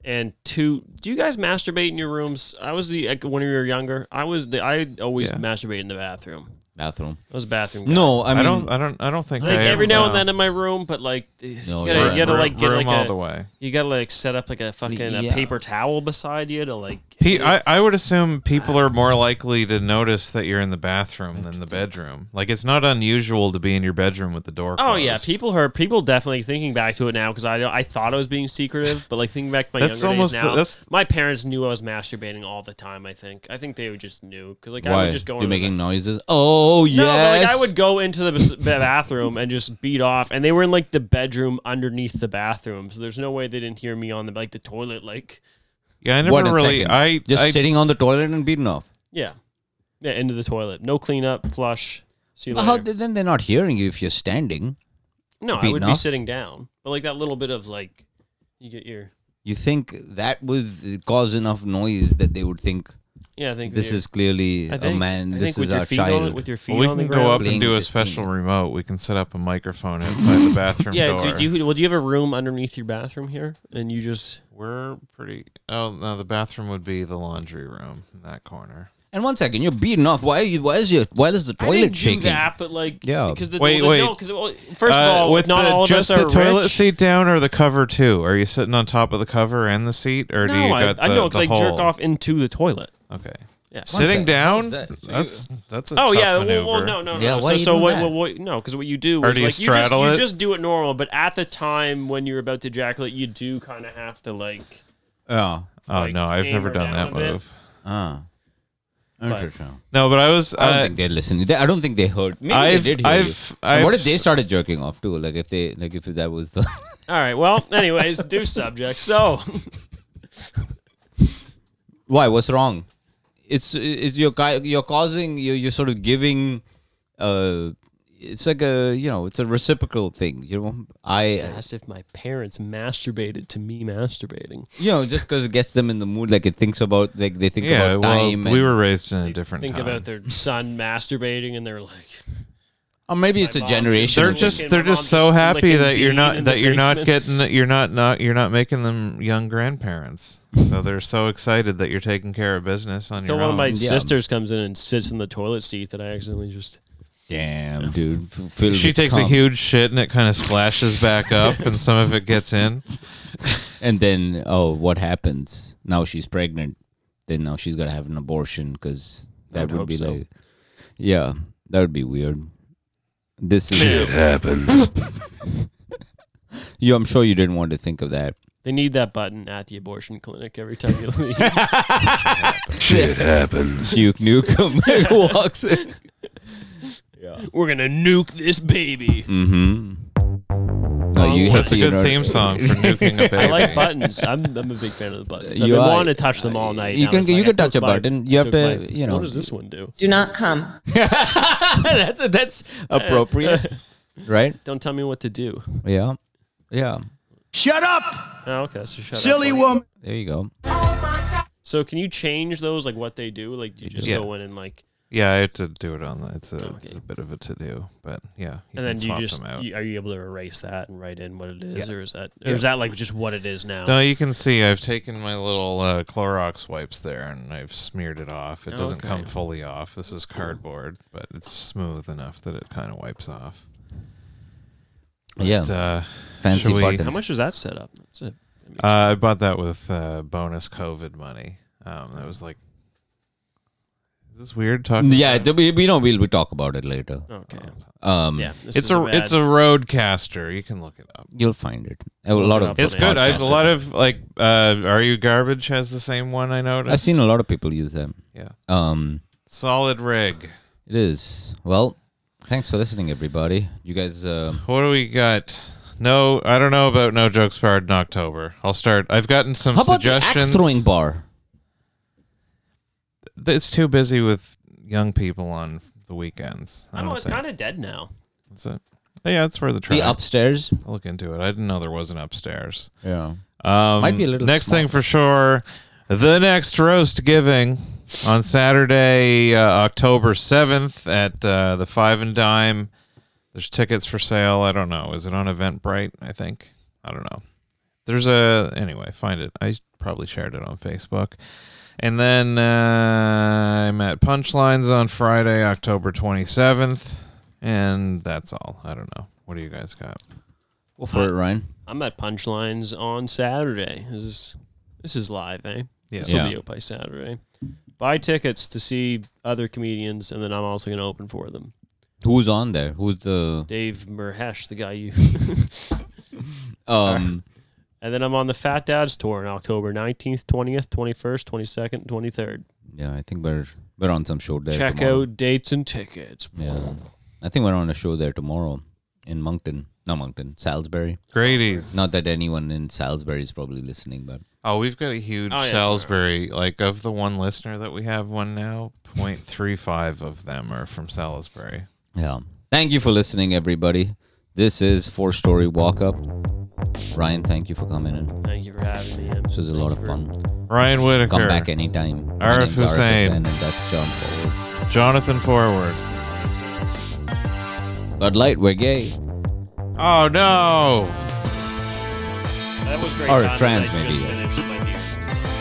Speaker 3: And two, do you guys masturbate in your rooms? I was the like, when we were younger. I was the I always
Speaker 1: Yeah.
Speaker 3: masturbate in the bathroom.
Speaker 2: Bathroom.
Speaker 3: I was a bathroom. guy.
Speaker 2: No, I
Speaker 1: I,
Speaker 2: mean
Speaker 1: don't. I don't. I don't think.
Speaker 3: like
Speaker 1: I
Speaker 3: every
Speaker 1: am,
Speaker 3: now
Speaker 1: no.
Speaker 3: and then in my room, but like you
Speaker 2: No,
Speaker 3: gotta,
Speaker 2: yeah.
Speaker 1: Room-
Speaker 3: you gotta like get
Speaker 1: room
Speaker 3: like
Speaker 1: all
Speaker 3: a
Speaker 1: the way.
Speaker 3: you gotta like set up like a fucking a
Speaker 2: yeah.
Speaker 3: paper towel beside you to like
Speaker 1: He, I, I would assume people are more likely to notice that you're in the bathroom than the bedroom. Like it's not unusual to be in your bedroom with the door.
Speaker 3: Oh yeah,
Speaker 1: closed.
Speaker 3: people are people definitely thinking back to it now because I I thought I was being secretive, but like thinking back to my
Speaker 1: That's
Speaker 3: younger
Speaker 1: almost
Speaker 3: days
Speaker 1: the-
Speaker 3: now,
Speaker 1: that's-
Speaker 3: my parents knew I was masturbating all the time. I think I think they would just knew because like I
Speaker 2: Why?
Speaker 3: would just go
Speaker 2: You're
Speaker 3: into the-
Speaker 2: making noises. Oh yes.
Speaker 3: No, but like I would go into the bas- the bathroom and just beat off, and they were in like the bedroom underneath the bathroom, so there's no way they didn't hear me on the like the toilet, like
Speaker 1: Yeah, I never
Speaker 2: What, a
Speaker 1: really.
Speaker 2: second.
Speaker 1: I
Speaker 2: just
Speaker 1: I,
Speaker 2: sitting on the toilet and beating off.
Speaker 3: yeah, yeah, into the toilet, no cleanup, flush. See you
Speaker 2: Well, How
Speaker 3: later.
Speaker 2: then they're not hearing you if you're standing.
Speaker 3: no, I
Speaker 2: beaten
Speaker 3: would be
Speaker 2: off?
Speaker 3: sitting down, but like that little bit of like you get your
Speaker 2: You think that would cause enough noise that they would think
Speaker 3: yeah. I think
Speaker 2: this
Speaker 3: you're-
Speaker 2: is clearly
Speaker 3: I
Speaker 2: a
Speaker 3: think-
Speaker 2: Oh, man.
Speaker 3: I
Speaker 2: This
Speaker 3: think with
Speaker 2: is
Speaker 3: your
Speaker 2: our
Speaker 3: feet
Speaker 2: child.
Speaker 3: On, it- with your feet
Speaker 1: Well, we
Speaker 3: on the
Speaker 1: can
Speaker 3: ground.
Speaker 1: go up
Speaker 2: Playing
Speaker 1: and do
Speaker 2: with
Speaker 1: a
Speaker 2: his
Speaker 1: special
Speaker 2: feet.
Speaker 1: remote. We can set up a microphone outside the bathroom
Speaker 3: yeah,
Speaker 1: door.
Speaker 3: dude. You well, do you have a room underneath your bathroom here, and you just
Speaker 1: We're pretty. Oh no, the bathroom would be the laundry room in that corner.
Speaker 2: And one second, you're beaten off. Why? Are you, why is your? Why is the
Speaker 3: I didn't
Speaker 2: toilet
Speaker 3: do
Speaker 2: shaking?
Speaker 3: that, but like
Speaker 2: Yeah.
Speaker 3: because the
Speaker 1: Wait,
Speaker 3: well,
Speaker 1: wait.
Speaker 3: no, 'cause, well, first
Speaker 1: Uh,
Speaker 3: of all,
Speaker 1: with
Speaker 3: not
Speaker 1: the,
Speaker 3: all of
Speaker 1: just
Speaker 3: us
Speaker 1: the
Speaker 3: are
Speaker 1: toilet
Speaker 3: rich.
Speaker 1: seat down or the cover too. Are you sitting on top of the cover and the seat, or do
Speaker 3: No,
Speaker 1: you
Speaker 3: I,
Speaker 1: got the,
Speaker 3: I know because
Speaker 1: the
Speaker 3: I jerk
Speaker 1: hole?
Speaker 3: off into the toilet.
Speaker 1: Okay.
Speaker 3: Yeah. One
Speaker 1: Sitting
Speaker 2: second.
Speaker 1: down.
Speaker 2: How's that? So you-
Speaker 1: that's that's a
Speaker 3: Oh
Speaker 1: tough
Speaker 3: yeah,
Speaker 1: maneuver.
Speaker 3: well, well, no, no, no.
Speaker 2: Yeah, why
Speaker 3: so,
Speaker 2: you
Speaker 3: so
Speaker 2: doing
Speaker 3: what,
Speaker 2: that?
Speaker 3: what, what? No, because what you do
Speaker 1: Or
Speaker 3: is
Speaker 1: do you
Speaker 3: like you just
Speaker 1: straddle
Speaker 3: you
Speaker 1: it?
Speaker 3: just do it normal, but at the time when you're about to ejaculate, you do kind of have to like.
Speaker 2: Yeah.
Speaker 1: Oh
Speaker 3: like,
Speaker 1: no, I've
Speaker 3: aim
Speaker 1: never
Speaker 3: her
Speaker 1: done
Speaker 3: down
Speaker 1: that
Speaker 3: a bit.
Speaker 1: move.
Speaker 2: Ah. Interesting.
Speaker 1: No, but I was.
Speaker 2: I don't
Speaker 1: uh,
Speaker 2: think they're listening. They, I don't think they heard. Maybe
Speaker 1: I've-
Speaker 2: they did hear
Speaker 1: I've-
Speaker 2: you.
Speaker 1: I've-
Speaker 2: what if they started jerking off too? Like if they, like if that was the.
Speaker 3: All right. Well, anyways, do subject. So
Speaker 2: Why? What's wrong? It's it's you're ca- you're causing you're, you're sort of giving. Uh, it's like a you know it's a reciprocal thing. You know, I
Speaker 3: asked if my parents masturbated to me masturbating.
Speaker 2: you know just because it gets them in the mood, like it thinks about like they think
Speaker 1: yeah,
Speaker 2: about
Speaker 1: well,
Speaker 2: time.
Speaker 1: we
Speaker 2: and-
Speaker 1: were raised in a different
Speaker 3: Think
Speaker 1: time.
Speaker 3: about their son masturbating, and they're like,
Speaker 2: or maybe it's
Speaker 3: My
Speaker 2: a
Speaker 3: mom's
Speaker 2: generation.
Speaker 1: they're
Speaker 3: Licking-
Speaker 1: just
Speaker 3: my
Speaker 1: they're
Speaker 3: mom
Speaker 1: just so
Speaker 3: just
Speaker 1: happy
Speaker 3: licking
Speaker 1: that you're
Speaker 3: bean
Speaker 1: not
Speaker 3: in the
Speaker 1: that you're not
Speaker 3: basement.
Speaker 1: getting you're not not you're not making them young grandparents. So they're so excited that you're taking care of business on
Speaker 3: So
Speaker 1: your
Speaker 3: one
Speaker 1: own.
Speaker 3: of my
Speaker 2: Yeah.
Speaker 3: sisters comes in and sits in the toilet seat that I accidentally just.
Speaker 2: damn dude. f- filled
Speaker 1: she
Speaker 2: with
Speaker 1: takes a
Speaker 2: cum.
Speaker 1: huge shit and it kind of splashes back up and some of it gets in.
Speaker 2: and then oh, what happens? Now she's pregnant. Then now she's gonna have an abortion because
Speaker 3: I
Speaker 2: that
Speaker 3: would
Speaker 2: would,
Speaker 3: hope
Speaker 2: be
Speaker 3: so.
Speaker 2: like, yeah, that would be weird. This is you. I'm sure you didn't want to think of that.
Speaker 3: They need that button at the abortion clinic every time you leave.
Speaker 2: Duke Nukem walks in.
Speaker 3: We're gonna nuke this baby.
Speaker 2: Mm-hmm. No, Oh, you have
Speaker 1: That's
Speaker 2: to.
Speaker 1: a
Speaker 2: you know-
Speaker 1: good theme song for nuking a baby.
Speaker 3: I like buttons. I'm, I'm a big fan of the buttons. I've
Speaker 2: You
Speaker 3: been
Speaker 2: are- Uh,
Speaker 3: wanting to touch them all night.
Speaker 2: you
Speaker 3: and I
Speaker 2: can-
Speaker 3: was
Speaker 2: you
Speaker 3: like,
Speaker 2: can
Speaker 3: I took
Speaker 2: touch a
Speaker 3: my-
Speaker 2: button. You
Speaker 3: I
Speaker 2: have
Speaker 3: took
Speaker 2: to,
Speaker 3: my-
Speaker 2: you know.
Speaker 3: What does this one do?
Speaker 5: Do not come.
Speaker 2: that's that's appropriate, right?
Speaker 3: Don't tell me what to do.
Speaker 2: Yeah, yeah.
Speaker 4: Shut up,
Speaker 3: Oh, okay, so shut up.
Speaker 4: silly woman.
Speaker 2: There you go.
Speaker 3: So can you change those, like what they do? Like you just
Speaker 1: Yeah.
Speaker 3: go in and like,
Speaker 1: Yeah, I have to do it on the, it's a it's
Speaker 3: Okay.
Speaker 1: a bit of a to do, but yeah. You
Speaker 3: and then you
Speaker 1: swap
Speaker 3: just
Speaker 1: them out.
Speaker 3: you, are you able to erase that and write in what it is, or is that or
Speaker 1: Yeah.
Speaker 3: is that like just what it is now?
Speaker 1: No, you can see I've taken my little uh, Clorox wipes there and I've smeared it off. It doesn't
Speaker 3: Okay.
Speaker 1: come fully off. This is cardboard, but it's smooth enough that it kind of wipes off.
Speaker 2: Yeah,
Speaker 1: But, uh,
Speaker 2: fancy
Speaker 1: should we-
Speaker 2: buttons.
Speaker 3: How much was that set up? That's it.
Speaker 1: uh, I bought that with uh, bonus COVID money. Um, that was like, is this weird talking?
Speaker 2: Yeah,
Speaker 1: about?
Speaker 2: th- we, we know we'll, we'll talk about it later.
Speaker 1: Oh,
Speaker 3: Okay.
Speaker 2: Um,
Speaker 3: Yeah. this
Speaker 1: it's
Speaker 3: is
Speaker 1: a,
Speaker 3: bad-
Speaker 1: it's a Roadcaster. You can look it up.
Speaker 2: you'll find it. A lot of
Speaker 1: It's
Speaker 3: Funny.
Speaker 1: good. I have
Speaker 2: podcasts-
Speaker 1: a lot of like. Uh, Are you garbage? Has the same one I noticed.
Speaker 2: I've seen a lot of people use them.
Speaker 1: Yeah,
Speaker 2: Um,
Speaker 1: solid rig.
Speaker 2: it is well. Thanks for listening, everybody. You guys. Uh,
Speaker 1: What do we got? No, I don't know about no jokes fired in October. I'll start. I've gotten some
Speaker 2: how about the axe
Speaker 1: suggestions.
Speaker 2: throwing bar?
Speaker 1: it's too busy with young people on the weekends. I
Speaker 3: I
Speaker 1: don't
Speaker 3: don't know. It's
Speaker 1: think.
Speaker 3: kind of dead now.
Speaker 1: That's it. Yeah, it's worth a try.
Speaker 2: The upstairs.
Speaker 1: I'll look into it. I didn't know there was an upstairs.
Speaker 2: Yeah.
Speaker 1: Um,
Speaker 2: Might be a little
Speaker 1: Next thing
Speaker 2: small.
Speaker 1: for sure, the next roast giving on Saturday, uh, October seventh at uh, the Five and Dime. There's tickets for sale. I don't know. Is it on Eventbrite? I think. I don't know. There's a anyway. Find it. I probably shared it on Facebook. And then uh, I'm at Punchlines on Friday, October 27th, and that's all. I don't know. What do you guys got?
Speaker 2: Go for it, Ryan.
Speaker 3: I'm at Punchlines on Saturday. This is this is live, eh?
Speaker 1: Yeah.
Speaker 3: This will
Speaker 2: Yeah.
Speaker 3: be out by Saturday. Buy tickets to see other comedians, and then I'm also going to open for them.
Speaker 2: Who's on there? Who's the
Speaker 3: Dave Merhesh, the guy you.
Speaker 2: um?
Speaker 3: and then I'm on the Fat Dad's tour on October 19th, 20th, 21st, 22nd, 23rd.
Speaker 2: Yeah, I think we're we're on some show there.
Speaker 3: Check
Speaker 2: tomorrow.
Speaker 3: out dates and tickets.
Speaker 2: Yeah, I think we're on a show there tomorrow in Moncton. Not Moncton, Salisbury.
Speaker 1: Grady's.
Speaker 2: Not that anyone in Salisbury is probably listening, but
Speaker 1: Oh, we've got a huge
Speaker 3: Oh, yeah,
Speaker 1: Salisbury. Like of the one listener that we have one now, 0.35 of them are from Salisbury.
Speaker 2: yeah. Thank you for listening, everybody. This is Four Story Walk Up. Ryan, thank you for coming in.
Speaker 3: Thank you for having me.
Speaker 2: This was a lot of fun.
Speaker 1: Ryan Whitaker,
Speaker 2: Come back anytime. My
Speaker 1: Arif
Speaker 2: name's Arif
Speaker 1: Hussain.
Speaker 2: and that's John Forward.
Speaker 1: Jonathan Forward.
Speaker 2: Bud Light, we're gay.
Speaker 1: Oh no.
Speaker 3: That was great.
Speaker 2: Or
Speaker 3: time,
Speaker 2: trans,
Speaker 3: I just
Speaker 2: maybe, yeah.
Speaker 3: finished my beer.